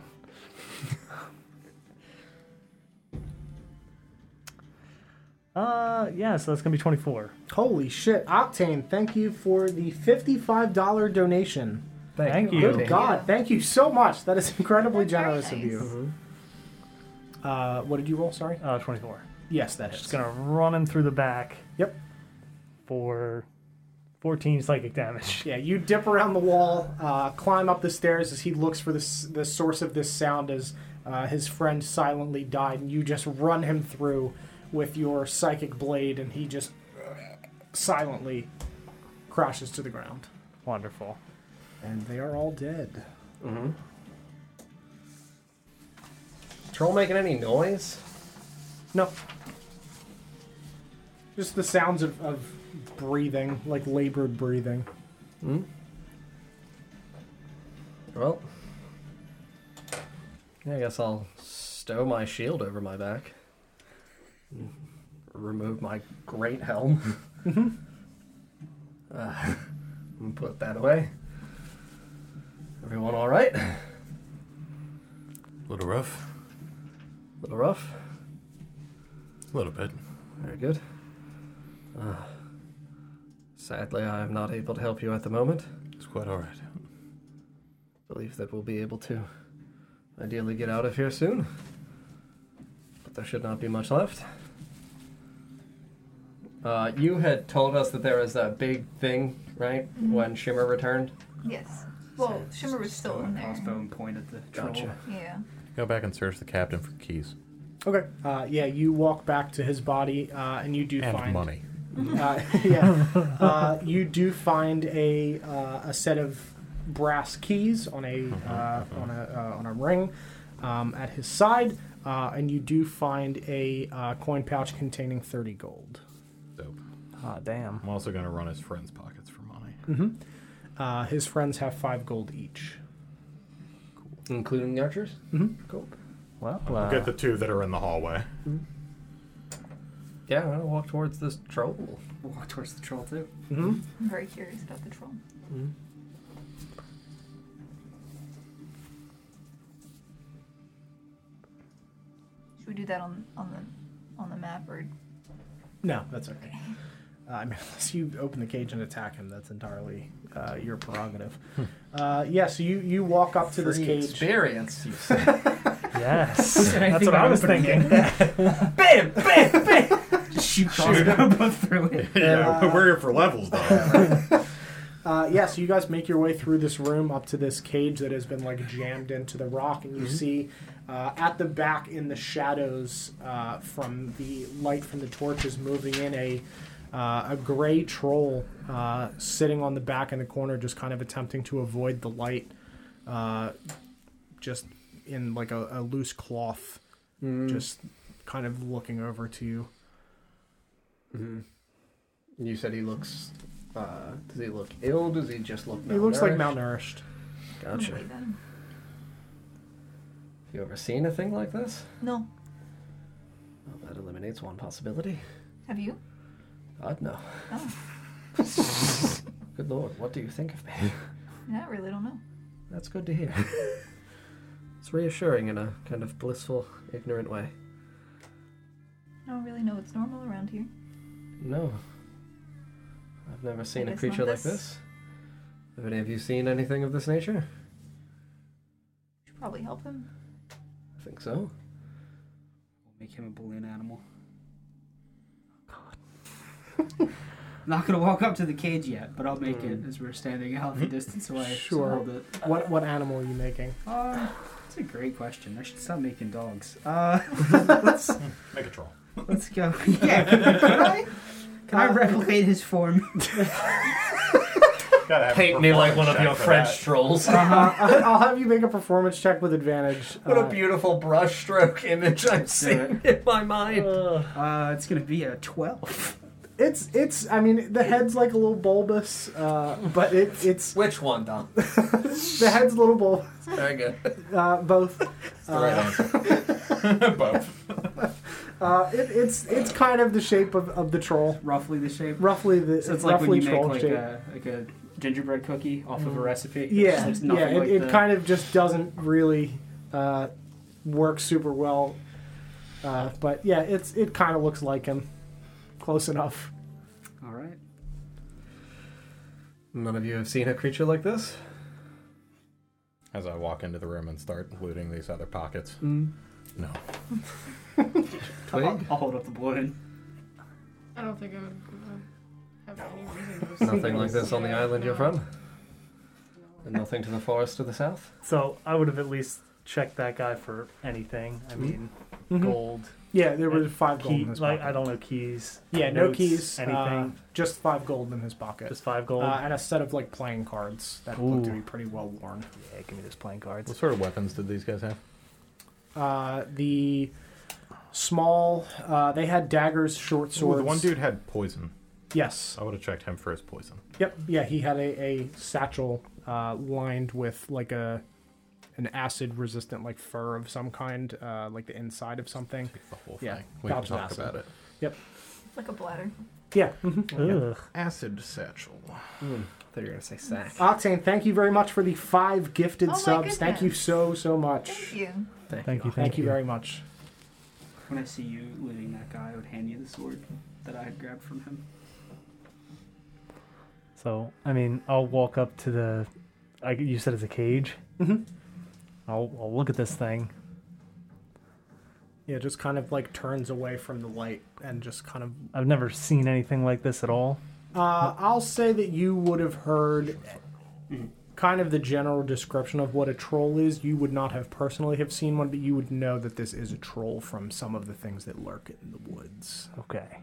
[SPEAKER 3] uh, yeah. So that's gonna be twenty-four.
[SPEAKER 2] Holy shit. Octane, thank you for the $55 donation.
[SPEAKER 3] Thank you.
[SPEAKER 2] Good God, thank you so much. That is incredibly
[SPEAKER 5] That's very
[SPEAKER 2] generous of you. Uh, what did you roll? Sorry.
[SPEAKER 3] Uh, twenty-four.
[SPEAKER 2] Yes, that
[SPEAKER 3] Just
[SPEAKER 2] is.
[SPEAKER 3] gonna run him through the back
[SPEAKER 2] Yep.
[SPEAKER 3] for fourteen psychic damage. <laughs>
[SPEAKER 2] Yeah, you dip around the wall, uh, climb up the stairs as he looks for the s the source of this sound as uh, his friend silently died, and you just run him through with your psychic blade, and he just silently crashes to the ground.
[SPEAKER 3] Wonderful.
[SPEAKER 2] And they are all dead.
[SPEAKER 4] <laughs> Troll making any noise?
[SPEAKER 2] No. Just the sounds of, of breathing, like labored breathing.
[SPEAKER 4] Well, yeah, I guess I'll stow my shield over my back. Mm-hmm. Remove my great helm. Mm-hmm. <laughs> Uh, <laughs> and put that away. Everyone all right?
[SPEAKER 6] little rough.
[SPEAKER 4] little rough.
[SPEAKER 6] A little bit.
[SPEAKER 4] Very good. Ah. sadly, I am not able to help you at the moment.
[SPEAKER 6] It's quite all right.
[SPEAKER 4] believe that we'll be able to ideally get out of here soon. But there should not be much left. Uh, you had told us that there was a big thing, right?
[SPEAKER 2] Mm-hmm.
[SPEAKER 4] When Shimmer returned.
[SPEAKER 5] Yes. Well, Shimmer was still in there.
[SPEAKER 1] Crossbow and point at the troll.
[SPEAKER 4] Gotcha.
[SPEAKER 5] Yeah.
[SPEAKER 6] Go back and search the captain for keys
[SPEAKER 2] Okay. Uh, yeah, you walk back to his body, uh, and you do
[SPEAKER 6] and
[SPEAKER 2] find
[SPEAKER 6] money.
[SPEAKER 2] <laughs> Uh, yeah. Uh, you do find a uh, a set of brass keys on a
[SPEAKER 6] Mm-hmm,
[SPEAKER 2] uh, on a uh, on a ring um, at his side, uh, and you do find a uh, coin pouch containing thirty gold.
[SPEAKER 6] Dope.
[SPEAKER 3] Ah, damn.
[SPEAKER 6] I'm also gonna run his friends' pockets for money.
[SPEAKER 2] Uh, his friends have five gold each.
[SPEAKER 4] Including the archers?
[SPEAKER 3] Mm-hmm. Well,
[SPEAKER 6] I'll
[SPEAKER 3] uh,
[SPEAKER 6] get the two that are in the hallway.
[SPEAKER 4] Yeah, I'm gonna walk towards this troll.
[SPEAKER 8] We'll walk towards the troll too.
[SPEAKER 2] Mm-hmm.
[SPEAKER 5] I'm very curious about the troll. Should we do that on on the on the map or
[SPEAKER 2] No, that's okay. Uh, I mean, <laughs> unless you open the cage and attack him, that's entirely uh, your prerogative. uh, yeah, so you, you walk up to this
[SPEAKER 4] Free
[SPEAKER 2] cage. <laughs>
[SPEAKER 4] Experience, you say.
[SPEAKER 8] <laughs>
[SPEAKER 3] yes.
[SPEAKER 8] I
[SPEAKER 3] <laughs> That's
[SPEAKER 8] think
[SPEAKER 3] what I
[SPEAKER 8] I'm
[SPEAKER 3] was
[SPEAKER 8] opening
[SPEAKER 3] thinking.
[SPEAKER 2] <laughs>
[SPEAKER 8] Bam! Bam! Bam! Just shoot crossbow both through it.
[SPEAKER 6] <laughs> yeah, we're here for
[SPEAKER 2] <laughs>
[SPEAKER 6] levels though.
[SPEAKER 2] Uh, yeah, so you guys make your way through this room up to this cage that has been like jammed into the rock, and you see uh, at the back in the shadows uh, from the light from the torches moving in a uh, a gray troll uh, sitting on the back in the corner, just kind of attempting to avoid the light, uh, just in like a, a loose cloth, just kind of looking over to you.
[SPEAKER 4] You said he looks. Uh, does he look ill? Does he just look?
[SPEAKER 2] He looks like
[SPEAKER 4] malnourished?
[SPEAKER 2] malnourished.
[SPEAKER 4] Gotcha.
[SPEAKER 5] Don't believe him.
[SPEAKER 4] You ever seen a thing like this?
[SPEAKER 5] No.
[SPEAKER 4] Well, that eliminates one possibility.
[SPEAKER 5] Have you?
[SPEAKER 4] I'd know.
[SPEAKER 5] Oh.
[SPEAKER 4] Oh. <laughs> Good lord, what do you think of me?
[SPEAKER 5] No, I really don't know.
[SPEAKER 4] That's good to hear. <laughs> it's reassuring in a kind of blissful, ignorant way.
[SPEAKER 5] I don't really know what's normal around here.
[SPEAKER 4] No. I've never seen a
[SPEAKER 5] guess not
[SPEAKER 4] creature like
[SPEAKER 5] this.
[SPEAKER 4] this. Have any of you seen anything of this nature?
[SPEAKER 5] We should probably help him.
[SPEAKER 4] I think so.
[SPEAKER 8] Make him a balloon animal. Not gonna walk up to the cage yet, but I'll make it as we're standing a healthy distance away. so
[SPEAKER 2] Sure.
[SPEAKER 8] hold it.
[SPEAKER 2] What what animal are you making?
[SPEAKER 8] Um, that's a great question. I should stop making dogs. Uh,
[SPEAKER 6] Make a troll.
[SPEAKER 8] let's go. <laughs> Yeah, could I? Can I replicate his <laughs> form?
[SPEAKER 6] Gotta have a
[SPEAKER 4] Paint me like
[SPEAKER 6] performance
[SPEAKER 4] one of
[SPEAKER 6] check
[SPEAKER 4] your
[SPEAKER 6] for
[SPEAKER 4] French
[SPEAKER 6] that.
[SPEAKER 4] trolls.
[SPEAKER 2] Uh, I- I'll have you make a performance check with advantage.
[SPEAKER 4] <laughs> What a
[SPEAKER 2] Uh,
[SPEAKER 4] beautiful brushstroke image <laughs> I'm seeing in my mind.
[SPEAKER 8] Uh, it's gonna be a twelve.
[SPEAKER 2] It's it's. I mean, the head's like a little bulbous, uh, but it it's
[SPEAKER 4] Which one, Dom?
[SPEAKER 2] the head's a little bulbous.
[SPEAKER 4] Very good.
[SPEAKER 2] Uh, both.
[SPEAKER 6] That's the right answer. <laughs> Both.
[SPEAKER 2] Uh, it, it's it's kind of the shape of, of the troll,
[SPEAKER 8] Roughly the shape.
[SPEAKER 2] roughly the
[SPEAKER 8] So it's like when
[SPEAKER 2] roughly
[SPEAKER 8] you make
[SPEAKER 2] troll
[SPEAKER 8] like
[SPEAKER 2] shape.
[SPEAKER 8] a, like a gingerbread cookie off of a recipe. It just
[SPEAKER 2] yeah,
[SPEAKER 8] looks
[SPEAKER 2] yeah.
[SPEAKER 8] nothing
[SPEAKER 2] It,
[SPEAKER 8] like
[SPEAKER 2] it
[SPEAKER 8] the-
[SPEAKER 2] kind of just doesn't really uh, work super well. Uh, but yeah, it's it kind of looks like him, close enough.
[SPEAKER 8] All right.
[SPEAKER 4] None of you have seen a creature like this?
[SPEAKER 6] As I walk into the room and start looting these other pockets.
[SPEAKER 4] Mm.
[SPEAKER 6] No.
[SPEAKER 8] I'll,
[SPEAKER 4] Twig?
[SPEAKER 8] I'll hold up the balloon.
[SPEAKER 7] I don't think I would uh, have any reason to assume
[SPEAKER 4] <laughs> Nothing like this on the
[SPEAKER 7] Yeah,
[SPEAKER 4] island you're
[SPEAKER 7] no,
[SPEAKER 4] from?
[SPEAKER 7] no.
[SPEAKER 4] <laughs> And nothing to the forest to the south?
[SPEAKER 3] So I would have at least checked that guy for anything. I mean,
[SPEAKER 2] Mhm.
[SPEAKER 3] gold,
[SPEAKER 2] Yeah, there were
[SPEAKER 3] And
[SPEAKER 2] five gold
[SPEAKER 3] key,
[SPEAKER 2] in his
[SPEAKER 3] like
[SPEAKER 2] pocket.
[SPEAKER 3] I don't know keys.
[SPEAKER 2] Yeah, no
[SPEAKER 3] notes,
[SPEAKER 2] keys.
[SPEAKER 3] Anything.
[SPEAKER 2] uh, just five gold in his pocket.
[SPEAKER 3] just five gold.
[SPEAKER 2] Uh, and a set of like playing cards that look to
[SPEAKER 3] Ooh.
[SPEAKER 2] be pretty well worn.
[SPEAKER 3] yeah, give me those playing cards.
[SPEAKER 6] What sort of weapons did these guys have?
[SPEAKER 2] Uh, the small, uh, they had daggers, short
[SPEAKER 6] So
[SPEAKER 2] swords.
[SPEAKER 6] the one dude had poison.
[SPEAKER 2] Yes.
[SPEAKER 6] I would have checked him for his poison.
[SPEAKER 2] Yep. Yeah, he had a, a satchel uh, lined with like a an acid resistant like fur of some kind, uh, like the inside of something.
[SPEAKER 6] The whole
[SPEAKER 2] Yeah,
[SPEAKER 6] thing. We can
[SPEAKER 2] pouch of
[SPEAKER 6] talk
[SPEAKER 2] acid.
[SPEAKER 6] about it.
[SPEAKER 5] It's like a bladder.
[SPEAKER 3] <laughs>
[SPEAKER 2] Yeah. mhm.
[SPEAKER 3] Ugh.
[SPEAKER 6] Acid satchel.
[SPEAKER 4] I thought you were going to say sack.
[SPEAKER 2] Octane, thank you very much for the five gifted
[SPEAKER 5] Oh my
[SPEAKER 2] subs. Thank you
[SPEAKER 5] goodness.
[SPEAKER 2] so so much.
[SPEAKER 5] Thank you.
[SPEAKER 3] Thank you. Thank,
[SPEAKER 2] Thank you very much.
[SPEAKER 8] When I see you looting that guy, I would hand you the sword that I had grabbed from him.
[SPEAKER 3] So I mean, I'll walk up to the. I, you said it's a cage. Mm-hmm. I'll, I'll look at this thing.
[SPEAKER 2] Yeah, just kind of like turns away from the light and just kind of
[SPEAKER 3] I've never seen anything like this at all.
[SPEAKER 2] Uh, I'll say that you would have heard kind of the general description of what a troll is. You would not have personally have seen one, but you would know that this
[SPEAKER 4] Oh,
[SPEAKER 2] is a troll from some of the things that lurk in the woods.
[SPEAKER 3] Okay.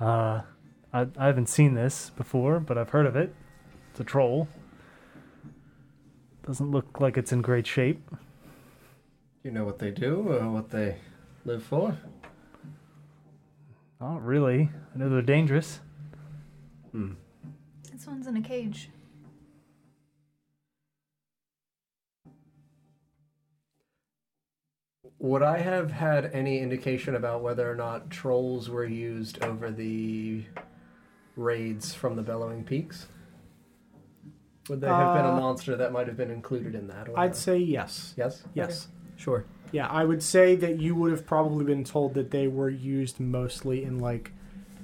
[SPEAKER 3] Uh, I, I haven't seen this before, but I've heard of it. It's a troll. Doesn't look like it's in great shape.
[SPEAKER 4] You know what they do or what they live for?
[SPEAKER 3] Not really. I know they're dangerous.
[SPEAKER 4] Hmm.
[SPEAKER 5] This one's in a cage.
[SPEAKER 4] Would I have had any indication about whether or not trolls were used over the raids from the Bellowing Peaks? Would there have been a
[SPEAKER 2] Uh,
[SPEAKER 4] monster that might have been included in that? or
[SPEAKER 2] I'd
[SPEAKER 4] not?
[SPEAKER 2] say yes.
[SPEAKER 4] yes.
[SPEAKER 2] Yes.
[SPEAKER 4] Okay. Sure.
[SPEAKER 2] Yeah, I would say that you would have probably been told that they were used mostly in like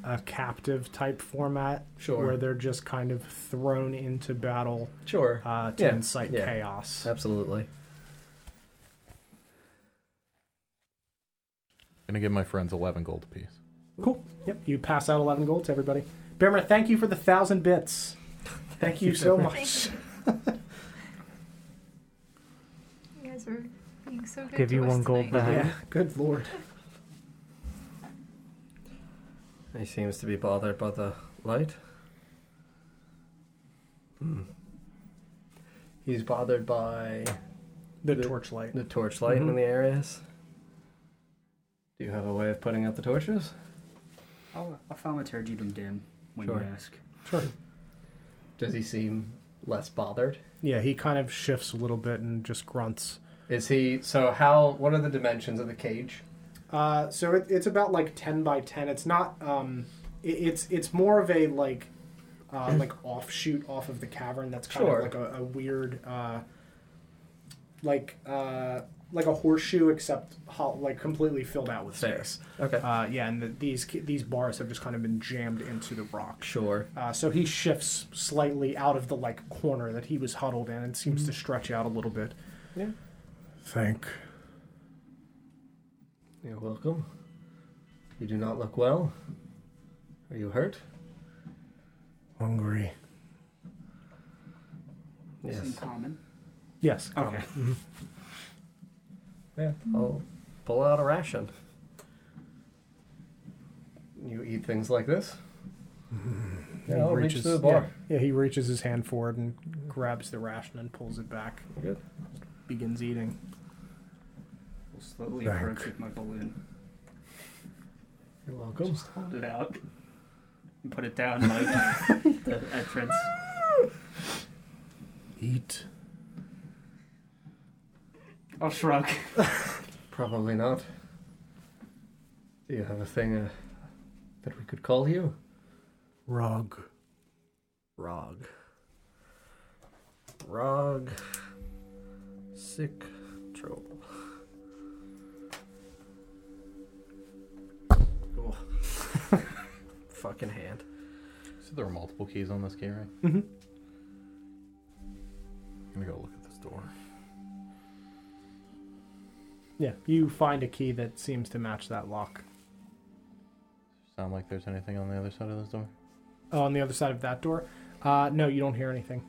[SPEAKER 2] a captive type format,
[SPEAKER 4] Sure.
[SPEAKER 2] where they're just kind of thrown into battle
[SPEAKER 4] Sure.
[SPEAKER 2] uh, to
[SPEAKER 4] Yeah,
[SPEAKER 2] incite
[SPEAKER 4] yeah.
[SPEAKER 2] chaos.
[SPEAKER 4] Absolutely.
[SPEAKER 6] Gonna give my friends 11 gold apiece.
[SPEAKER 2] Cool. Yep, you pass out 11 gold to everybody. Bimmer, thank you for the thousand bits. Thank you so much.
[SPEAKER 5] Thank you. You guys are being so good.
[SPEAKER 3] Give
[SPEAKER 5] to
[SPEAKER 3] you
[SPEAKER 5] us
[SPEAKER 3] one gold
[SPEAKER 5] tonight.
[SPEAKER 3] back.
[SPEAKER 2] Yeah, good lord.
[SPEAKER 4] He seems to be bothered by the light. Hmm. He's bothered by
[SPEAKER 2] The
[SPEAKER 4] The-
[SPEAKER 2] torchlight.
[SPEAKER 4] the torchlight
[SPEAKER 2] Mhm.
[SPEAKER 4] in the areas. Do you have a way of putting out the torches?
[SPEAKER 1] I'll, I'll thaumaturgy them dim when
[SPEAKER 4] Sure.
[SPEAKER 1] you ask.
[SPEAKER 2] Sure.
[SPEAKER 4] Does he seem less bothered?
[SPEAKER 2] Yeah, he kind of shifts a little bit and just grunts.
[SPEAKER 4] Is he so how what are the dimensions of the cage?
[SPEAKER 2] Uh, so it, it's about like 10 by 10. It's not, um, it, it's, it's more of a like, uh, like offshoot off of the cavern. That's kind
[SPEAKER 4] Sure.
[SPEAKER 2] of like a, a weird, uh, like, uh, like a horseshoe except ho- like completely filled out with
[SPEAKER 4] Fair.
[SPEAKER 2] space.
[SPEAKER 4] Okay.
[SPEAKER 2] Uh, yeah, and the, these these bars have just kind of been jammed into the rock.
[SPEAKER 4] Sure.
[SPEAKER 2] Uh, so he shifts slightly out of the like corner that he was huddled in, and seems to stretch out a little bit.
[SPEAKER 4] Mm-hmm. Yeah.
[SPEAKER 2] Thank.
[SPEAKER 4] You're welcome. You do not look well. Are you hurt?
[SPEAKER 2] Hungry.
[SPEAKER 1] This is common.
[SPEAKER 2] Yes.
[SPEAKER 1] Okay.
[SPEAKER 4] Yeah. I'll pull out a ration. You eat things like this? Yeah, Mm-hmm. I'll reach to the bar.
[SPEAKER 2] Yeah, yeah, he reaches his hand forward and grabs the ration and pulls it back.
[SPEAKER 4] Good.
[SPEAKER 2] Begins eating.
[SPEAKER 1] We'll slowly
[SPEAKER 6] Thank.
[SPEAKER 1] approach with my balloon.
[SPEAKER 4] You're welcome.
[SPEAKER 1] Hold it out. And put it down like the entrance.
[SPEAKER 6] Eat.
[SPEAKER 1] I'll shrug.
[SPEAKER 4] Probably not. Do you have a thing uh, that we could call you?
[SPEAKER 6] Rog.
[SPEAKER 4] Rog. Rog. Sick troll. Cool. <laughs> Fucking hand.
[SPEAKER 6] So there are multiple keys on this key, right?
[SPEAKER 4] Mm-hmm.
[SPEAKER 2] Mhm.
[SPEAKER 6] I'm gonna go look at this door.
[SPEAKER 2] Yeah, you find a key that seems to match that lock.
[SPEAKER 6] Sound like there's anything on the other side of this door?
[SPEAKER 2] Oh, on the other side of that door. Uh, no, you don't hear anything.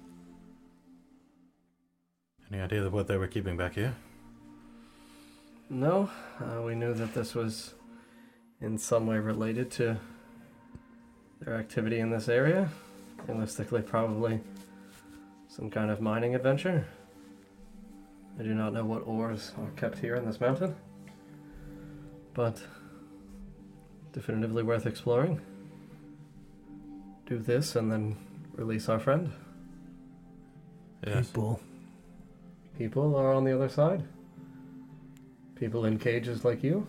[SPEAKER 6] Any idea of what they were keeping back here?
[SPEAKER 4] No, uh, we knew that this was in some way related to their activity in this area. Realistically, probably some kind of mining adventure. I do not know what ores are kept here in this mountain, but definitively worth exploring. Do this and then release our friend.
[SPEAKER 6] Yes.
[SPEAKER 2] People.
[SPEAKER 4] People are on the other side. People in cages like you.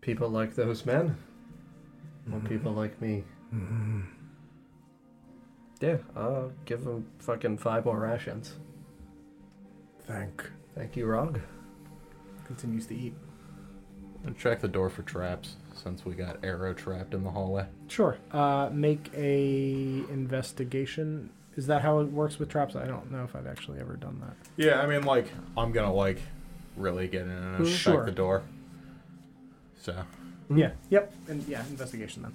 [SPEAKER 4] People like those men. Or people like me. Yeah, I'll give them fucking five more rations.
[SPEAKER 2] Thank.
[SPEAKER 4] Thank you, Rog.
[SPEAKER 2] Continues to eat.
[SPEAKER 6] And check the door for traps, since we got arrow trapped in the hallway.
[SPEAKER 2] Sure. Uh, make a investigation. Is that how it works with traps? I don't know if I've actually ever done that.
[SPEAKER 9] Yeah, I mean, like, I'm gonna, like, really get in and inspect
[SPEAKER 2] Sure.
[SPEAKER 9] the door. So,
[SPEAKER 2] Yeah. Yep. And yeah, investigation then.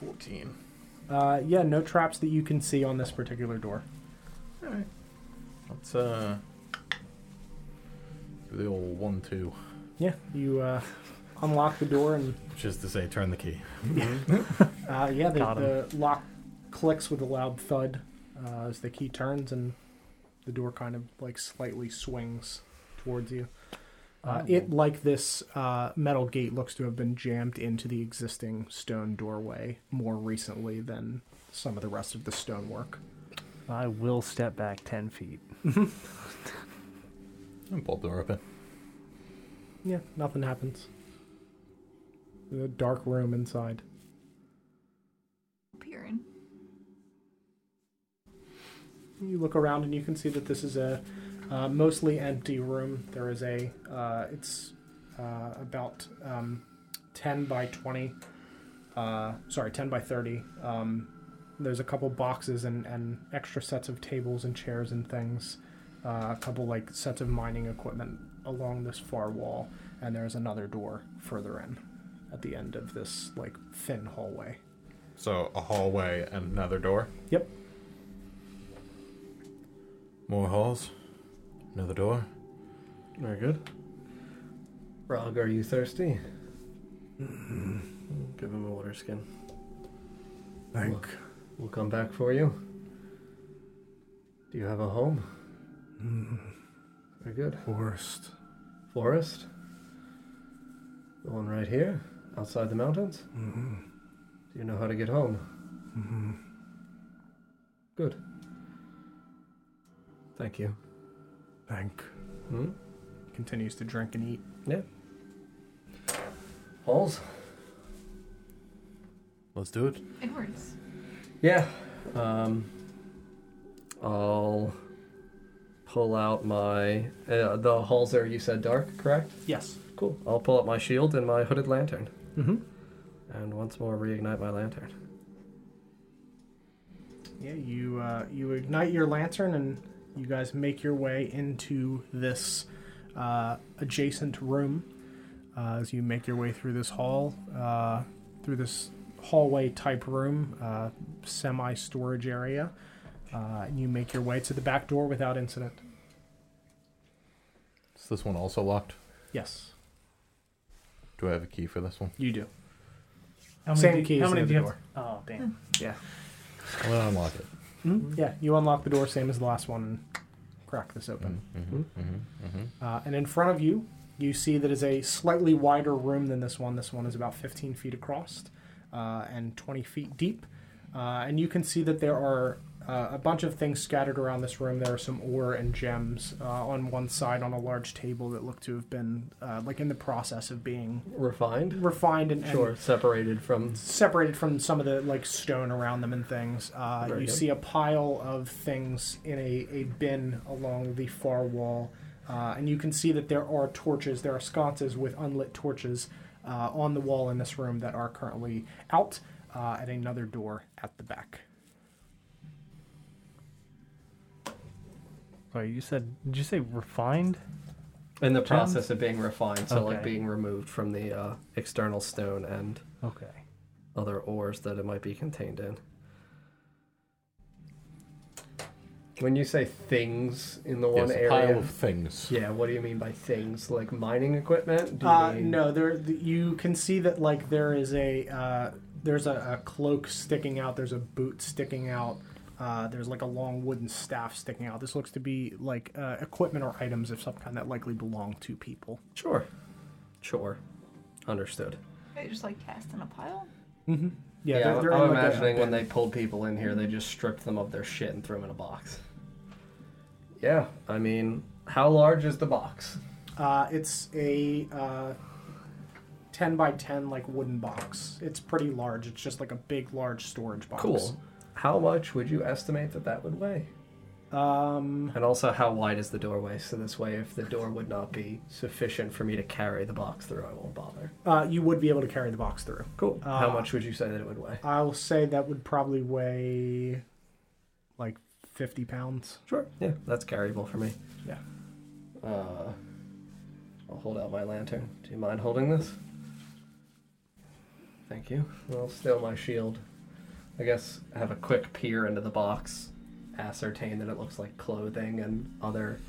[SPEAKER 9] 14.
[SPEAKER 2] Uh, yeah, no traps that you can see on this particular door.
[SPEAKER 9] Alright.
[SPEAKER 6] Let's, uh. do The old one, two.
[SPEAKER 2] Yeah, you uh, <laughs> unlock the door, and
[SPEAKER 6] Which is to say, turn the key.
[SPEAKER 2] uh, yeah,
[SPEAKER 3] Got
[SPEAKER 2] the, the lock clicks with a loud thud uh, as the key turns, and the door kind of like slightly swings towards you. Uh, It, like this uh, metal gate, looks to have been jammed into the existing stone doorway more recently than some of the rest of the stonework.
[SPEAKER 3] I will step back 10 feet.
[SPEAKER 6] And pull the door open.
[SPEAKER 2] Yeah, nothing happens. The dark room inside.
[SPEAKER 5] Peering.
[SPEAKER 2] You look around and you can see that this is a uh, mostly empty room. There is a, uh, it's uh, about um, 10 by 20, uh, sorry, 10 by 30. Um, there's a couple boxes and, and extra sets of tables and chairs and things. Uh, a couple like sets of mining equipment along this far wall, and there's another door further in at the end of this like thin hallway.
[SPEAKER 9] So a hallway and another door.
[SPEAKER 2] Yep.
[SPEAKER 6] More halls. Another door.
[SPEAKER 4] Very good. Rog, are you thirsty? Give him a water skin.
[SPEAKER 6] Thank.
[SPEAKER 4] We'll come back for you. Do you have a home?
[SPEAKER 6] mm-hmm,
[SPEAKER 4] Very good.
[SPEAKER 6] Forest.
[SPEAKER 4] Forest? The one right here, outside the mountains?
[SPEAKER 6] Mm-hmm,
[SPEAKER 4] Do you know how to get home? Good. Thank you.
[SPEAKER 6] Thank.
[SPEAKER 4] Hmm?
[SPEAKER 2] Continues to drink and eat.
[SPEAKER 4] Halls?
[SPEAKER 6] Let's do it.
[SPEAKER 5] Inwards.
[SPEAKER 4] Yeah. Um, I'll pull out my. Uh, the halls there, you said dark, correct?
[SPEAKER 2] Yes.
[SPEAKER 4] Cool. I'll pull out my shield and my hooded lantern.
[SPEAKER 2] Mm-hmm.
[SPEAKER 4] And once more, reignite my lantern.
[SPEAKER 2] Yeah, you uh, you ignite your lantern and you guys make your way into this uh, adjacent room. Uh, as you make your way through this hall, uh, through this hallway type room, uh, semi storage area, uh, and you make your way to the back door without incident.
[SPEAKER 6] Is this one also locked?
[SPEAKER 2] Yes,
[SPEAKER 6] Do I have a key for this one?
[SPEAKER 2] you do.
[SPEAKER 3] How
[SPEAKER 2] Same keys in the
[SPEAKER 3] do you
[SPEAKER 2] door.
[SPEAKER 3] Have? Oh, damn.
[SPEAKER 6] I'm gonna unlock it.
[SPEAKER 2] Yeah, you unlock the door same as the last one and crack this open.
[SPEAKER 6] Mm-hmm. Mm-hmm.
[SPEAKER 2] Uh, and in front of you, you see that is a slightly wider room than this one. This one is about 15 feet across uh, and 20 feet deep. Uh, and you can see that there are uh, a bunch of things scattered around this room. There are some ore and gems uh, on one side on a large table that look to have been uh, like in the process of being
[SPEAKER 4] Refined?
[SPEAKER 2] refined and, and
[SPEAKER 4] Sure. Separated from.
[SPEAKER 2] separated from some of the like stone around them and things. Uh,
[SPEAKER 4] Very
[SPEAKER 2] you
[SPEAKER 4] good.
[SPEAKER 2] see a pile of things in a, a bin along the far wall, uh, and you can see that there are torches. There are sconces with unlit torches uh, on the wall in this room that are currently out uh, at another door at the back.
[SPEAKER 3] Sorry, you said, did you say refined?
[SPEAKER 4] In the
[SPEAKER 3] Gems?
[SPEAKER 4] process of being refined, so like
[SPEAKER 3] Okay.
[SPEAKER 4] being removed from the uh, external stone and
[SPEAKER 3] Okay.
[SPEAKER 4] other ores that it might be contained in. When you say things in the one
[SPEAKER 6] Yes, a
[SPEAKER 4] area.
[SPEAKER 6] pile of things.
[SPEAKER 4] Yeah, what do you mean by things? Like mining equipment? Do you
[SPEAKER 2] Uh,
[SPEAKER 4] mean-
[SPEAKER 2] no, there th- you can see that like there is a uh, there's a, a cloak sticking out. There's a boot sticking out. Uh, there's like a long wooden staff sticking out. This looks to be like uh, equipment or items of some kind that likely belong to people.
[SPEAKER 4] Sure. Sure. Understood.
[SPEAKER 5] Are they just like cast in a pile?
[SPEAKER 4] Yeah,
[SPEAKER 2] they're-
[SPEAKER 4] I'm-
[SPEAKER 2] they're
[SPEAKER 4] I'm,
[SPEAKER 2] in, like, a-
[SPEAKER 4] imagining when they pulled people in here, they just stripped them of their shit and threw them in a box. Yeah, I mean, how large is the box?
[SPEAKER 2] Uh, it's a uh, ten by ten like wooden box. It's pretty large. It's just like a big large storage box.
[SPEAKER 4] Cool. How much would you estimate that that would weigh?
[SPEAKER 2] Um,
[SPEAKER 4] And also, how wide is the doorway? So this way, if the door would not be sufficient for me to carry the box through, I won't bother.
[SPEAKER 2] uh, you would be able to carry the box through.
[SPEAKER 4] Cool. how
[SPEAKER 2] Uh,
[SPEAKER 4] much would you say that it would weigh?
[SPEAKER 2] I'll say that would probably weigh like 50 pounds.
[SPEAKER 4] Sure. Yeah, that's carryable for me.
[SPEAKER 2] Yeah.
[SPEAKER 4] Uh, I'll hold out my lantern. Do you mind holding this? Thank you. I'll steal my shield. I guess have a quick peer into the box, ascertain that it looks like clothing and other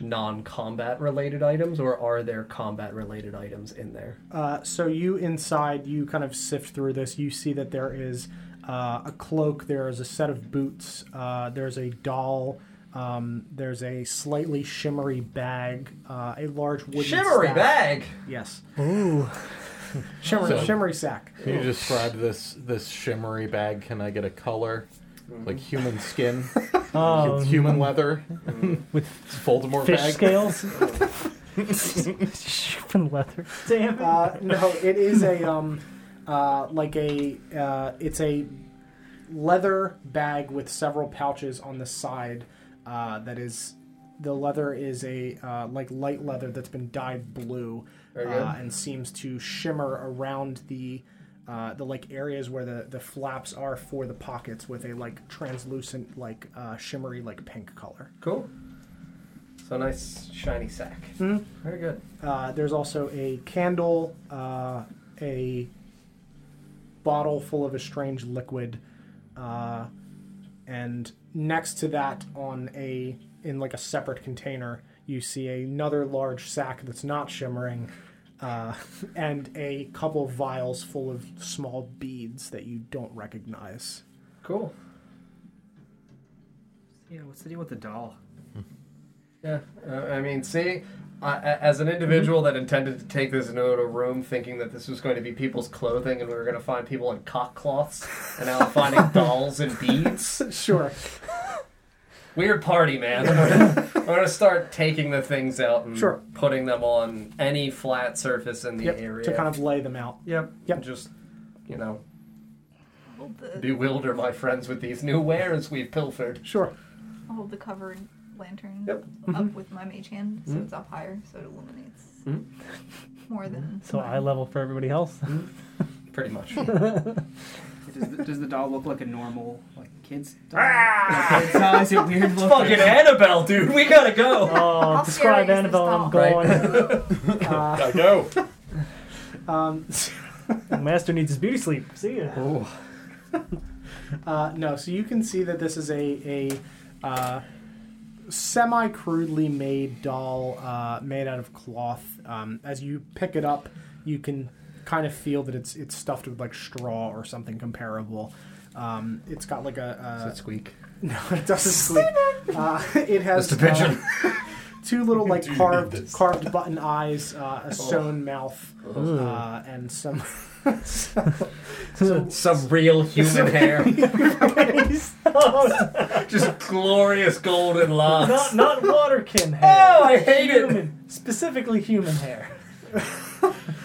[SPEAKER 4] non-combat related items, or are there combat related items in there?
[SPEAKER 2] Uh, so you inside, you kind of sift through this. You see that there is uh, a cloak. There is a set of boots. Uh, there's a doll. Um, there's a slightly shimmery bag. Uh, a large wooden
[SPEAKER 4] Shimmery
[SPEAKER 2] sack.
[SPEAKER 4] bag.
[SPEAKER 2] Yes. Ooh. shimmery,
[SPEAKER 6] So-
[SPEAKER 2] shimmery sack.
[SPEAKER 6] Can you describe this this shimmery bag? Can I get a color? Like human <laughs> skin,
[SPEAKER 3] Oh,
[SPEAKER 6] It's human <laughs> leather,
[SPEAKER 3] With
[SPEAKER 6] It's Voldemort
[SPEAKER 3] fish
[SPEAKER 6] bag.
[SPEAKER 3] scales.
[SPEAKER 5] <laughs>
[SPEAKER 3] Shipping leather. Damn.
[SPEAKER 2] Uh, no, it is a um, uh, like a uh, it's a leather bag with several pouches on the side. Uh, that is, the leather is a uh, like light leather that's been dyed blue
[SPEAKER 4] Very good.
[SPEAKER 2] uh, and seems to shimmer around the. Uh, the like areas where the, the flaps are for the pockets with a like translucent like uh, shimmery like pink color.
[SPEAKER 4] Cool. So nice shiny sack. Very good.
[SPEAKER 2] Uh, there's also a candle, uh, a bottle full of a strange liquid, uh, and next to that, on a in like a separate container, you see another large sack that's not shimmering, uh, <laughs> and a couple vials full of small beads that you don't recognize.
[SPEAKER 4] Cool.
[SPEAKER 1] Yeah, what's the deal with the doll?
[SPEAKER 4] Yeah, uh, I mean, see, I, a- as an individual that intended to take this into a room thinking that this was going to be people's clothing and we were going to find people in cock cloths and now I'm finding dolls and beads.
[SPEAKER 2] Sure.
[SPEAKER 4] Weird party, man. I'm going to start taking the things out and
[SPEAKER 2] Sure.
[SPEAKER 4] putting them on any flat surface in the
[SPEAKER 2] Yep, <laughs>
[SPEAKER 4] area.
[SPEAKER 2] to kind of lay them out.
[SPEAKER 4] yep.
[SPEAKER 2] Yep.
[SPEAKER 4] Just, you know,
[SPEAKER 5] Hold the,
[SPEAKER 4] bewilder my friends with these new wares we've pilfered.
[SPEAKER 2] Sure.
[SPEAKER 5] I'll hold the covered lantern
[SPEAKER 4] Yep.
[SPEAKER 5] up
[SPEAKER 2] Mm-hmm.
[SPEAKER 5] with my mage hand, so it's up higher, so it illuminates
[SPEAKER 2] Mm-hmm.
[SPEAKER 5] more than.
[SPEAKER 3] So
[SPEAKER 5] mine.
[SPEAKER 3] eye level for everybody else.
[SPEAKER 4] Pretty much.
[SPEAKER 1] Does the, does the doll look like a normal like kids? Doll? Ah! Like, doll? Is it weird looking?
[SPEAKER 4] Fucking Annabelle, dude. We gotta go.
[SPEAKER 3] Oh,
[SPEAKER 5] How scary
[SPEAKER 3] describe
[SPEAKER 5] is this
[SPEAKER 3] Annabelle. I'm
[SPEAKER 4] doll?
[SPEAKER 3] going.
[SPEAKER 6] Gotta <laughs> go.
[SPEAKER 2] Um,
[SPEAKER 3] Master needs his beauty sleep. See ya. <laughs>
[SPEAKER 2] Uh, no, so you can see that this is a, a uh, semi crudely made doll uh, made out of cloth. Um, as you pick it up, you can kind of feel that it's it's stuffed with like straw or something comparable. Um, it's got like a, a
[SPEAKER 4] squeak.
[SPEAKER 2] <laughs> no, it doesn't squeak. Uh, it has
[SPEAKER 4] Just a pigeon.
[SPEAKER 2] uh, two
[SPEAKER 6] <laughs>
[SPEAKER 2] little like
[SPEAKER 6] Do you need
[SPEAKER 2] carved
[SPEAKER 6] this? Oh.
[SPEAKER 2] carved button eyes, uh, a sewn mouth,
[SPEAKER 4] Ugh.
[SPEAKER 2] uh, and some <laughs>
[SPEAKER 4] Some real <laughs> human hair. Just glorious golden locks.
[SPEAKER 3] not not waterkin hair.
[SPEAKER 4] Oh, I hate it.
[SPEAKER 3] human, specifically human hair.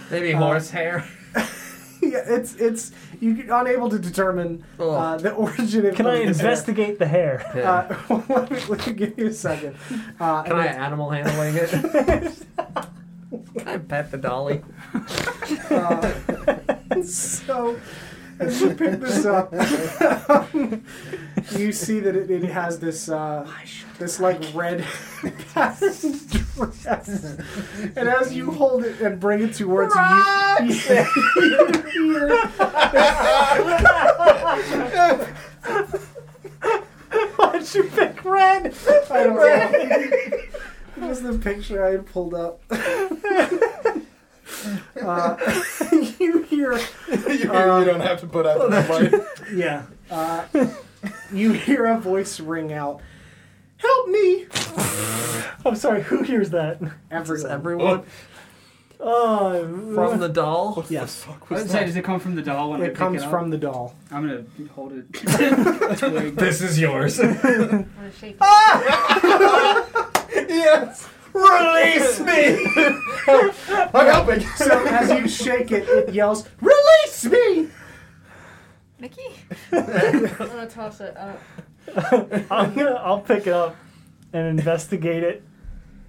[SPEAKER 4] Maybe horse hair.
[SPEAKER 2] <laughs> yeah, it's it's you are unable to determine uh,
[SPEAKER 4] Ugh.
[SPEAKER 2] the origin of.
[SPEAKER 3] Can I
[SPEAKER 2] of this hair.
[SPEAKER 3] investigate the hair?
[SPEAKER 2] Uh, <laughs> let, me, let me give you a second. Uh,
[SPEAKER 4] <laughs> Can I animal handling <laughs> it? Can I pet the <laughs> dolly?
[SPEAKER 2] uh, <laughs> so, as you pick this up, <laughs> you see that it, it has this uh, this like red <laughs> patterned dress, and as you hold it and bring it towards you, you hear
[SPEAKER 3] Why'd you pick red?
[SPEAKER 2] I don't know. <laughs> it was the picture I had pulled up. <laughs> uh, <laughs> you hear.
[SPEAKER 9] you, you
[SPEAKER 6] Um,
[SPEAKER 9] don't have to put out the light.
[SPEAKER 6] <laughs>
[SPEAKER 2] Yeah. Uh, you hear a voice ring out, "Help me!"
[SPEAKER 3] I'm sorry. Who hears that?
[SPEAKER 2] Everyone.
[SPEAKER 4] Everyone
[SPEAKER 3] Oh,
[SPEAKER 4] from the doll.
[SPEAKER 2] yes,
[SPEAKER 1] I would say, does it come from the doll when I
[SPEAKER 2] it
[SPEAKER 1] pick
[SPEAKER 2] comes
[SPEAKER 1] it up?
[SPEAKER 2] from the doll.
[SPEAKER 1] I'm gonna hold
[SPEAKER 8] <laughs>
[SPEAKER 1] it. Twig.
[SPEAKER 4] This is <laughs> yours.
[SPEAKER 7] What a shape.
[SPEAKER 9] yes.
[SPEAKER 4] Release me!
[SPEAKER 9] I'm helping.
[SPEAKER 2] So as you shake it, it yells, "Release me!"
[SPEAKER 5] Mickey?
[SPEAKER 4] <laughs>
[SPEAKER 7] I'm gonna toss it up.
[SPEAKER 3] <laughs> I'm gonna. I'll pick it up and investigate it.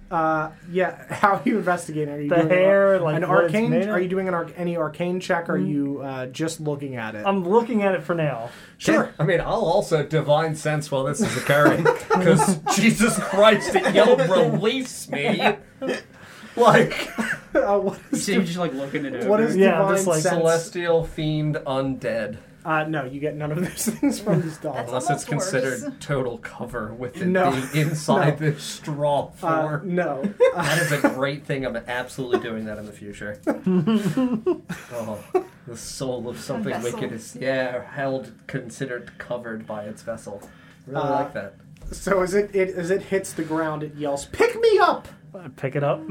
[SPEAKER 2] Uh, yeah. How are you investigating? Are you
[SPEAKER 3] The
[SPEAKER 2] doing an-
[SPEAKER 3] hair, like
[SPEAKER 2] an
[SPEAKER 3] what it's
[SPEAKER 2] arcane?
[SPEAKER 3] made of? Mm-hmm.
[SPEAKER 2] Are you doing an arc- any arcane check? Or are you uh, just looking at it?
[SPEAKER 3] I'm looking at it for now.
[SPEAKER 2] sure.
[SPEAKER 4] I mean, I'll also divine sense while this is occurring. <laughs> Because Jesus Christ, it yelled, release me! <laughs> Like,
[SPEAKER 2] <laughs> Uh, what
[SPEAKER 1] You
[SPEAKER 2] is
[SPEAKER 1] say you're just like looking at it.
[SPEAKER 2] what is
[SPEAKER 3] Yeah,
[SPEAKER 2] divine
[SPEAKER 3] just like
[SPEAKER 2] sense?
[SPEAKER 4] celestial fiend undead.
[SPEAKER 2] Uh, no, you get none of those <laughs> things from this doll.
[SPEAKER 5] That's
[SPEAKER 4] Unless it's
[SPEAKER 5] almost worse.
[SPEAKER 4] considered total cover with
[SPEAKER 2] <laughs>
[SPEAKER 4] it
[SPEAKER 2] No.
[SPEAKER 4] being inside the straw
[SPEAKER 2] Uh,
[SPEAKER 4] floor.
[SPEAKER 2] no.
[SPEAKER 4] that is a great thing. I'm absolutely doing that in
[SPEAKER 2] <laughs>
[SPEAKER 4] the future. oh, the soul of something
[SPEAKER 5] vessel.
[SPEAKER 4] wicked is yeah held, considered covered by its vessel. Really
[SPEAKER 2] Uh,
[SPEAKER 4] like that.
[SPEAKER 2] So as it, it as it hits the ground, it yells, "Pick me up!
[SPEAKER 3] I pick it up.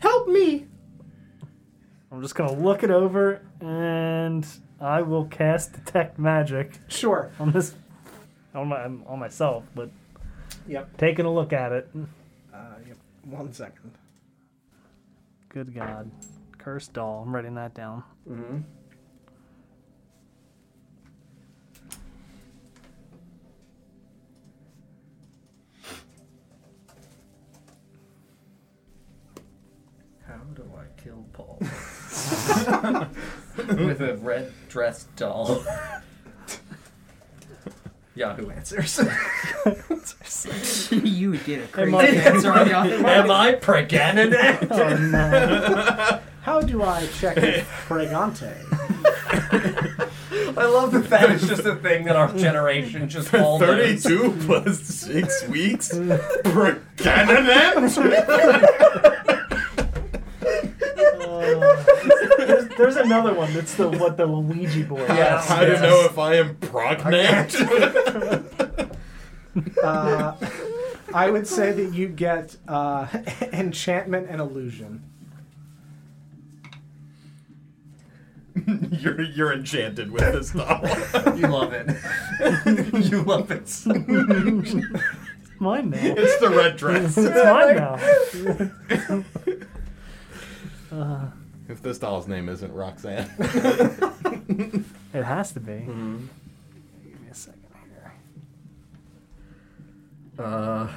[SPEAKER 2] Help me!"
[SPEAKER 3] I'm just gonna look it over, and I will cast detect magic
[SPEAKER 2] Sure.
[SPEAKER 3] on this, on my on myself. But
[SPEAKER 2] Yep.
[SPEAKER 3] taking a look at it,
[SPEAKER 2] Uh, yep. One second.
[SPEAKER 3] good God, cursed doll. I'm writing that down.
[SPEAKER 4] hmm How do I kill Paul? <laughs> With a red dressed
[SPEAKER 2] <laughs>
[SPEAKER 4] doll. Yahoo answers. <laughs>
[SPEAKER 8] <laughs> you did a crazy
[SPEAKER 2] Am <laughs> I-
[SPEAKER 8] answer on Yahoo.
[SPEAKER 4] Am I <laughs> pregnant?
[SPEAKER 3] Oh no!
[SPEAKER 2] How do I check if pregante?
[SPEAKER 4] I love that that is just a thing that our <laughs> generation just
[SPEAKER 6] <laughs>
[SPEAKER 4] all knows.
[SPEAKER 6] 32 <laughs> plus 6 weeks? <laughs> per <laughs> candidate?
[SPEAKER 3] There's, there's another one. That's the what the Luigi
[SPEAKER 8] <laughs>
[SPEAKER 3] board.
[SPEAKER 4] Yes,
[SPEAKER 6] How
[SPEAKER 4] yes.
[SPEAKER 6] to know if I am pregnant?
[SPEAKER 2] Uh, I would say that you get uh, <laughs> enchantment and illusion.
[SPEAKER 6] <laughs> you're, you're enchanted with this doll. <laughs>
[SPEAKER 4] You love it. <laughs> you love it. so much.
[SPEAKER 3] It's mine now.
[SPEAKER 6] It's the red dress.
[SPEAKER 3] It's mine now.
[SPEAKER 10] If this doll's name isn't
[SPEAKER 6] <laughs>
[SPEAKER 10] Roxanne.
[SPEAKER 3] It has to be.
[SPEAKER 8] Mm-hmm.
[SPEAKER 3] Give me a second here.
[SPEAKER 4] <laughs> Uh,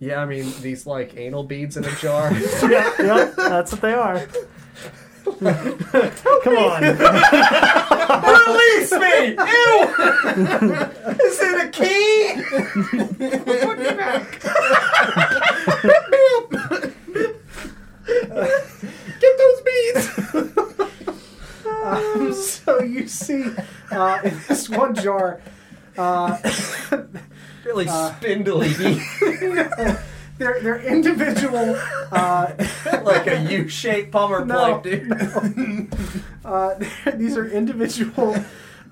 [SPEAKER 4] yeah, I mean these like anal beads in a <laughs> jar.
[SPEAKER 3] yep, yep, that's what they are. Come on.
[SPEAKER 4] Release me! <laughs> Ew! Is it a key? Put me back. Get those beads.
[SPEAKER 2] Um, so you see uh, in this one jar, uh,
[SPEAKER 4] Really spindly, <laughs>
[SPEAKER 2] they're, they're individual. Uh,
[SPEAKER 4] like a U-shaped Palmer
[SPEAKER 2] No.
[SPEAKER 4] plug, dude.
[SPEAKER 2] uh, <laughs> these are individual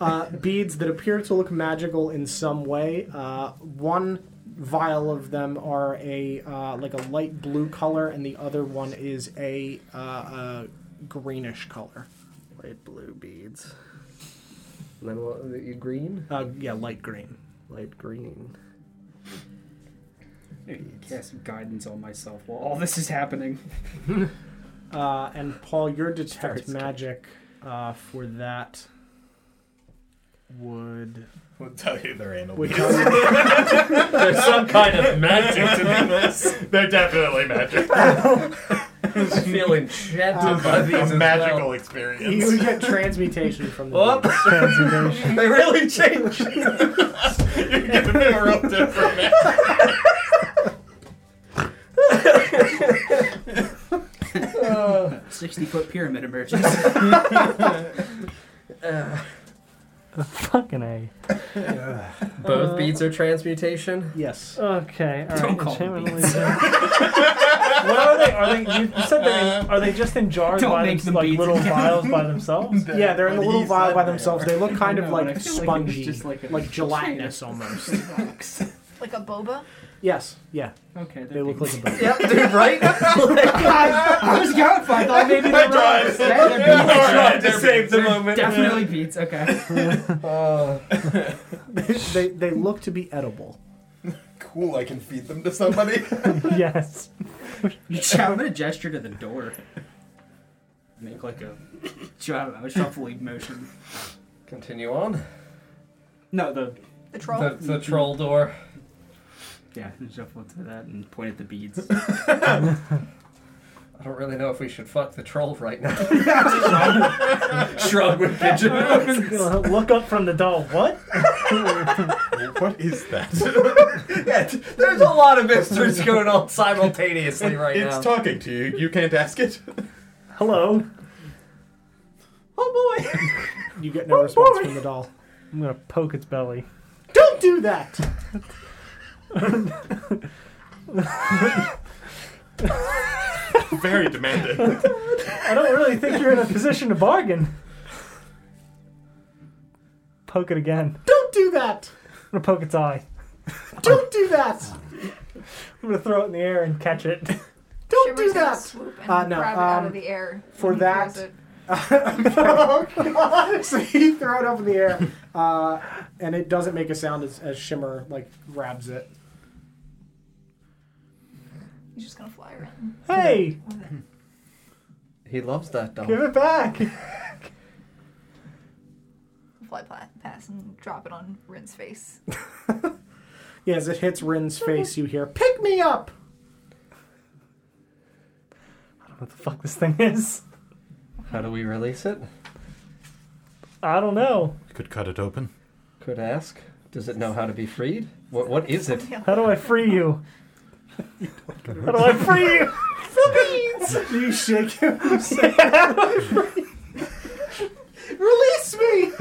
[SPEAKER 2] uh, beads that appear to look magical in some way. Uh, one vial of them are a uh, like a light blue color, and the other one is a, uh, a greenish color.
[SPEAKER 4] Light blue beads. And then what? the Green?
[SPEAKER 2] Uh, yeah, light green.
[SPEAKER 4] Light green.
[SPEAKER 8] Cast guidance on myself while all this is happening.
[SPEAKER 2] Uh, and Paul, your detect
[SPEAKER 4] Starts to-
[SPEAKER 2] magic uh, for that would
[SPEAKER 6] I'll tell you they're anal
[SPEAKER 2] would
[SPEAKER 6] beads.
[SPEAKER 4] There's some kind of magic
[SPEAKER 6] <laughs>
[SPEAKER 4] to
[SPEAKER 6] They're definitely magic.
[SPEAKER 4] this. I feel enchanted <laughs> by these. as
[SPEAKER 6] a
[SPEAKER 4] well.
[SPEAKER 6] magical
[SPEAKER 2] <laughs> you would
[SPEAKER 6] experience.
[SPEAKER 2] get transmutation from the
[SPEAKER 4] Oh,
[SPEAKER 2] beads.
[SPEAKER 4] they really changed.
[SPEAKER 6] You're giving me a real different man.
[SPEAKER 8] Sixty foot pyramid emerges.
[SPEAKER 1] <laughs>
[SPEAKER 3] Fucking A.
[SPEAKER 4] Both beads are transmutation.
[SPEAKER 2] Yes.
[SPEAKER 3] Okay, all right.
[SPEAKER 8] call them
[SPEAKER 3] enchantment illusion. what are they? Are they? You, you said they are they just in jars
[SPEAKER 8] Don't
[SPEAKER 3] by
[SPEAKER 8] make
[SPEAKER 3] them,
[SPEAKER 8] them
[SPEAKER 3] like
[SPEAKER 8] beads.
[SPEAKER 3] little vials by themselves?
[SPEAKER 2] Yeah, they're in the
[SPEAKER 6] What
[SPEAKER 2] little
[SPEAKER 6] he
[SPEAKER 2] vial
[SPEAKER 6] said
[SPEAKER 2] by
[SPEAKER 6] they
[SPEAKER 2] themselves.
[SPEAKER 6] were.
[SPEAKER 2] They look kind
[SPEAKER 8] I
[SPEAKER 2] of
[SPEAKER 8] know,
[SPEAKER 2] like
[SPEAKER 8] and I feel like it was
[SPEAKER 2] spongy,
[SPEAKER 8] just like
[SPEAKER 2] like,
[SPEAKER 8] a-
[SPEAKER 2] gelatinous almost.
[SPEAKER 5] Like a boba?
[SPEAKER 2] yes. Yeah.
[SPEAKER 8] okay,
[SPEAKER 2] They look like a <laughs> boat.
[SPEAKER 4] Yep, dude, <laughs> right?
[SPEAKER 8] I, I was going for. I thought
[SPEAKER 1] <laughs>
[SPEAKER 8] maybe
[SPEAKER 6] I
[SPEAKER 8] they were
[SPEAKER 6] tried.
[SPEAKER 8] They're- they're beads.
[SPEAKER 6] I tried to
[SPEAKER 8] They're
[SPEAKER 6] save
[SPEAKER 8] beads.
[SPEAKER 6] the
[SPEAKER 8] They're
[SPEAKER 6] moment.
[SPEAKER 8] Definitely beats. Okay.
[SPEAKER 4] Uh,
[SPEAKER 2] <laughs> they they look to be edible.
[SPEAKER 6] Cool, I can feed them to somebody.
[SPEAKER 3] <laughs> yes.
[SPEAKER 8] I'm gonna gesture to the door. Make like a, I don't know, a shuffling motion.
[SPEAKER 4] Continue on.
[SPEAKER 8] No, the
[SPEAKER 5] The troll?
[SPEAKER 4] The, the troll door.
[SPEAKER 8] yeah, shuffle to that and point at the beads.
[SPEAKER 4] I don't really know if we should fuck the troll right
[SPEAKER 6] <laughs>
[SPEAKER 4] now. Shrug with
[SPEAKER 6] <laughs>
[SPEAKER 4] pigeon.
[SPEAKER 3] Gonna Look up from the doll. What?
[SPEAKER 6] <laughs> what is that?
[SPEAKER 4] Yeah, there's a lot of mysteries going on simultaneously right
[SPEAKER 6] it's
[SPEAKER 4] now.
[SPEAKER 6] talking to you. You can't ask it.
[SPEAKER 3] Hello.
[SPEAKER 4] oh boy.
[SPEAKER 2] Oh, You get no response from the doll.
[SPEAKER 3] I'm gonna poke its belly.
[SPEAKER 2] Don't do that.
[SPEAKER 9] Very demanding.
[SPEAKER 3] I don't really think you're in a position to bargain. Poke it again.
[SPEAKER 2] Don't do that.
[SPEAKER 3] I'm gonna poke its eye.
[SPEAKER 2] Don't do <laughs> that.
[SPEAKER 3] I'm gonna throw it in the air and catch it.
[SPEAKER 2] Don't
[SPEAKER 5] Shimmer's
[SPEAKER 2] do
[SPEAKER 5] gonna
[SPEAKER 2] that.
[SPEAKER 5] Swoop and
[SPEAKER 2] Uh, no,
[SPEAKER 5] grab it out
[SPEAKER 2] um,
[SPEAKER 5] of the air.
[SPEAKER 2] for
[SPEAKER 5] when he throws
[SPEAKER 2] that-
[SPEAKER 5] it.
[SPEAKER 2] Oh, <laughs> so you throw it up in the air, uh, and it doesn't make a sound as, as Shimmer like grabs it.
[SPEAKER 5] he's just gonna fly around.
[SPEAKER 3] Hey,
[SPEAKER 4] He loves that dog.
[SPEAKER 3] give it back.
[SPEAKER 5] Fly pla- past and drop it on Rin's face.
[SPEAKER 2] Yeah, as it hits Rin's face, you hear "Pick me up."
[SPEAKER 3] I don't know what the fuck this thing is.
[SPEAKER 4] How do we release it?
[SPEAKER 3] I don't know.
[SPEAKER 6] <laughs> Could cut it open.
[SPEAKER 4] Could ask. Does it know how to be freed? What What is
[SPEAKER 5] <laughs>
[SPEAKER 4] it?
[SPEAKER 3] How do I free you? How do I free you?
[SPEAKER 2] <laughs> You shake him. Release me!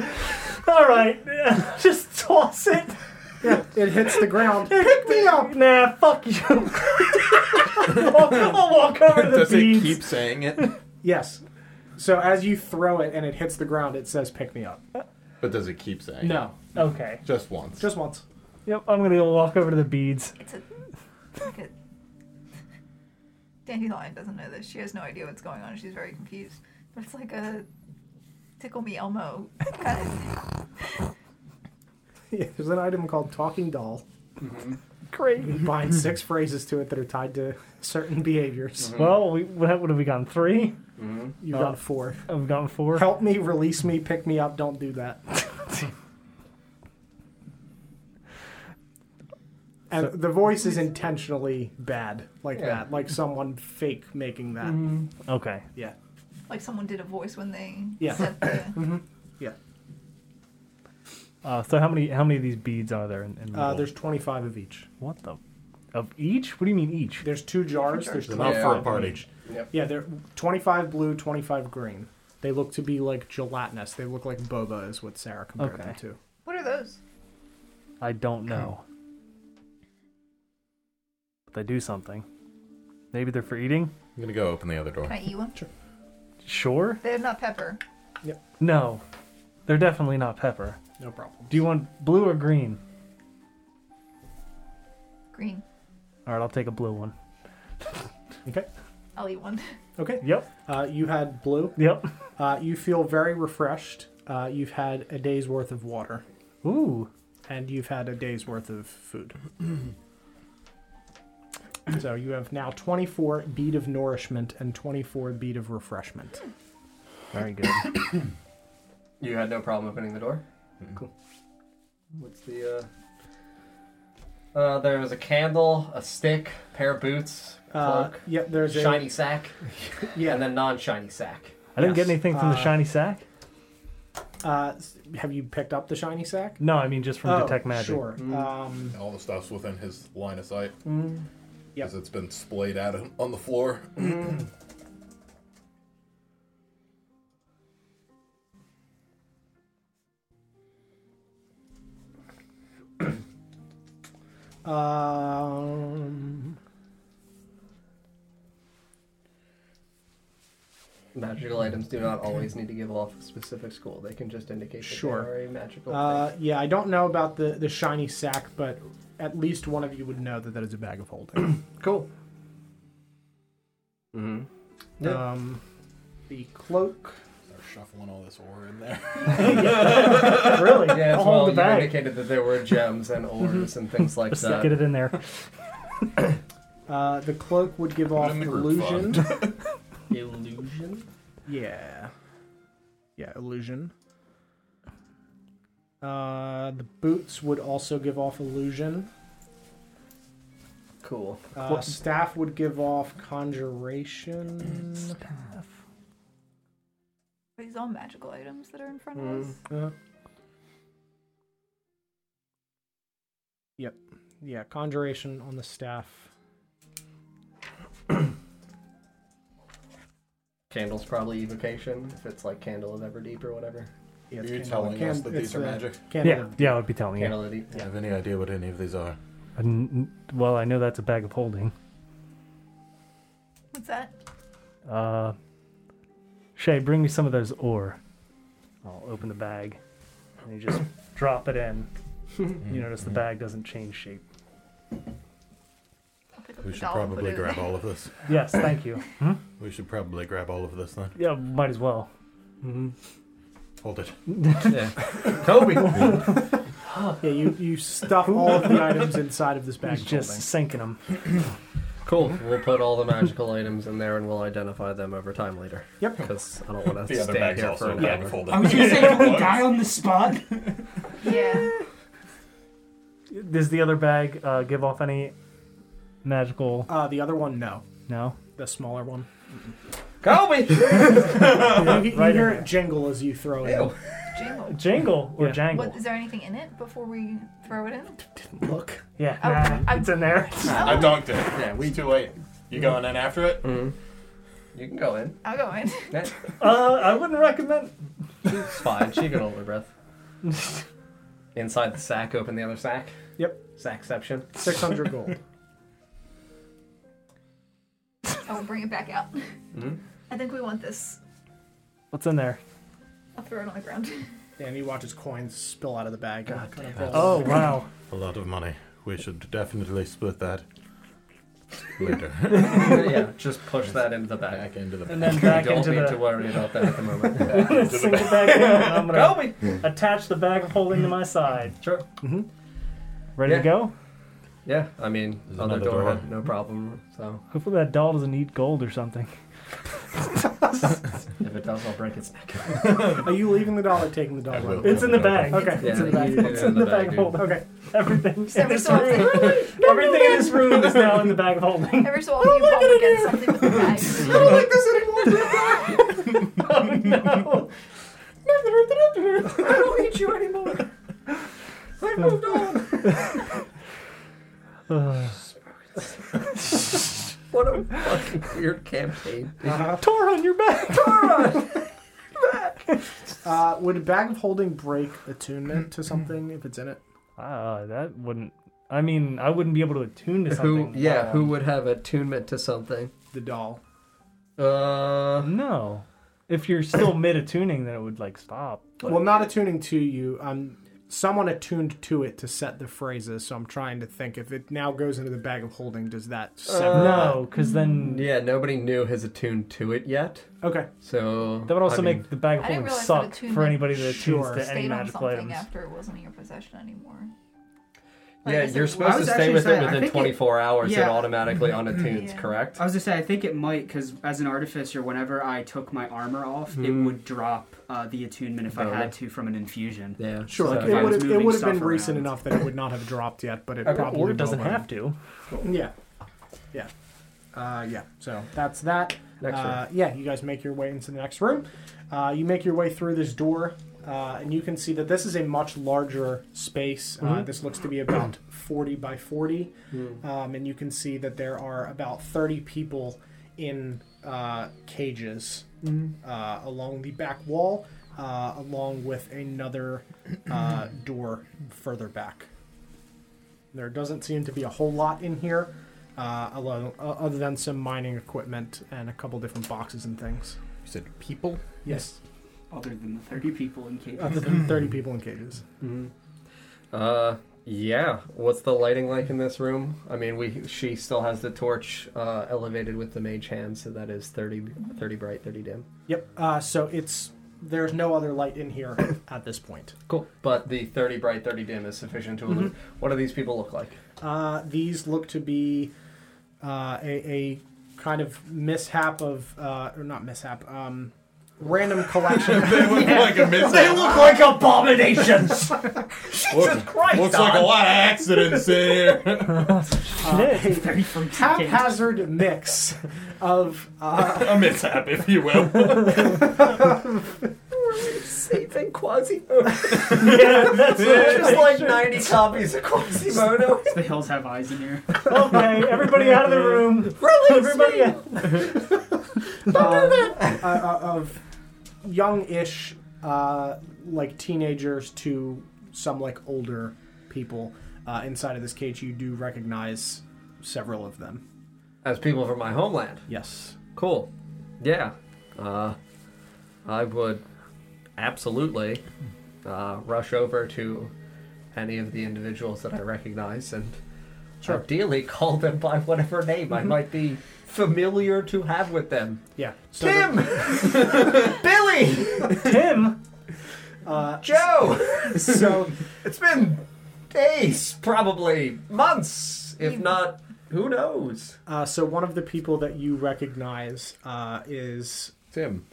[SPEAKER 3] All right, <laughs> just toss it.
[SPEAKER 2] Yeah, it hits the <laughs> ground. Pick me up.
[SPEAKER 3] Nah, fuck you. <laughs> I'll, I'll walk over to
[SPEAKER 9] <laughs>
[SPEAKER 3] the
[SPEAKER 9] Does it
[SPEAKER 3] beads.
[SPEAKER 9] keep saying
[SPEAKER 6] <laughs>
[SPEAKER 9] it?
[SPEAKER 2] Yes. So as you throw it and it hits the ground, it says "Pick me up."
[SPEAKER 9] But does it keep saying it?
[SPEAKER 2] No,
[SPEAKER 3] Okay.
[SPEAKER 9] Just once.
[SPEAKER 2] just once.
[SPEAKER 3] Yep, I'm gonna go walk over to the beads.
[SPEAKER 5] It's a, like a dandelion doesn't know this. She has no idea what's going on. She's very confused. But it's like a tickle me Elmo kind of thing.
[SPEAKER 2] <laughs> Yeah, there's an item called Talking Doll. <laughs>
[SPEAKER 3] Great.
[SPEAKER 2] You bind six phrases to it that are tied to certain behaviors.
[SPEAKER 3] Well, we, what, what have we gotten? Three?
[SPEAKER 2] You've
[SPEAKER 3] Uh,
[SPEAKER 2] got four.
[SPEAKER 3] I've gotten four.
[SPEAKER 2] Help me, release me, pick me up. Don't do <laughs> that. and the voice is intentionally bad, like
[SPEAKER 4] Yeah.
[SPEAKER 2] that, like someone fake making that.
[SPEAKER 3] Okay.
[SPEAKER 2] Yeah.
[SPEAKER 5] Like someone did a voice when they
[SPEAKER 2] Yeah.
[SPEAKER 5] said the,
[SPEAKER 3] Uh, so how many how many of these beads are there? In, in
[SPEAKER 2] Uh,
[SPEAKER 3] Moodle?
[SPEAKER 2] there's 25 of each.
[SPEAKER 3] what the of each? What do you mean each?
[SPEAKER 2] There's two jars. There's
[SPEAKER 6] They're not
[SPEAKER 2] 25
[SPEAKER 6] for a
[SPEAKER 2] of
[SPEAKER 6] party.
[SPEAKER 2] each.
[SPEAKER 4] Yep.
[SPEAKER 2] Yeah, they're 25 blue, 25 green. They look to be like gelatinous. They look like boba, is what Sarah compared them
[SPEAKER 3] Okay.
[SPEAKER 2] to.
[SPEAKER 5] What are those?
[SPEAKER 3] I don't know. But they do something. Maybe they're for eating.
[SPEAKER 6] I'm gonna go open the other door.
[SPEAKER 5] Can I eat one?
[SPEAKER 3] Sure.
[SPEAKER 5] They're not pepper.
[SPEAKER 3] No, they're definitely not pepper.
[SPEAKER 2] No problem.
[SPEAKER 3] Do you want blue or green?
[SPEAKER 5] Green.
[SPEAKER 3] All right, I'll take a blue one.
[SPEAKER 2] Okay.
[SPEAKER 5] I'll eat one. <laughs>
[SPEAKER 2] Okay.
[SPEAKER 3] Yep.
[SPEAKER 2] Uh, you had blue.
[SPEAKER 3] Yep.
[SPEAKER 2] Uh, you feel very refreshed. Uh, you've had a day's worth of water,
[SPEAKER 3] Ooh.
[SPEAKER 2] and you've had a day's worth of food. so you have now 24 bead of nourishment and 24 bead of refreshment.
[SPEAKER 3] Very good.
[SPEAKER 4] You had no problem opening the door. Cool. What's the? Uh... uh, there was a candle, a stick, pair of boots,
[SPEAKER 2] Uh,
[SPEAKER 4] cloak,
[SPEAKER 2] yep, there's
[SPEAKER 4] shiny sack,
[SPEAKER 2] a yeah.
[SPEAKER 4] and then non-shiny sack.
[SPEAKER 3] I didn't
[SPEAKER 2] Yes.
[SPEAKER 3] get anything from the
[SPEAKER 2] Uh,
[SPEAKER 3] shiny sack.
[SPEAKER 2] Uh, s- have you picked up the shiny sack?
[SPEAKER 3] No, I mean just from
[SPEAKER 2] Oh,
[SPEAKER 3] detect magic.
[SPEAKER 2] Sure. Um,
[SPEAKER 9] All the stuff's within his line of sight.
[SPEAKER 2] Yep.
[SPEAKER 9] Because it's been splayed out on- on the floor.
[SPEAKER 2] um,
[SPEAKER 4] Magical items do not always need to give off a specific school. They can just indicate that
[SPEAKER 2] Sure.
[SPEAKER 4] they are a magical
[SPEAKER 2] uh,
[SPEAKER 4] thing.
[SPEAKER 2] yeah, I don't know about the, the shiny sack, but at least one of you would know that that is a bag of holding.
[SPEAKER 4] Cool. hmm Yeah.
[SPEAKER 2] Um, the cloak.
[SPEAKER 9] Start shuffling all this ore in there.
[SPEAKER 3] really?
[SPEAKER 9] <laughs>
[SPEAKER 2] Mm-hmm.
[SPEAKER 4] Yeah, as
[SPEAKER 3] I'll
[SPEAKER 4] well,
[SPEAKER 3] hold
[SPEAKER 4] you
[SPEAKER 3] the bag.
[SPEAKER 4] indicated that there were
[SPEAKER 2] <laughs>
[SPEAKER 4] gems and ores and things like
[SPEAKER 3] Just
[SPEAKER 4] that.
[SPEAKER 3] get it in there.
[SPEAKER 2] Uh, the cloak would give off
[SPEAKER 9] in the group
[SPEAKER 2] illusion.
[SPEAKER 4] Illusion?
[SPEAKER 2] <laughs> yeah. Yeah, illusion. Uh, the boots would also give off illusion.
[SPEAKER 4] Cool.
[SPEAKER 2] Uh,
[SPEAKER 3] Clo-
[SPEAKER 2] staff would give off conjuration.
[SPEAKER 5] Are these all magical items that are in front
[SPEAKER 4] Mm.
[SPEAKER 5] of us?
[SPEAKER 2] Uh, yep. Yeah, conjuration on the staff.
[SPEAKER 4] Candle's probably evocation, if it's like Candle of Everdeep or whatever.
[SPEAKER 2] Yeah,
[SPEAKER 9] You're
[SPEAKER 2] candle-
[SPEAKER 9] telling us
[SPEAKER 2] can-
[SPEAKER 9] that
[SPEAKER 2] it's
[SPEAKER 9] these are
[SPEAKER 2] the
[SPEAKER 9] magic?
[SPEAKER 2] candle
[SPEAKER 3] Yeah,
[SPEAKER 2] of-
[SPEAKER 3] yeah, I would be telling you.
[SPEAKER 4] Candle lady.
[SPEAKER 6] I
[SPEAKER 4] Yeah.
[SPEAKER 6] have any idea what any of these are.
[SPEAKER 3] I didn't- well, I know that's a bag of holding.
[SPEAKER 5] What's that?
[SPEAKER 3] Uh, Shay, bring me some of those ore. I'll open the bag, and you just drop it in. You notice the bag doesn't change shape.
[SPEAKER 5] I'll pick up
[SPEAKER 6] We
[SPEAKER 5] the
[SPEAKER 6] should
[SPEAKER 5] doll and put
[SPEAKER 6] probably
[SPEAKER 5] it in
[SPEAKER 6] grab
[SPEAKER 5] there.
[SPEAKER 6] all of this.
[SPEAKER 3] Yes, thank you.
[SPEAKER 6] We should probably grab all of this then.
[SPEAKER 3] Yeah, might as well.
[SPEAKER 6] Hold it.
[SPEAKER 4] <laughs> yeah. Kobe.
[SPEAKER 2] <laughs> Yeah, you, you stuff all of the items inside of this bag.
[SPEAKER 3] He's
[SPEAKER 2] of
[SPEAKER 3] just
[SPEAKER 2] holding.
[SPEAKER 3] sinking them.
[SPEAKER 4] cool. We'll put all the magical items in there and we'll identify them over time later.
[SPEAKER 2] Yep.
[SPEAKER 4] Because I don't <laughs> want to
[SPEAKER 6] The other
[SPEAKER 4] stay
[SPEAKER 6] bag's
[SPEAKER 4] here
[SPEAKER 6] also
[SPEAKER 4] for
[SPEAKER 6] a
[SPEAKER 4] a
[SPEAKER 6] bag
[SPEAKER 4] bit.
[SPEAKER 6] of holding.
[SPEAKER 8] I was gonna say, can we <laughs> die on the spot?
[SPEAKER 5] Yeah.
[SPEAKER 3] Does the other bag uh, give off any magical?
[SPEAKER 2] Uh, the other one, no.
[SPEAKER 3] No.
[SPEAKER 2] The smaller one.
[SPEAKER 4] Kobe!
[SPEAKER 2] you you
[SPEAKER 3] Right
[SPEAKER 2] hear
[SPEAKER 3] in
[SPEAKER 2] it jingle as you throw it.
[SPEAKER 4] Ew.
[SPEAKER 2] in.
[SPEAKER 5] Jingle.
[SPEAKER 3] Jingle or
[SPEAKER 2] Yeah.
[SPEAKER 3] jangle?
[SPEAKER 5] What is there anything in it before we throw it in?
[SPEAKER 2] Look.
[SPEAKER 3] Yeah,
[SPEAKER 5] Okay.
[SPEAKER 3] nah,
[SPEAKER 5] Oh, I'm-
[SPEAKER 3] it's in there.
[SPEAKER 9] I dunked it. Yeah, we too late. You going in after it?
[SPEAKER 4] Mm-hmm. You can go in.
[SPEAKER 5] I'll go in. <laughs>
[SPEAKER 4] That-
[SPEAKER 3] Uh, I wouldn't recommend.
[SPEAKER 4] It's fine. She can hold her breath. <laughs> Inside the sack, open the other sack.
[SPEAKER 2] Yep.
[SPEAKER 4] Sackception.
[SPEAKER 2] 600 gold. <laughs>
[SPEAKER 5] I'll bring it back out. I think we want this.
[SPEAKER 3] What's in there?
[SPEAKER 5] I'll throw it on the ground.
[SPEAKER 2] and you watch his coins spill out of the bag.
[SPEAKER 4] God
[SPEAKER 2] Kind of
[SPEAKER 4] damn it.
[SPEAKER 2] falls.
[SPEAKER 3] Oh wow.
[SPEAKER 6] A lot of money. We should definitely split that
[SPEAKER 9] <laughs>
[SPEAKER 6] later.
[SPEAKER 4] <laughs> yeah, just push that into the bag.
[SPEAKER 9] Back into the
[SPEAKER 3] And then back
[SPEAKER 4] Don't
[SPEAKER 3] into
[SPEAKER 4] need
[SPEAKER 3] the
[SPEAKER 4] to worry about that at the moment. <laughs>
[SPEAKER 5] <laughs>
[SPEAKER 3] single bag. in, and I'm gonna
[SPEAKER 4] Kobe!
[SPEAKER 3] attach the bag of holding to my side.
[SPEAKER 4] Sure.
[SPEAKER 3] Ready
[SPEAKER 4] Mm-hmm. Yeah.
[SPEAKER 3] to go?
[SPEAKER 4] Yeah, I mean,
[SPEAKER 6] There's
[SPEAKER 4] other
[SPEAKER 6] another
[SPEAKER 4] door,
[SPEAKER 6] door.
[SPEAKER 4] had no problem. So
[SPEAKER 3] Hopefully that doll doesn't eat gold or something.
[SPEAKER 4] if it does, I'll break its neck.
[SPEAKER 2] Are you leaving the dollar? Taking the
[SPEAKER 6] I
[SPEAKER 2] dollar.
[SPEAKER 6] will.
[SPEAKER 2] out?
[SPEAKER 3] It's in the bag.
[SPEAKER 2] Okay.
[SPEAKER 4] <laughs> Yeah,
[SPEAKER 2] it's in the
[SPEAKER 4] you
[SPEAKER 2] bag.
[SPEAKER 4] do it
[SPEAKER 3] It's in the bag of
[SPEAKER 4] dude.
[SPEAKER 3] holding.
[SPEAKER 2] Okay.
[SPEAKER 3] Everything in
[SPEAKER 5] <laughs> Every
[SPEAKER 3] this
[SPEAKER 5] so often,
[SPEAKER 3] room. <laughs> Everything in this room is now in the bag of <sighs> holding.
[SPEAKER 5] <laughs> every so often you bump against something with the bag.
[SPEAKER 3] No.
[SPEAKER 4] I don't need you anymore. I moved on. what a fucking weird campaign.
[SPEAKER 2] <laughs>
[SPEAKER 3] Tor on your back.
[SPEAKER 2] Uh, would a bag of holding break attunement to something if it's in it?
[SPEAKER 3] Uh, that wouldn't. I mean, I wouldn't be able to attune to
[SPEAKER 4] Who?
[SPEAKER 3] something.
[SPEAKER 4] Yeah,
[SPEAKER 3] while-
[SPEAKER 4] who would have attunement to something?
[SPEAKER 2] The doll.
[SPEAKER 4] Uh,
[SPEAKER 3] No. If you're still mid attuning, then it would like stop.
[SPEAKER 2] Well, not attuning to you. Um, someone attuned to it to set the phrases. So I'm trying to think if it now goes into the bag of holding, does that sever?
[SPEAKER 3] no, because then
[SPEAKER 4] Uh, yeah, nobody knew has attuned to it yet,
[SPEAKER 2] Okay.
[SPEAKER 4] so
[SPEAKER 3] that would also
[SPEAKER 4] I mean,
[SPEAKER 3] make the bag of
[SPEAKER 5] I didn't
[SPEAKER 3] holding
[SPEAKER 5] realize that
[SPEAKER 3] suck
[SPEAKER 5] attunement
[SPEAKER 3] for anybody that
[SPEAKER 2] Sure.
[SPEAKER 3] attunes to any
[SPEAKER 5] Stayed on
[SPEAKER 3] magical
[SPEAKER 5] something
[SPEAKER 3] items.
[SPEAKER 5] after it wasn't in your possession anymore. Like,
[SPEAKER 4] Yeah,
[SPEAKER 5] is it
[SPEAKER 4] you're
[SPEAKER 8] I
[SPEAKER 4] supposed to
[SPEAKER 8] was
[SPEAKER 4] stay
[SPEAKER 8] actually
[SPEAKER 4] with
[SPEAKER 8] saying, I
[SPEAKER 4] it within
[SPEAKER 8] think it-
[SPEAKER 4] 24 hours.
[SPEAKER 8] Yeah.
[SPEAKER 4] It automatically unattunes,
[SPEAKER 5] Yeah.
[SPEAKER 4] correct?
[SPEAKER 1] I was gonna say, I think it might, because as an artificer, whenever I took my armor off, it would drop uh, the attunement if I had
[SPEAKER 4] Bonus.
[SPEAKER 1] to from an infusion.
[SPEAKER 4] Yeah,
[SPEAKER 2] Sure.
[SPEAKER 4] so-
[SPEAKER 1] if I
[SPEAKER 2] it
[SPEAKER 1] was
[SPEAKER 2] would have it
[SPEAKER 1] moving
[SPEAKER 2] would have been
[SPEAKER 1] stuff
[SPEAKER 2] recent
[SPEAKER 1] around.
[SPEAKER 2] enough that it would not have dropped yet, but it
[SPEAKER 4] Okay,
[SPEAKER 2] probably
[SPEAKER 3] Or it doesn't
[SPEAKER 2] will later.
[SPEAKER 3] have to.
[SPEAKER 2] Yeah. Yeah. Uh, yeah. So that's that.
[SPEAKER 4] Next
[SPEAKER 2] uh, yeah, you guys make your way into the next room. Uh, you make your way through this door, uh, and you can see that this is a much larger space. Uh, this looks to be about 40 by 40. Um, and you can see that there are about 30 people in uh, cages uh, along the back wall, uh, along with another uh, door further back. There doesn't seem to be a whole lot in here, uh, alo- uh, other than some mining equipment and a couple different boxes and things.
[SPEAKER 6] You
[SPEAKER 9] <laughs>
[SPEAKER 6] said people?
[SPEAKER 2] Yes,
[SPEAKER 1] Other than the 30 people in
[SPEAKER 8] Uh,
[SPEAKER 1] <laughs> cages.
[SPEAKER 2] other than 30 people in cages.
[SPEAKER 4] Mm-hmm. Uh, yeah. What's the lighting like in this room? I mean, we she still has the torch uh, elevated with the mage hand, so that is 30, 30 bright, 30 dim.
[SPEAKER 2] Yep. Uh, so it's there's no other light in here at this point.
[SPEAKER 4] Cool. But the 30 bright, 30 dim is sufficient to illuminate. What do these people look like?
[SPEAKER 2] Uh, these look to be uh, a, a kind of mishap of uh, or not mishap. Um, random collection.
[SPEAKER 9] Looks like a missile.
[SPEAKER 1] look like
[SPEAKER 4] <laughs>
[SPEAKER 1] abominations!
[SPEAKER 9] Looks, looks like a lot of accidents in here. <laughs>
[SPEAKER 3] <laughs>
[SPEAKER 2] uh,
[SPEAKER 1] 30 from cages.
[SPEAKER 2] <laughs> haphazard mix of
[SPEAKER 6] <laughs>
[SPEAKER 2] uh,
[SPEAKER 9] a mishap, if you will.
[SPEAKER 4] Satan Quasimodo. yeah, that's just like 90 copies of Quasimodo.
[SPEAKER 1] The hills have eyes in here.
[SPEAKER 3] Okay, everybody out of
[SPEAKER 4] <laughs>
[SPEAKER 3] the room. Everybody <laughs> out.
[SPEAKER 2] uh, of uh, young-ish uh, like teenagers to some like older people uh, inside of this cage. You do recognize several of them.
[SPEAKER 4] As people from my homeland.
[SPEAKER 2] Yes.
[SPEAKER 4] Cool. Yeah. Uh, I would absolutely uh, rush over to any of the individuals that I recognize and ideally call them by whatever name I might be familiar to have with them.
[SPEAKER 2] Yeah. So the-
[SPEAKER 4] Tim! Billy!
[SPEAKER 2] Tim. Uh,
[SPEAKER 4] Joe! <laughs>
[SPEAKER 2] so
[SPEAKER 4] It's been days, probably months, if not, who knows?
[SPEAKER 2] uh, so one of the people that you recognize uh, is
[SPEAKER 6] Tim.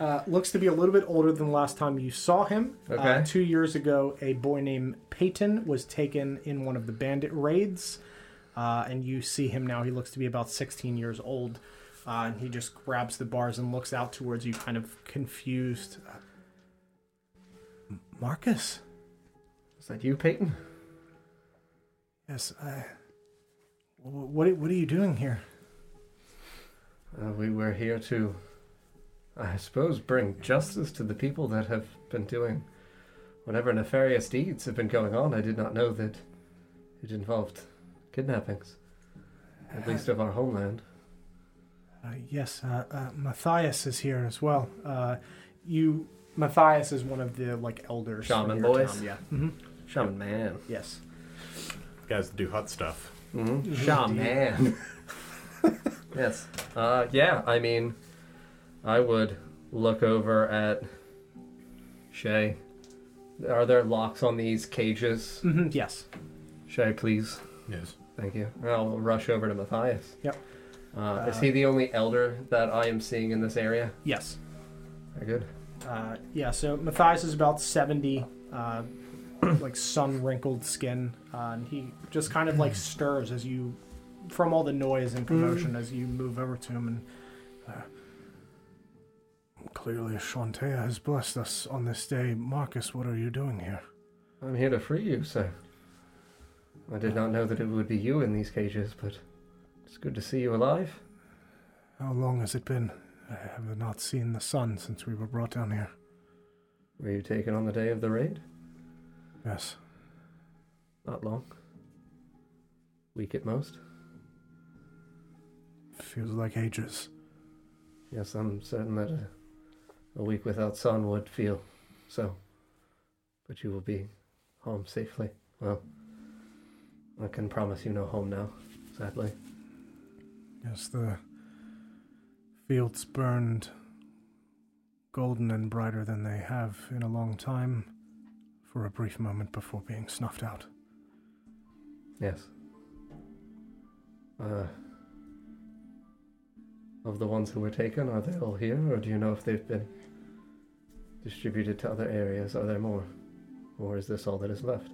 [SPEAKER 2] uh, looks to be a little bit older than the last time you saw him. Uh,
[SPEAKER 4] Okay.
[SPEAKER 2] two years ago, a boy named Peyton was taken in one of the bandit raids, uh, and you see him now. He looks to be about 16 years old, uh, and he just grabs the bars and looks out towards you, kind of confused. Uh, Marcus?
[SPEAKER 4] Is that you, Peyton?
[SPEAKER 2] Yes, I. wh- What, what are you doing here?
[SPEAKER 4] Uh, we were here to, I suppose, bring justice to the people that have been doing whatever nefarious deeds have been going on. I did not know that it involved kidnappings, at least of our homeland.
[SPEAKER 2] Uh, yes, uh, uh, Matthias is here as well. Uh, you, Matthias is one of the like elders. from
[SPEAKER 4] Shaman
[SPEAKER 2] your
[SPEAKER 4] boys?
[SPEAKER 2] town, Yeah.
[SPEAKER 4] Shaman man.
[SPEAKER 2] Yes.
[SPEAKER 6] Guys do hot stuff.
[SPEAKER 4] Mm-hmm. Shaman. yes. Uh, yeah, I mean, I would look over at Shay. Are there locks on these cages?
[SPEAKER 2] hmm Yes.
[SPEAKER 4] Shay, please.
[SPEAKER 6] Yes.
[SPEAKER 4] Thank you. I'll rush over to Matthias.
[SPEAKER 2] Yep.
[SPEAKER 4] Uh, is he the only elder that I am seeing in this area?
[SPEAKER 2] Yes.
[SPEAKER 4] Very good.
[SPEAKER 2] Uh, yeah. So Matthias is about seventy, uh, <clears throat> like sun wrinkled skin, uh, and he just kind of like stirs as you, from all the noise and commotion, as you move over to him and. Uh, Clearly, Shantea has blessed us on this day. Marcus, what are you doing here?
[SPEAKER 4] I'm here to free you, sir. I did not know that it would be you in these cages, but it's good to see you alive.
[SPEAKER 2] How long has it been? I have not seen the sun since we were brought down here.
[SPEAKER 4] Were you taken on the day of the raid?
[SPEAKER 2] Yes.
[SPEAKER 4] Not long. Week at most.
[SPEAKER 2] Feels like ages.
[SPEAKER 4] Yes, I'm certain that a, a week without sun would feel so. But you will be home safely. Well, I can promise you no home now, sadly.
[SPEAKER 2] Yes, the fields burned golden and brighter than they have in a long time for a brief moment before being snuffed out.
[SPEAKER 4] Yes. Uh, of the ones who were taken, are they all here, or do you know if they've been distributed to other areas? Are there more? Or is this all that is left?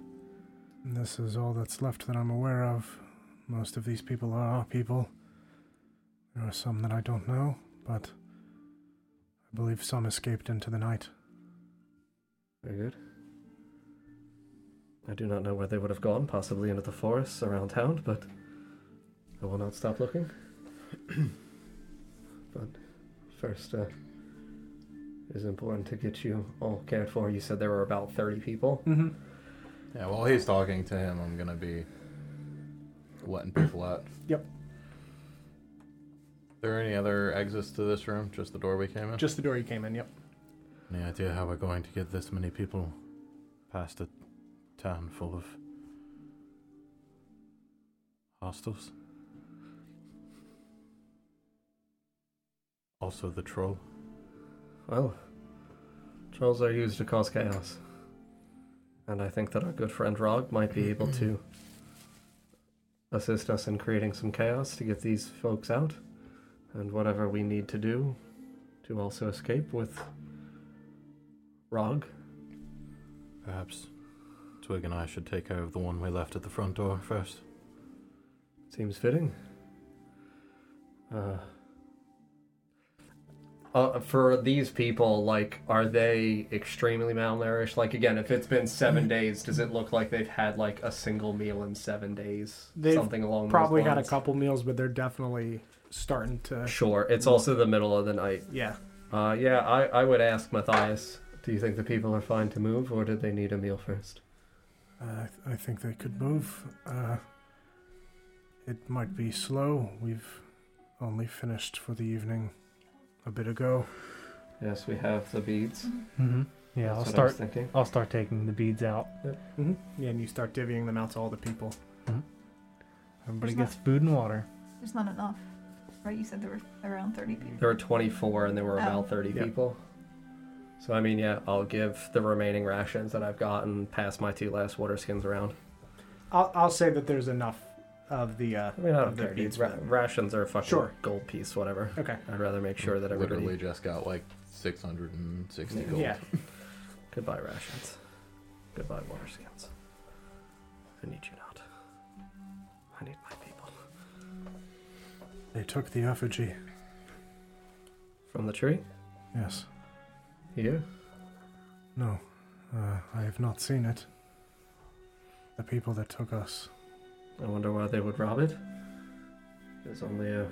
[SPEAKER 2] And this is all that's left that I'm aware of. Most of these people are our people. There are some that I don't know, but I believe some escaped into the night.
[SPEAKER 4] Very good. I do not know where they would have gone, possibly into the forests around town, but I will not stop looking. <clears throat> but first, uh, it is important to get you all cared for. You said there were about 30 people.
[SPEAKER 2] Mm-hmm.
[SPEAKER 9] Yeah, while he's talking to him, I'm gonna be letting people out.
[SPEAKER 2] Yep.
[SPEAKER 9] there any other exits to this room? Just the door we came in?
[SPEAKER 2] Just the door you came in, yep.
[SPEAKER 6] Any idea how we're going to get this many people past a town full of hostels? Also, the troll.
[SPEAKER 4] Well, trolls are used to cause chaos. And I think that our good friend Rog might be able to assist us in creating some chaos to get these folks out. And whatever we need to do to also escape with Rog.
[SPEAKER 6] Perhaps Twig and I should take care of the one we left at the front door first.
[SPEAKER 4] Seems fitting. Uh, uh, for these people, like, are they extremely malnourished? Like, again, if it's been
[SPEAKER 2] Mm.
[SPEAKER 4] seven days, does it look like they've had like a single meal in seven days?
[SPEAKER 2] They've
[SPEAKER 4] Something along
[SPEAKER 2] Probably
[SPEAKER 4] those
[SPEAKER 2] had a
[SPEAKER 4] lines?
[SPEAKER 2] couple meals, but they're definitely starting to.
[SPEAKER 4] Sure, it's also the middle of the night.
[SPEAKER 2] Yeah.
[SPEAKER 4] Uh, yeah, I, I would ask Matthias. Do you think the people are fine to move, or did they need a meal first?
[SPEAKER 2] Uh, I, th- I think they could move. Uh, it might be slow. We've only finished for the evening a bit ago.
[SPEAKER 4] Yes, we have the beads.
[SPEAKER 3] Mm-hmm.
[SPEAKER 4] That's
[SPEAKER 3] Yeah, I'll
[SPEAKER 4] what I was
[SPEAKER 3] start.
[SPEAKER 4] thinking.
[SPEAKER 3] I'll start taking the beads out.
[SPEAKER 8] Mm-hmm. Yeah, and you start divvying them out to all the people.
[SPEAKER 3] Everybody
[SPEAKER 5] There's
[SPEAKER 3] gets food and water.
[SPEAKER 5] There's not enough. Right? You said there were around 30 people.
[SPEAKER 4] There were 24, and there were
[SPEAKER 5] Oh.
[SPEAKER 4] about 30
[SPEAKER 8] Yeah.
[SPEAKER 4] people. So I mean, yeah, I'll give the remaining rations that I've gotten past my two last water skins around.
[SPEAKER 8] I'll, I'll say that there's enough of the. Uh,
[SPEAKER 4] I mean, I don't
[SPEAKER 8] of the
[SPEAKER 4] care. dude.
[SPEAKER 8] beads
[SPEAKER 4] Ra-
[SPEAKER 8] for them.
[SPEAKER 4] rations are a fucking
[SPEAKER 8] Sure.
[SPEAKER 4] gold piece, whatever.
[SPEAKER 8] Okay.
[SPEAKER 4] I'd rather make sure that everybody
[SPEAKER 11] Literally just got like 660 gold.
[SPEAKER 8] Yeah.
[SPEAKER 4] could buy rations. Could buy water skins. I need you not. I need my people.
[SPEAKER 2] They took the effigy.
[SPEAKER 4] From the tree?
[SPEAKER 2] Yes.
[SPEAKER 4] You?
[SPEAKER 2] No. Uh, I have not seen it. The people that took us.
[SPEAKER 4] I wonder why they would rob it. It's only a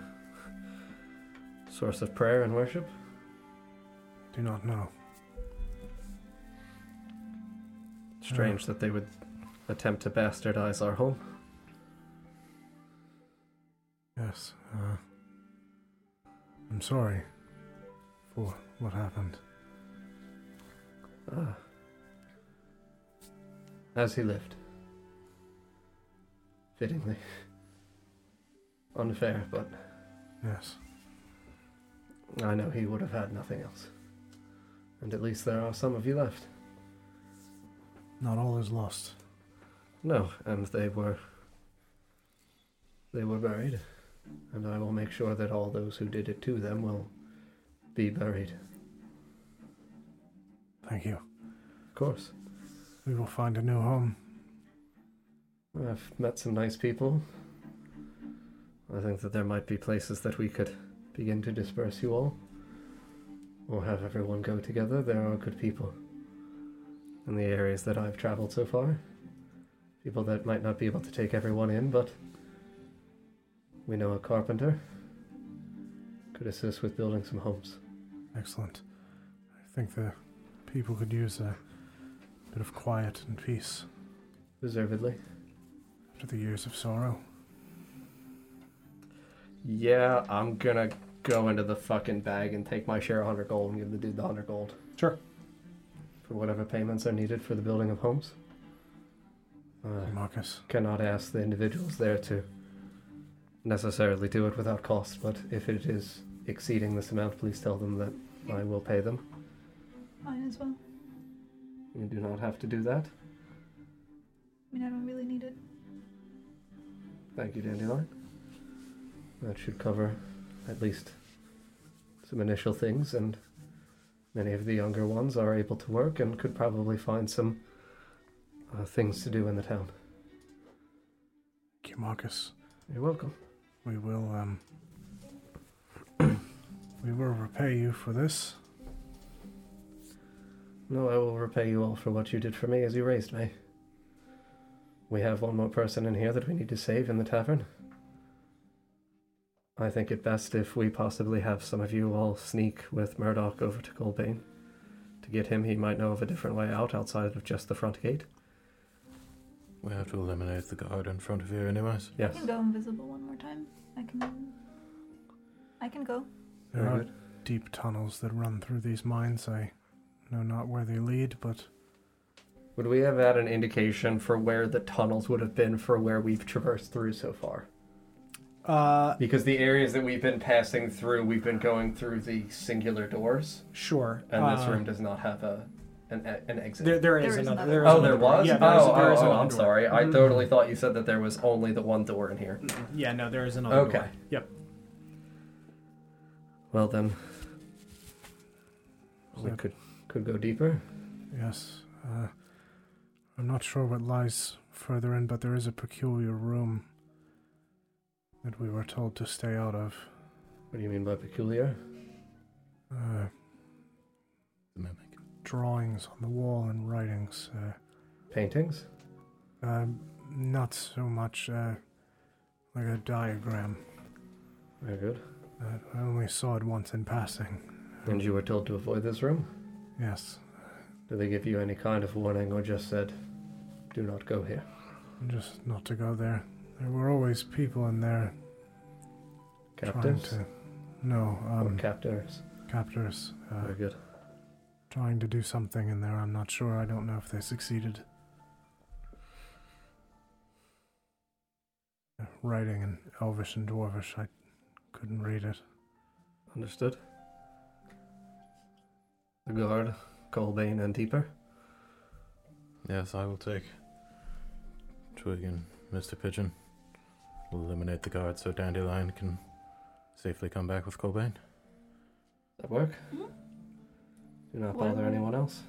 [SPEAKER 4] source of prayer and worship.
[SPEAKER 2] Do not know.
[SPEAKER 4] Strange that they would attempt to bastardize our home.
[SPEAKER 2] Yes. Uh, I'm sorry for what happened.
[SPEAKER 4] Ah. As he lived. Fittingly. Unfair, but
[SPEAKER 2] Yes.
[SPEAKER 4] I know he would have had nothing else. And at least there are some of you left.
[SPEAKER 2] Not all is lost.
[SPEAKER 4] No, and they were. They were buried. And I will make sure that all those who did it to them will be buried.
[SPEAKER 2] Thank you.
[SPEAKER 4] Of course.
[SPEAKER 2] We will find a new home.
[SPEAKER 4] I've met some nice people. I think that there might be places that we could begin to disperse you all. Or have everyone go together. There are good people in the areas that I've traveled so far. People that might not be able to take everyone in, but we know a carpenter could assist with building some homes.
[SPEAKER 2] Excellent. I think the people could use a bit of quiet and peace
[SPEAKER 4] Deservedly.
[SPEAKER 2] after the years of sorrow.
[SPEAKER 4] Yeah, I'm gonna go into the fucking bag and take my share of 100 gold and give the dude the 100 gold.
[SPEAKER 8] Sure.
[SPEAKER 4] For whatever payments are needed for the building of homes. Uh,
[SPEAKER 2] Marcus,
[SPEAKER 4] cannot ask the individuals there to necessarily do it without cost, but if it is exceeding this amount, please tell them that I will pay them.
[SPEAKER 5] Mine as well.
[SPEAKER 4] You do not have to do that.
[SPEAKER 5] I mean, I don't really need it.
[SPEAKER 4] Thank you, Dandelion. That should cover at least some initial things, and many of the younger ones are able to work and could probably find some uh, things to do in the town.
[SPEAKER 2] thank you, Marcus.
[SPEAKER 4] You're welcome.
[SPEAKER 2] We will, um. <clears throat> we will repay you for this.
[SPEAKER 4] No, I will repay you all for what you did for me as you raised me. We have one more person in here that we need to save in the tavern. I think it best if we possibly have some of you all sneak with Murdoch over to Goldbane. To get him, he might know of a different way out outside of just the front gate.
[SPEAKER 6] We have to eliminate the guard in front of here, anyways.
[SPEAKER 5] I
[SPEAKER 4] Yes.
[SPEAKER 5] can go invisible one more time. I can. I can go.
[SPEAKER 2] There
[SPEAKER 4] Very
[SPEAKER 2] are
[SPEAKER 4] good.
[SPEAKER 2] deep tunnels that run through these mines. I know not where they lead, but
[SPEAKER 4] Would we have had an indication for where the tunnels would have been for where we've traversed through so far?
[SPEAKER 8] Uh,
[SPEAKER 4] Because the areas that we've been passing through, we've been going through the singular doors.
[SPEAKER 8] sure.
[SPEAKER 4] And this
[SPEAKER 8] Uh,
[SPEAKER 4] room does not have a an, e- an exit.
[SPEAKER 8] There, there is
[SPEAKER 5] There is
[SPEAKER 8] another. There
[SPEAKER 5] another
[SPEAKER 8] is
[SPEAKER 4] oh,
[SPEAKER 5] door.
[SPEAKER 4] there
[SPEAKER 8] another door.
[SPEAKER 4] was.
[SPEAKER 8] Yeah, there is-
[SPEAKER 4] oh,
[SPEAKER 8] there is
[SPEAKER 4] oh, oh,
[SPEAKER 8] another
[SPEAKER 4] I'm
[SPEAKER 8] door.
[SPEAKER 4] sorry. I
[SPEAKER 8] Mhm.
[SPEAKER 4] totally thought you said that there was only the one door in here.
[SPEAKER 8] Yeah, no, there is another.
[SPEAKER 4] Okay.
[SPEAKER 8] Door. Yep.
[SPEAKER 4] Well then, we
[SPEAKER 2] Yep.
[SPEAKER 4] could could go deeper.
[SPEAKER 2] yes. Uh, I'm not sure what lies further in, but there is a peculiar room that we were told to stay out of.
[SPEAKER 4] What do you mean by peculiar?
[SPEAKER 2] Uh,
[SPEAKER 6] The mimic.
[SPEAKER 2] drawings on the wall and writings. Uh,
[SPEAKER 4] Paintings?
[SPEAKER 12] uh,
[SPEAKER 2] Um, not so much uh, like a diagram.
[SPEAKER 4] Very good.
[SPEAKER 2] Uh, I only saw it once in passing.
[SPEAKER 4] And you were told to avoid this room?
[SPEAKER 12] Yes,
[SPEAKER 4] Did they give you any kind of warning or just said, do not go here?
[SPEAKER 12] just not to go there. There were always people in there
[SPEAKER 4] Captives?
[SPEAKER 12] trying to. No,
[SPEAKER 4] Or
[SPEAKER 12] um,
[SPEAKER 4] captors?
[SPEAKER 12] captors uh,
[SPEAKER 4] Very good.
[SPEAKER 12] trying to do something in there. I'm not sure. I don't know if they succeeded. Uh, Writing in Elvish and Dwarvish, I couldn't read it.
[SPEAKER 4] Understood. The guard, Colbane, and Deeper?
[SPEAKER 6] Yes, I will take Twig and Mr. Pigeon. We'll eliminate the guard so Dandelion can safely come back with Cobain.
[SPEAKER 4] That work?
[SPEAKER 5] Mhm.
[SPEAKER 4] Do not
[SPEAKER 5] Why
[SPEAKER 4] bother
[SPEAKER 5] would-
[SPEAKER 4] anyone else.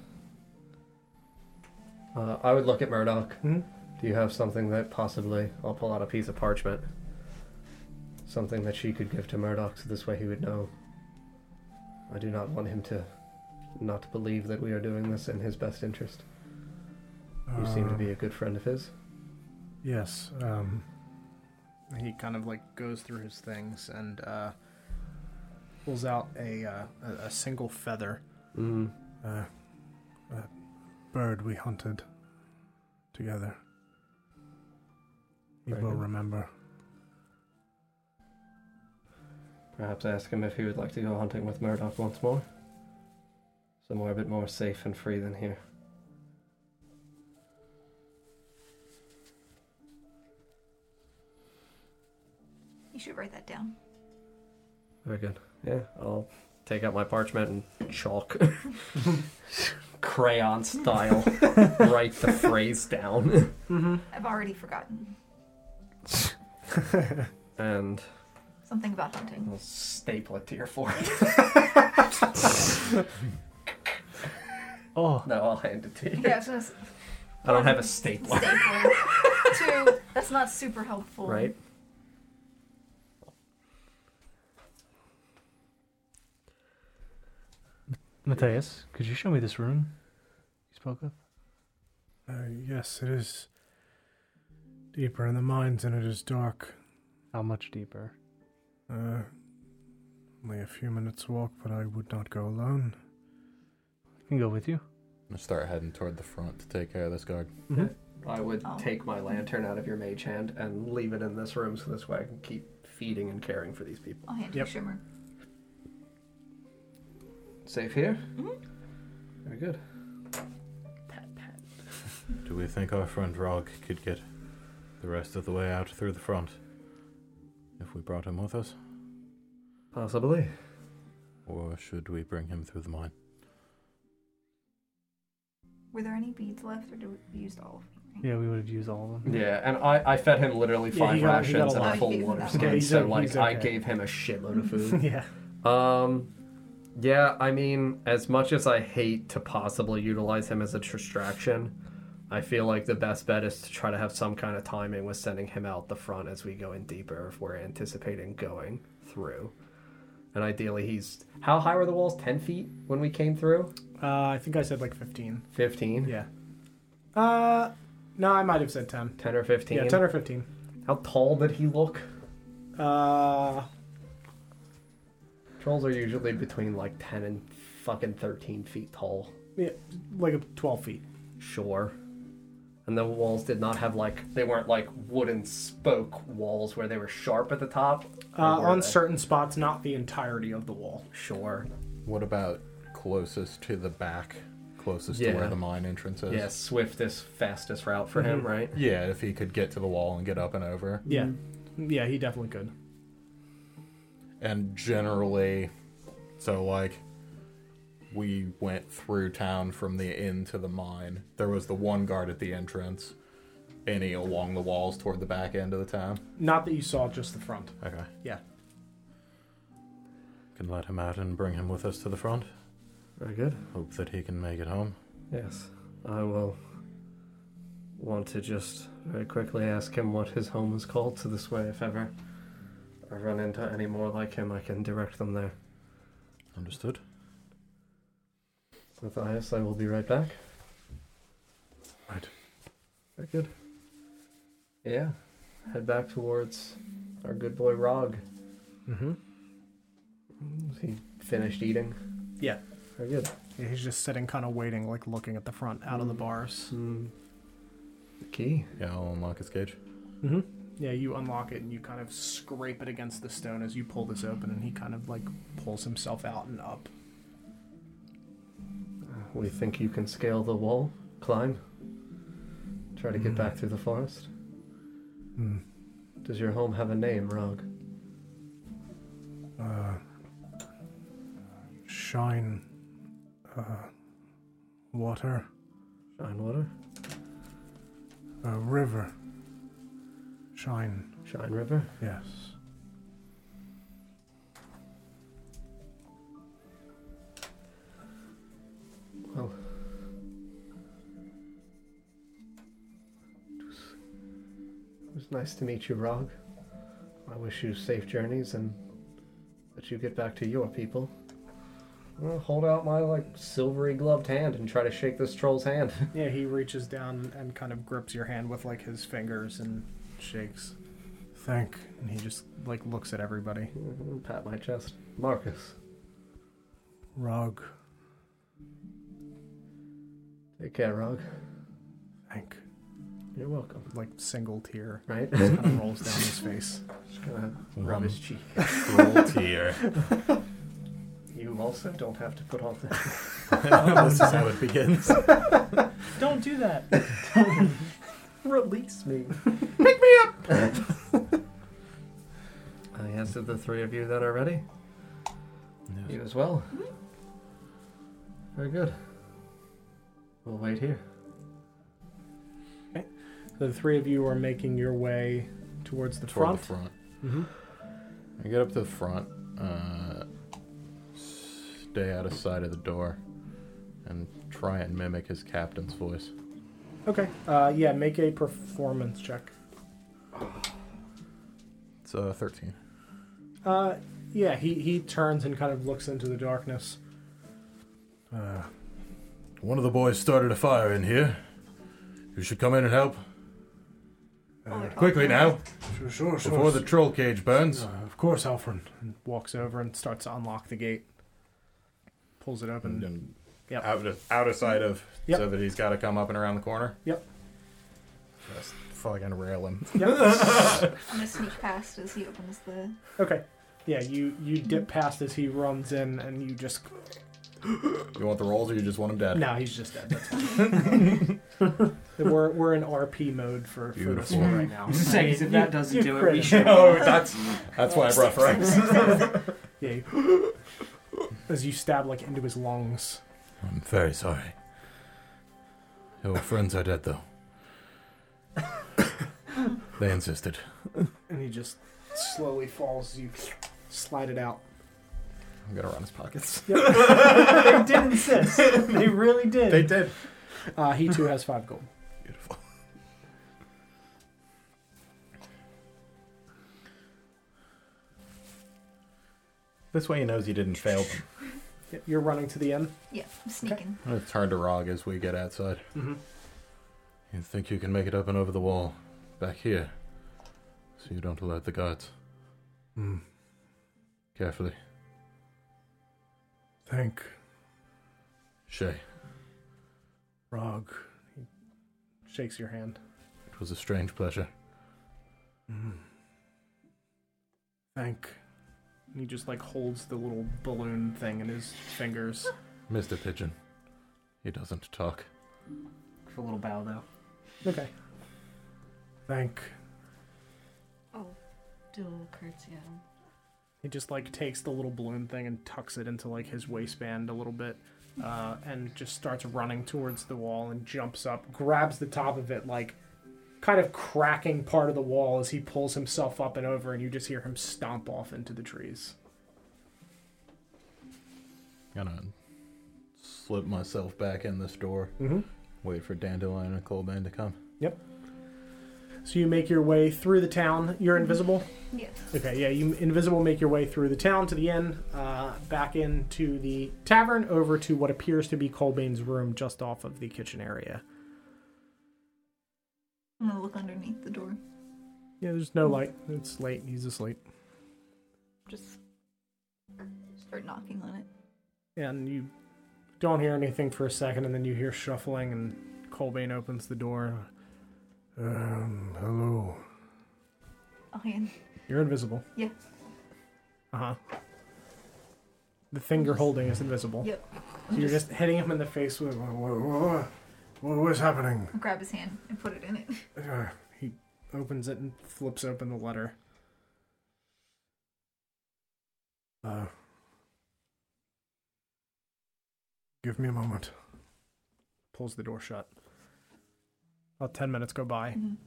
[SPEAKER 4] Uh, I would look at Murdoch.
[SPEAKER 2] Mhm.
[SPEAKER 4] Do you have something that possibly I'll pull out a piece of parchment? Something that she could give to Murdoch so this way he would know. I do not want him to not believe that we are doing this in his best interest. You seem to
[SPEAKER 12] Uh,
[SPEAKER 4] be a good friend of his.
[SPEAKER 12] Yes. Um,
[SPEAKER 13] he kind of like goes through his things and uh, pulls out a, uh, a a single
[SPEAKER 1] <laughs>
[SPEAKER 13] feather.
[SPEAKER 4] Mm.
[SPEAKER 12] uh, a bird we hunted together. You
[SPEAKER 4] Very
[SPEAKER 12] will
[SPEAKER 4] good.
[SPEAKER 12] remember.
[SPEAKER 4] Perhaps ask him if he would like to go hunting with Murdoch once more. Somewhere a bit more safe and free than here.
[SPEAKER 5] You should write that down.
[SPEAKER 4] Very good. Yeah, I'll take out my parchment and chalk, <laughs> crayon <laughs> style, write the phrase down.
[SPEAKER 5] I've already forgotten
[SPEAKER 4] And
[SPEAKER 5] something about
[SPEAKER 4] <laughs>
[SPEAKER 5] hunting.
[SPEAKER 4] I'll staple it to your forehead.
[SPEAKER 3] Oh,
[SPEAKER 4] No, I'll hand it to you.
[SPEAKER 5] Yeah, I was gonna s-
[SPEAKER 4] I don't have a stapler.
[SPEAKER 5] Um, stapler.
[SPEAKER 4] <laughs>
[SPEAKER 5] Two. That's not super helpful.
[SPEAKER 4] Right?
[SPEAKER 3] Matthias, could you show me this room you spoke of?
[SPEAKER 12] Uh, yes, it is deeper in the mines and it is dark.
[SPEAKER 3] How much deeper?
[SPEAKER 12] Uh, only a few minutes' walk, but I would not go alone.
[SPEAKER 3] I can go with you.
[SPEAKER 6] I'm gonna start heading toward the front to take care of this guard.
[SPEAKER 4] I would
[SPEAKER 5] Oh.
[SPEAKER 4] take my lantern out of your mage hand and leave it in this room so this way I can keep feeding and caring for these people.
[SPEAKER 5] I'll hand
[SPEAKER 13] Yep.
[SPEAKER 5] you Shimmer.
[SPEAKER 4] Safe here?
[SPEAKER 5] Mhm.
[SPEAKER 4] Very good.
[SPEAKER 6] Do we think our friend Rog could get the rest of the way out through the front if we brought him with us?
[SPEAKER 4] Possibly.
[SPEAKER 6] Or should we bring him through the mine?
[SPEAKER 5] Were there any beads left, or did we used all of them?
[SPEAKER 3] Yeah, we would have used all of them.
[SPEAKER 4] Yeah, and I, I fed him literally
[SPEAKER 2] Yeah,
[SPEAKER 4] five
[SPEAKER 2] he got- he got
[SPEAKER 4] rations
[SPEAKER 2] a
[SPEAKER 4] and
[SPEAKER 5] lot.
[SPEAKER 4] a
[SPEAKER 5] Oh,
[SPEAKER 4] full
[SPEAKER 5] you gave him
[SPEAKER 4] water
[SPEAKER 5] that
[SPEAKER 4] skin,
[SPEAKER 2] much.
[SPEAKER 4] so
[SPEAKER 2] He's-
[SPEAKER 4] like
[SPEAKER 2] he's
[SPEAKER 4] I
[SPEAKER 2] okay.
[SPEAKER 4] gave him a shitload of
[SPEAKER 2] <laughs>
[SPEAKER 4] food.
[SPEAKER 2] yeah.
[SPEAKER 4] Um, yeah, I mean, as much as I hate to possibly utilize him as a distraction, I feel like the best bet is to try to have some kind of timing with sending him out the front as we go in deeper if we're anticipating going through. And ideally, he's how high were the walls? Ten feet when we came through.
[SPEAKER 2] Uh, I think I said like 15.
[SPEAKER 4] Fifteen.
[SPEAKER 2] Yeah. Uh, no, I might have said 10.
[SPEAKER 4] Ten or fifteen.
[SPEAKER 2] Yeah, 10 or 15.
[SPEAKER 4] How tall did he look?
[SPEAKER 2] Uh,
[SPEAKER 4] Trolls are usually between like ten and fucking thirteen feet tall.
[SPEAKER 2] yeah, like a 12 feet.
[SPEAKER 4] Sure. And the walls did not have like they weren't like wooden spoke walls where they were sharp at the top.
[SPEAKER 2] Uh,
[SPEAKER 4] Or were
[SPEAKER 2] on
[SPEAKER 4] they?
[SPEAKER 2] certain spots, not the entirety of the wall.
[SPEAKER 4] Sure.
[SPEAKER 6] What about closest to the back? Closest to
[SPEAKER 4] Yeah.
[SPEAKER 6] where the mine entrance is?
[SPEAKER 4] Yeah, swiftest, fastest route for him, right?
[SPEAKER 6] Yeah, if he could get to the wall and get up and over.
[SPEAKER 2] Yeah. Yeah, he definitely could.
[SPEAKER 6] and generally so like we went through town from the inn to the mine there was the one guard at the entrance any along the walls toward the back end of the town
[SPEAKER 2] Not that you saw, just the front.
[SPEAKER 6] okay
[SPEAKER 2] Yeah.
[SPEAKER 6] can let him out and bring him with us to the front
[SPEAKER 4] Very good.
[SPEAKER 6] hope that he can make it home
[SPEAKER 4] Yes. I will want to just very quickly ask him what his home is called, so this way if ever I run into any more like him I can direct them there.
[SPEAKER 6] understood
[SPEAKER 4] Matthias, I will be right back.
[SPEAKER 6] Right.
[SPEAKER 4] Very good. Yeah. Head back towards our good boy Rog.
[SPEAKER 2] Mm hmm.
[SPEAKER 4] He finished eating.
[SPEAKER 13] Yeah.
[SPEAKER 3] Very good.
[SPEAKER 2] Yeah, he's just sitting, kind of waiting, like looking at the front, out
[SPEAKER 13] Mm.
[SPEAKER 2] of the bars.
[SPEAKER 4] Key.
[SPEAKER 6] Yeah, I'll unlock his cage.
[SPEAKER 2] Mm-hmm.
[SPEAKER 13] Yeah, you unlock it and you kind of scrape it against the stone as you pull this open, and he kind of like pulls himself out and up.
[SPEAKER 4] We think you can scale the wall, climb, try to get back through the forest.
[SPEAKER 12] Hmm.
[SPEAKER 4] Does your home have a name, Rog?
[SPEAKER 12] uh, shine uh, water,
[SPEAKER 4] Shinewater?
[SPEAKER 12] uh, river, shine,
[SPEAKER 4] Shine River?
[SPEAKER 12] yes.
[SPEAKER 4] Well. It was nice to meet you, Rog. I wish you safe journeys and that you get back to your people. I'm gonna hold out my like silvery gloved hand and try to shake this troll's hand. <laughs>
[SPEAKER 13] Yeah, he reaches down and kind of grips your hand with like his fingers and shakes.
[SPEAKER 12] Thank
[SPEAKER 13] And he just like looks at everybody.
[SPEAKER 4] Pat my chest. Marcus,
[SPEAKER 12] Rog,
[SPEAKER 4] take care, Rog.
[SPEAKER 12] thank.
[SPEAKER 4] You're welcome.
[SPEAKER 13] Like single
[SPEAKER 6] <laughs>
[SPEAKER 13] tear
[SPEAKER 4] Right?
[SPEAKER 13] just
[SPEAKER 4] <laughs>
[SPEAKER 13] kind of rolls down his
[SPEAKER 12] <laughs>
[SPEAKER 13] face.
[SPEAKER 4] Just gonna rub his cheek.
[SPEAKER 6] <laughs> Roll tier.
[SPEAKER 4] You also don't have to put on the
[SPEAKER 6] this is how it <laughs> begins.
[SPEAKER 3] Don't do that.
[SPEAKER 4] Release me. Pick me up! I asked of the three of you that are ready. You as well. Very good. We'll wait <laughs> here.
[SPEAKER 2] The three of you are making your way towards the front.
[SPEAKER 6] Toward the front.
[SPEAKER 2] Mm-hmm.
[SPEAKER 6] I get up to the front, uh, stay out of sight of the door, and try and mimic his captain's voice.
[SPEAKER 2] Okay. Uh, yeah, make a performance check.
[SPEAKER 6] It's uh, 13.
[SPEAKER 2] Uh, yeah, he, he turns and kind of looks into the darkness.
[SPEAKER 12] Uh,
[SPEAKER 6] One of the boys started a fire in here. You should come in and help.
[SPEAKER 2] Uh,
[SPEAKER 5] Oh,
[SPEAKER 6] Quickly now,
[SPEAKER 12] sure, sure, sure.
[SPEAKER 6] before the troll cage burns.
[SPEAKER 12] uh, of course, Alfred.
[SPEAKER 13] Walks over and starts to unlock the gate. Pulls it open. Yep.
[SPEAKER 6] out, of, out of sight of,
[SPEAKER 2] Yep.
[SPEAKER 6] so that he's got to come up and around the corner.
[SPEAKER 2] Yep.
[SPEAKER 6] Just fucking rail him. <laughs>
[SPEAKER 5] I'm gonna sneak past as he opens the.
[SPEAKER 2] Okay. Yeah, you, you dip past as he runs in, and you just.
[SPEAKER 6] You want the rolls, or you just want him dead?
[SPEAKER 2] No, he's just dead. That's fine.
[SPEAKER 6] <laughs>
[SPEAKER 2] we're, we're in RP mode for, for this
[SPEAKER 6] Beautiful.
[SPEAKER 2] one right now.
[SPEAKER 1] Saying if that doesn't
[SPEAKER 2] you
[SPEAKER 1] do it, we
[SPEAKER 2] crit <laughs>
[SPEAKER 1] should.
[SPEAKER 6] Oh, that's that's why I brought Frank.
[SPEAKER 2] Yeah. you- as you stab, like, into his lungs.
[SPEAKER 6] I'm very sorry. Your friends are dead, though. they insisted.
[SPEAKER 2] and he just slowly falls. as You slide it
[SPEAKER 6] <laughs>
[SPEAKER 2] out.
[SPEAKER 6] I'm gonna run his pockets.
[SPEAKER 2] they did insist. They really did.
[SPEAKER 6] <laughs> They did.
[SPEAKER 2] Uh, he too has five gold.
[SPEAKER 6] Beautiful. This way he knows he didn't fail them.
[SPEAKER 2] Yep, You're running to the end.
[SPEAKER 5] Yeah, I'm sneaking.
[SPEAKER 6] I'm gonna turn to Rog as we get outside.
[SPEAKER 2] Mm-hmm.
[SPEAKER 6] You think you can make it up and over the wall, back here, so you don't alert the guards.
[SPEAKER 12] Hmm,
[SPEAKER 6] Carefully.
[SPEAKER 12] thank
[SPEAKER 6] Shay,
[SPEAKER 12] Rog.
[SPEAKER 2] Shakes your hand.
[SPEAKER 6] it was a strange pleasure.
[SPEAKER 12] Hmm. Thank
[SPEAKER 13] And he just like holds the little balloon thing in his fingers.
[SPEAKER 6] Mr. Pigeon. He doesn't talk.
[SPEAKER 1] For a little bow though.
[SPEAKER 2] Okay.
[SPEAKER 12] Thank.
[SPEAKER 7] Do a little curtsy at him.
[SPEAKER 13] He just like takes the little balloon thing and tucks it into like his waistband a little bit, uh, and just starts running towards the wall and jumps up,
[SPEAKER 2] Grabs the top of it, like kind of cracking part of the wall as he pulls himself up and over, and you just hear him stomp off into the trees.
[SPEAKER 6] Gonna slip myself back in this door.
[SPEAKER 2] Mm-hmm.
[SPEAKER 6] Wait for Dandelion and Colbane to come.
[SPEAKER 2] So you make your way through the town. You're invisible.
[SPEAKER 5] Yeah.
[SPEAKER 2] Okay, yeah, you invisible make your way through the town to the inn, uh, back into the tavern, over to what appears to be Colbane's room just off of the kitchen area.
[SPEAKER 5] I'm gonna look underneath the door.
[SPEAKER 2] Yeah, there's no light. It's late. He's asleep.
[SPEAKER 5] Just start knocking on it.
[SPEAKER 2] and you don't hear anything for a second, and then you hear shuffling, and Colbane opens the door.
[SPEAKER 12] Um, hello.
[SPEAKER 5] Oh, and
[SPEAKER 2] You're invisible.
[SPEAKER 5] yeah.
[SPEAKER 2] Uh huh. The thing you're holding is invisible.
[SPEAKER 5] Yep.
[SPEAKER 2] So you're just hitting him in the face with.
[SPEAKER 12] Wha- wha- wha- wha- what's happening?
[SPEAKER 5] I'll grab his hand and put it in it.
[SPEAKER 12] Uh,
[SPEAKER 2] He opens it and flips open the letter.
[SPEAKER 12] uh, give me a moment.
[SPEAKER 2] pulls the door shut. About 10 minutes go by.
[SPEAKER 5] Mhm.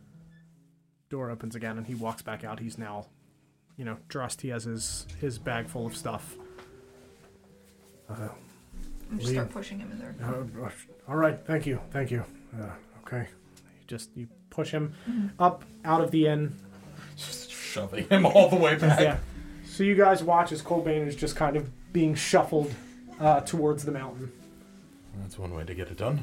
[SPEAKER 2] Door opens again and he walks back out. He's now, you know, dressed. He has his, his bag full of stuff.
[SPEAKER 12] Uh,
[SPEAKER 5] And just start
[SPEAKER 12] Leave.
[SPEAKER 5] pushing him in there.
[SPEAKER 4] Uh-huh.
[SPEAKER 12] uh, uh, all right, thank you, thank you. Uh, okay.
[SPEAKER 2] You just you push him
[SPEAKER 5] Mm-hmm.
[SPEAKER 2] up out of the inn.
[SPEAKER 6] Just shoving him all the way back.
[SPEAKER 2] Yeah. So you guys watch as Colbane is just kind of being shuffled uh, towards the mountain.
[SPEAKER 6] That's one way to get it done.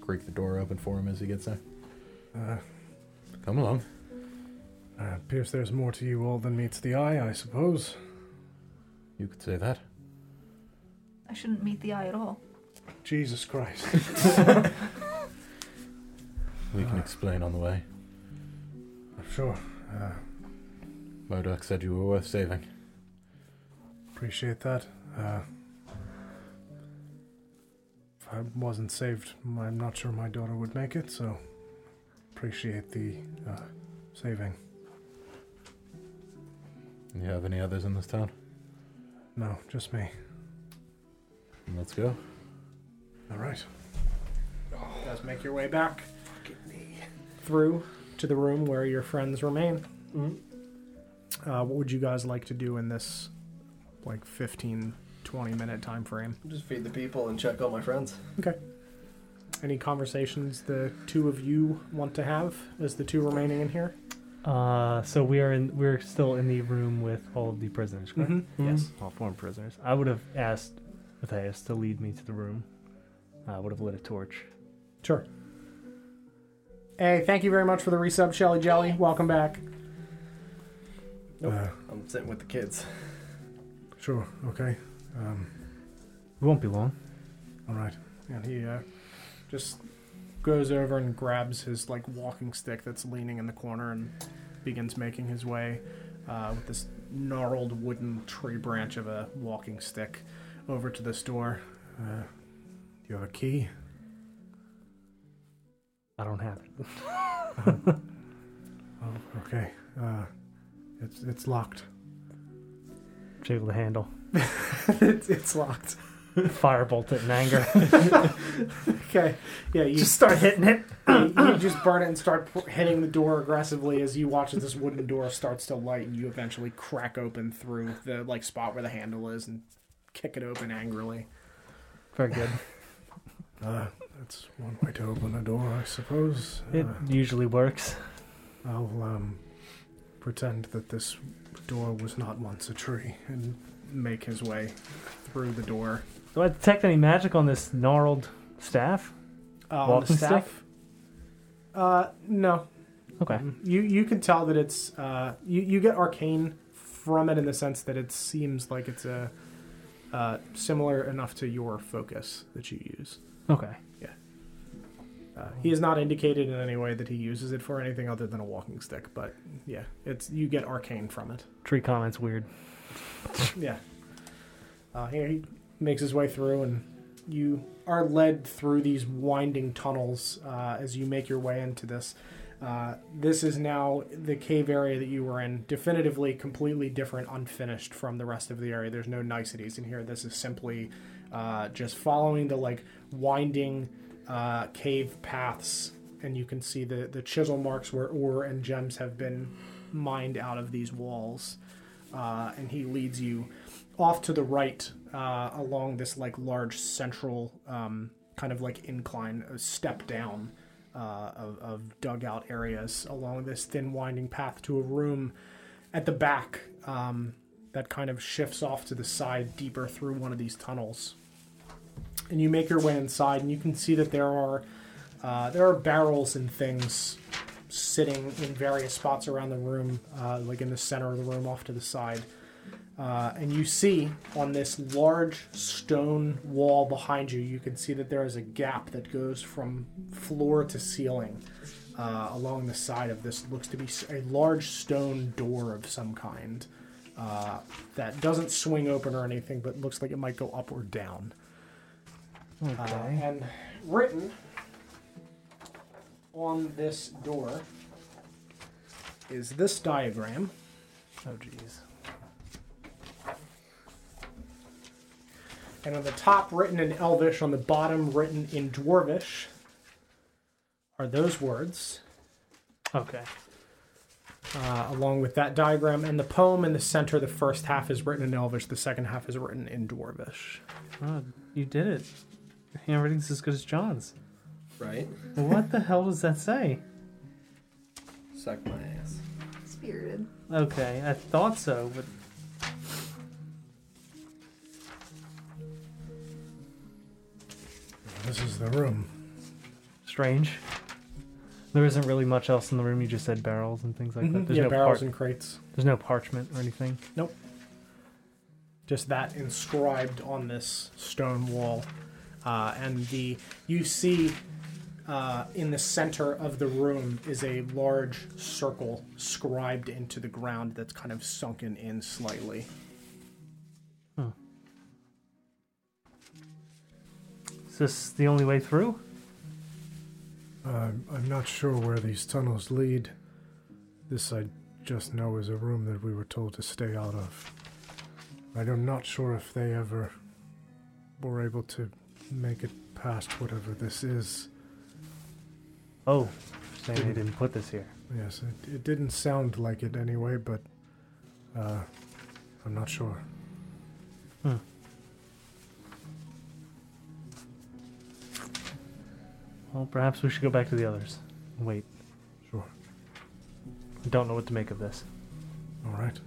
[SPEAKER 6] Creak the door open for him as he gets there.
[SPEAKER 12] Uh,
[SPEAKER 6] Come along.
[SPEAKER 12] uh, appears there's more to you all than meets the eye, I suppose.
[SPEAKER 6] You could say that.
[SPEAKER 5] I shouldn't meet the eye at all.
[SPEAKER 12] Jesus <laughs> Christ.
[SPEAKER 4] Mm-hmm.
[SPEAKER 6] We can explain on the way.
[SPEAKER 12] sure. Uh,
[SPEAKER 6] Modoc said you were worth saving.
[SPEAKER 12] Appreciate that. Uh, if I wasn't saved, m- I'm not sure my daughter would make it, so appreciate the uh, saving.
[SPEAKER 6] You have any others in this town?
[SPEAKER 12] No, just me.
[SPEAKER 6] Then Let's go.
[SPEAKER 12] All right.
[SPEAKER 2] You guys make your way back through to the room where your friends remain. Uh, what would you guys like to do in this, like, 15, 20 minute time frame?
[SPEAKER 4] Just feed the people and check on my friends.
[SPEAKER 2] Any conversations the two of you want to have as the two remaining in here?
[SPEAKER 3] Uh, so we are in. We're still in the room with all of the prisoners. Correct?
[SPEAKER 2] Mhm.
[SPEAKER 3] Mm-hmm. Yes, all former prisoners. I would have asked Matthias to lead me to the room. I would have lit a torch.
[SPEAKER 2] Sure. Hey, thank you very much for the resub, Shelly Jelly. Welcome back.
[SPEAKER 4] Nope.
[SPEAKER 12] Uh,
[SPEAKER 4] I'm sitting with the kids.
[SPEAKER 12] sure. Okay. Um,
[SPEAKER 3] It won't be long.
[SPEAKER 12] all right.
[SPEAKER 2] And he uh, just goes over and grabs his like walking stick that's leaning in the corner and begins making his way uh, with this gnarled wooden tree branch of a walking stick over to this door.
[SPEAKER 12] Uh, do you have a key?
[SPEAKER 3] I don't have it.
[SPEAKER 12] Oh, okay. Uh, it's it's locked.
[SPEAKER 3] Jiggle the handle.
[SPEAKER 2] <laughs> it's, it's locked. <laughs>
[SPEAKER 3] Firebolt it in anger.
[SPEAKER 2] Okay. Yeah, you
[SPEAKER 3] Just start hitting it.
[SPEAKER 2] <coughs> you you just burn it and start p- hitting the door aggressively as you watch as this wooden door starts to light and you eventually crack open through the like spot where the handle is and kick it open angrily. <laughs>
[SPEAKER 3] Very good.
[SPEAKER 12] Uh, that's one way to open a door, I suppose.
[SPEAKER 3] It
[SPEAKER 12] Uh,
[SPEAKER 3] usually works.
[SPEAKER 12] I'll um, pretend that this door was not once a tree, and
[SPEAKER 2] Make his way through the door.
[SPEAKER 3] Do I detect any magic on this gnarled staff?
[SPEAKER 2] Uh, on the
[SPEAKER 3] Walking
[SPEAKER 2] staff?
[SPEAKER 3] stick?
[SPEAKER 2] Uh, no.
[SPEAKER 3] Okay.
[SPEAKER 2] You you can tell that it's uh you you get arcane from it in the sense that it seems like it's a uh, similar enough to your focus that you use.
[SPEAKER 3] Okay.
[SPEAKER 2] Uh, he has not indicated in any way that he uses it for anything other than a walking stick, but yeah, it's you get arcane from it.
[SPEAKER 3] Tree comments weird.
[SPEAKER 2] Yeah. Uh, here he makes his way through, and you are led through these winding tunnels uh, as you make your way into this. Uh, this is now the cave area that you were in, definitively completely different, unfinished from the rest of the area. There's no niceties in here. This is simply uh, just following the like winding uh, cave paths, and you can see the, the chisel marks where ore and gems have been mined out of these walls uh, and he leads you off to the right uh, along this like large central um, kind of like incline a step down uh, of, of dugout areas along this thin winding path to a room at the back um, that kind of shifts off to the side deeper through one of these tunnels and you make your way inside and you can see that there are uh, there are barrels and things sitting in various spots around the room, uh, like in the center of the room, off to the side. Uh, and you see on this large stone wall behind you, you can see that there is a gap that goes from floor to ceiling uh, along the side of this. Looks to be s- a large stone door of some kind uh, that doesn't swing open or anything, but looks like it might go up or down. Uh, and written on this door is this diagram.
[SPEAKER 3] Oh, jeez.
[SPEAKER 2] And on the top, written in Elvish, on the bottom, written in Dwarvish, are those words,
[SPEAKER 3] Okay.
[SPEAKER 2] uh, along with that diagram. And the poem in the center, the first half is written in Elvish, the second half is written in Dwarvish.
[SPEAKER 3] Oh, you did it. Handwriting's as good as
[SPEAKER 2] <laughs>
[SPEAKER 3] John's.
[SPEAKER 4] Right?
[SPEAKER 3] What the hell does that say?
[SPEAKER 4] Suck my ass.
[SPEAKER 5] Spirited.
[SPEAKER 3] Okay, I thought so, but
[SPEAKER 12] This is the room.
[SPEAKER 3] strange. There isn't really much else in the room. You just said barrels and things like that. There's
[SPEAKER 2] Mm-hmm. Yeah,
[SPEAKER 3] no
[SPEAKER 2] barrels
[SPEAKER 3] par-
[SPEAKER 2] and crates.
[SPEAKER 3] There's no parchment or anything.
[SPEAKER 2] just that inscribed on this stone wall. Uh, and the you see uh, in the center of the room is a large circle scribed into the ground that's kind of sunken in slightly.
[SPEAKER 3] Is this the only way through?
[SPEAKER 12] Um, I'm not sure where these tunnels lead. This I just know is a room that we were told to stay out of. I'm not sure if they ever were able to make it past whatever this is.
[SPEAKER 3] Oh, saying
[SPEAKER 2] Mm-hmm.
[SPEAKER 3] they didn't put this here.
[SPEAKER 12] Yes, it, it didn't sound like it anyway, but uh, I'm not sure.
[SPEAKER 3] Well, perhaps we should go back to the others. and Wait.
[SPEAKER 12] Sure.
[SPEAKER 3] I don't know what to make of this.
[SPEAKER 12] All right.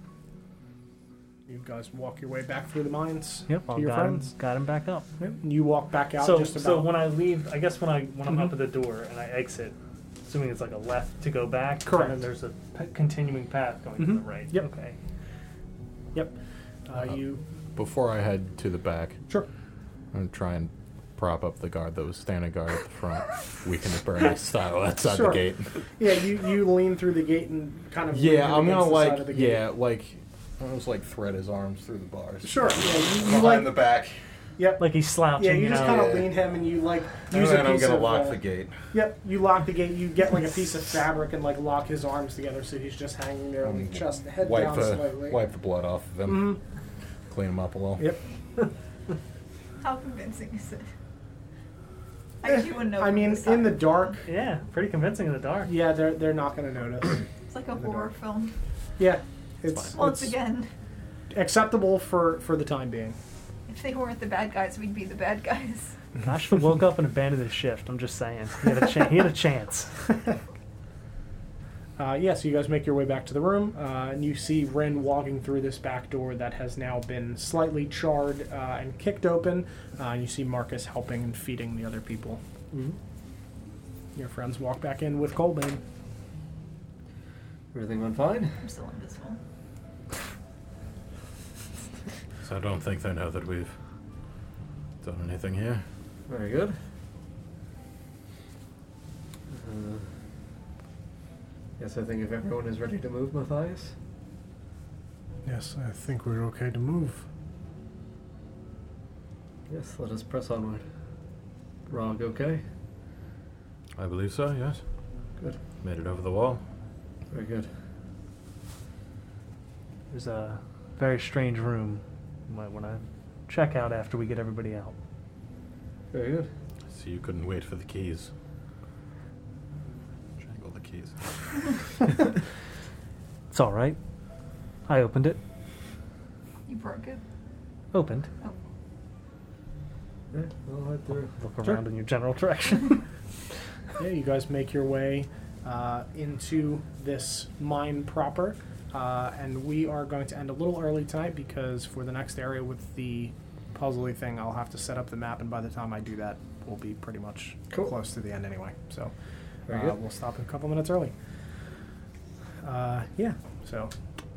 [SPEAKER 2] You guys walk your way back through the mines
[SPEAKER 3] Yep,
[SPEAKER 2] to
[SPEAKER 3] I'll
[SPEAKER 2] your
[SPEAKER 3] got him,
[SPEAKER 2] friends.
[SPEAKER 3] got him back up.
[SPEAKER 2] Yep. And you walk back out
[SPEAKER 3] so,
[SPEAKER 2] just about.
[SPEAKER 3] so when I leave, I guess when I when I'm
[SPEAKER 2] Mhm.
[SPEAKER 3] up at the door and I exit, assuming it's like a left to go back.
[SPEAKER 2] Correct.
[SPEAKER 3] And then there's a p- continuing path going to the
[SPEAKER 2] Mhm.
[SPEAKER 3] right.
[SPEAKER 2] Yep.
[SPEAKER 3] Okay.
[SPEAKER 2] yep.
[SPEAKER 3] Uh-huh.
[SPEAKER 2] Uh, you
[SPEAKER 6] Before I head to the back,
[SPEAKER 2] sure.
[SPEAKER 6] I'm gonna try and prop up the guard that was standing guard at the front, weaken the Bernie <laughs> style outside
[SPEAKER 2] Sure.
[SPEAKER 6] the gate.
[SPEAKER 2] Yeah, you, you lean through the gate and kind of lean
[SPEAKER 6] Yeah, I'm
[SPEAKER 2] against
[SPEAKER 6] gonna
[SPEAKER 2] the side of
[SPEAKER 6] like
[SPEAKER 2] the gate.
[SPEAKER 6] yeah, like almost like thread his arms through the bars.
[SPEAKER 2] Sure. Yeah, you, you
[SPEAKER 6] Behind
[SPEAKER 2] like
[SPEAKER 6] the back.
[SPEAKER 2] yep.
[SPEAKER 3] Like he's slouching.
[SPEAKER 2] Yeah, you just
[SPEAKER 3] know.
[SPEAKER 2] kind of
[SPEAKER 6] Yeah.
[SPEAKER 2] lean him and you like
[SPEAKER 6] And
[SPEAKER 2] use a
[SPEAKER 6] then I'm
[SPEAKER 2] piece
[SPEAKER 6] gonna
[SPEAKER 2] of,
[SPEAKER 6] lock
[SPEAKER 2] uh,
[SPEAKER 6] the gate.
[SPEAKER 2] Yep, you lock the gate. You get like a piece of fabric and like lock his arms together so he's just hanging there on
[SPEAKER 6] Um,
[SPEAKER 2] the chest, the head
[SPEAKER 6] Wipe
[SPEAKER 2] down
[SPEAKER 6] the
[SPEAKER 2] slightly.
[SPEAKER 6] wipe the blood off of him.
[SPEAKER 2] Mhm.
[SPEAKER 6] Clean him up a little.
[SPEAKER 2] Yep.
[SPEAKER 5] How convincing is it? I actually wouldn't know.
[SPEAKER 2] Eh, I
[SPEAKER 5] from
[SPEAKER 2] mean,
[SPEAKER 5] this
[SPEAKER 2] in the
[SPEAKER 5] side.
[SPEAKER 2] dark.
[SPEAKER 3] Yeah, pretty convincing in the dark.
[SPEAKER 2] Yeah, they're they're not gonna notice.
[SPEAKER 5] It's like a
[SPEAKER 2] in the
[SPEAKER 5] horror
[SPEAKER 2] dark.
[SPEAKER 5] film.
[SPEAKER 2] Yeah, it's,
[SPEAKER 5] Once
[SPEAKER 2] it's
[SPEAKER 5] again, <laughs>
[SPEAKER 2] acceptable for for the time being.
[SPEAKER 5] if they weren't the bad guys, we'd be the bad guys. <laughs>
[SPEAKER 3] I should have woke up and abandoned his shift. I'm just saying. He had a, chan he had
[SPEAKER 2] <laughs>
[SPEAKER 3] a chance.
[SPEAKER 2] Uh, yeah, so you guys make your way back to the room, uh, and you see Ren walking through this back door that has now been slightly charred uh, and kicked open. Uh, and you see Marcus helping and feeding the other people. Your friends walk back in with Colbane.
[SPEAKER 4] Everything went fine?
[SPEAKER 5] I'm still invisible.
[SPEAKER 6] So I don't think they know that we've done anything here.
[SPEAKER 4] Very good. Uh, yes, I think if everyone is ready to move, Matthias.
[SPEAKER 12] Yes, I think we're okay to move.
[SPEAKER 4] Yes, let us press onward. Rog, okay?
[SPEAKER 6] I believe so, yes.
[SPEAKER 4] Good.
[SPEAKER 6] Made it over the wall.
[SPEAKER 4] Very good.
[SPEAKER 3] There's a very strange room. You might want to check out after we get everybody out.
[SPEAKER 4] Very
[SPEAKER 2] <laughs>
[SPEAKER 4] good.
[SPEAKER 6] So you couldn't wait for the keys. Jangle the keys.
[SPEAKER 3] It's all right. I opened it.
[SPEAKER 5] You broke it.
[SPEAKER 3] Opened.
[SPEAKER 5] Oh,
[SPEAKER 4] Yeah, we'll head through.
[SPEAKER 3] Look around in your general direction.
[SPEAKER 2] Yeah, you guys make your way uh, into this mine proper, uh, and we are going to end a little early tonight because for the next area with the puzzly thing, I'll have to set up the map, and by the time I do that, we'll be pretty much
[SPEAKER 4] Cool.
[SPEAKER 2] close to the end anyway. So
[SPEAKER 4] Very
[SPEAKER 2] uh,
[SPEAKER 4] good.
[SPEAKER 2] we'll stop a couple minutes early. Uh, yeah, so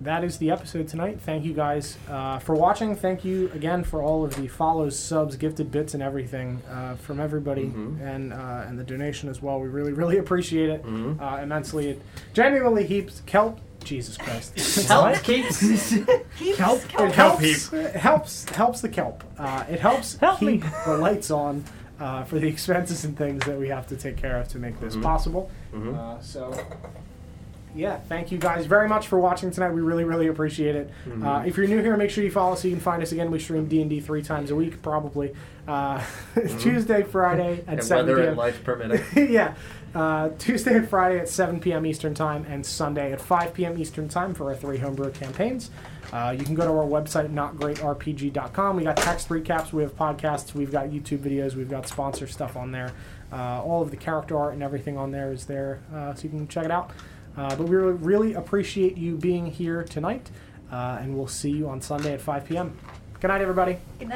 [SPEAKER 2] that is the episode tonight. Thank you guys uh, for watching. Thank you again for all of the follows, subs, gifted bits, and everything uh, from everybody, and uh, and the donation as well. We really, really appreciate it uh, immensely. It genuinely heaps kelp. Jesus Christ!
[SPEAKER 4] Help keeps.
[SPEAKER 5] Kelp?
[SPEAKER 2] It helps, it helps helps the kelp. Uh, it helps
[SPEAKER 3] Help me.
[SPEAKER 2] keep the lights on uh, for the <laughs> expenses and things that we have to take care of to make
[SPEAKER 4] Mm-hmm.
[SPEAKER 2] this possible. Uh, so. Yeah, thank you guys very much for watching tonight. We really, really appreciate it.
[SPEAKER 4] Mm-hmm.
[SPEAKER 2] Uh, if you're new here, make sure you follow us so you can find us again. We stream D and D three times a week, probably uh, <laughs> Tuesday, Friday at
[SPEAKER 4] Mm-hmm. And
[SPEAKER 2] seven
[SPEAKER 4] weather
[SPEAKER 2] p.m.
[SPEAKER 4] and life permitting.
[SPEAKER 2] <laughs> yeah. Uh, Tuesday and Friday at 7 p.m. Eastern Time and Sunday at 5 p.m. Eastern Time for our three homebrew campaigns. Uh, you can go to our website, notgreatrpg.com. We got text recaps, we have podcasts, we've got YouTube videos, we've got sponsor stuff on there. Uh, all of the character art and everything on there is there, uh, so you can check it out. Uh, but we really- really appreciate you being here tonight, uh, and we'll see you on Sunday at 5 p.m. Good night, everybody.
[SPEAKER 5] Good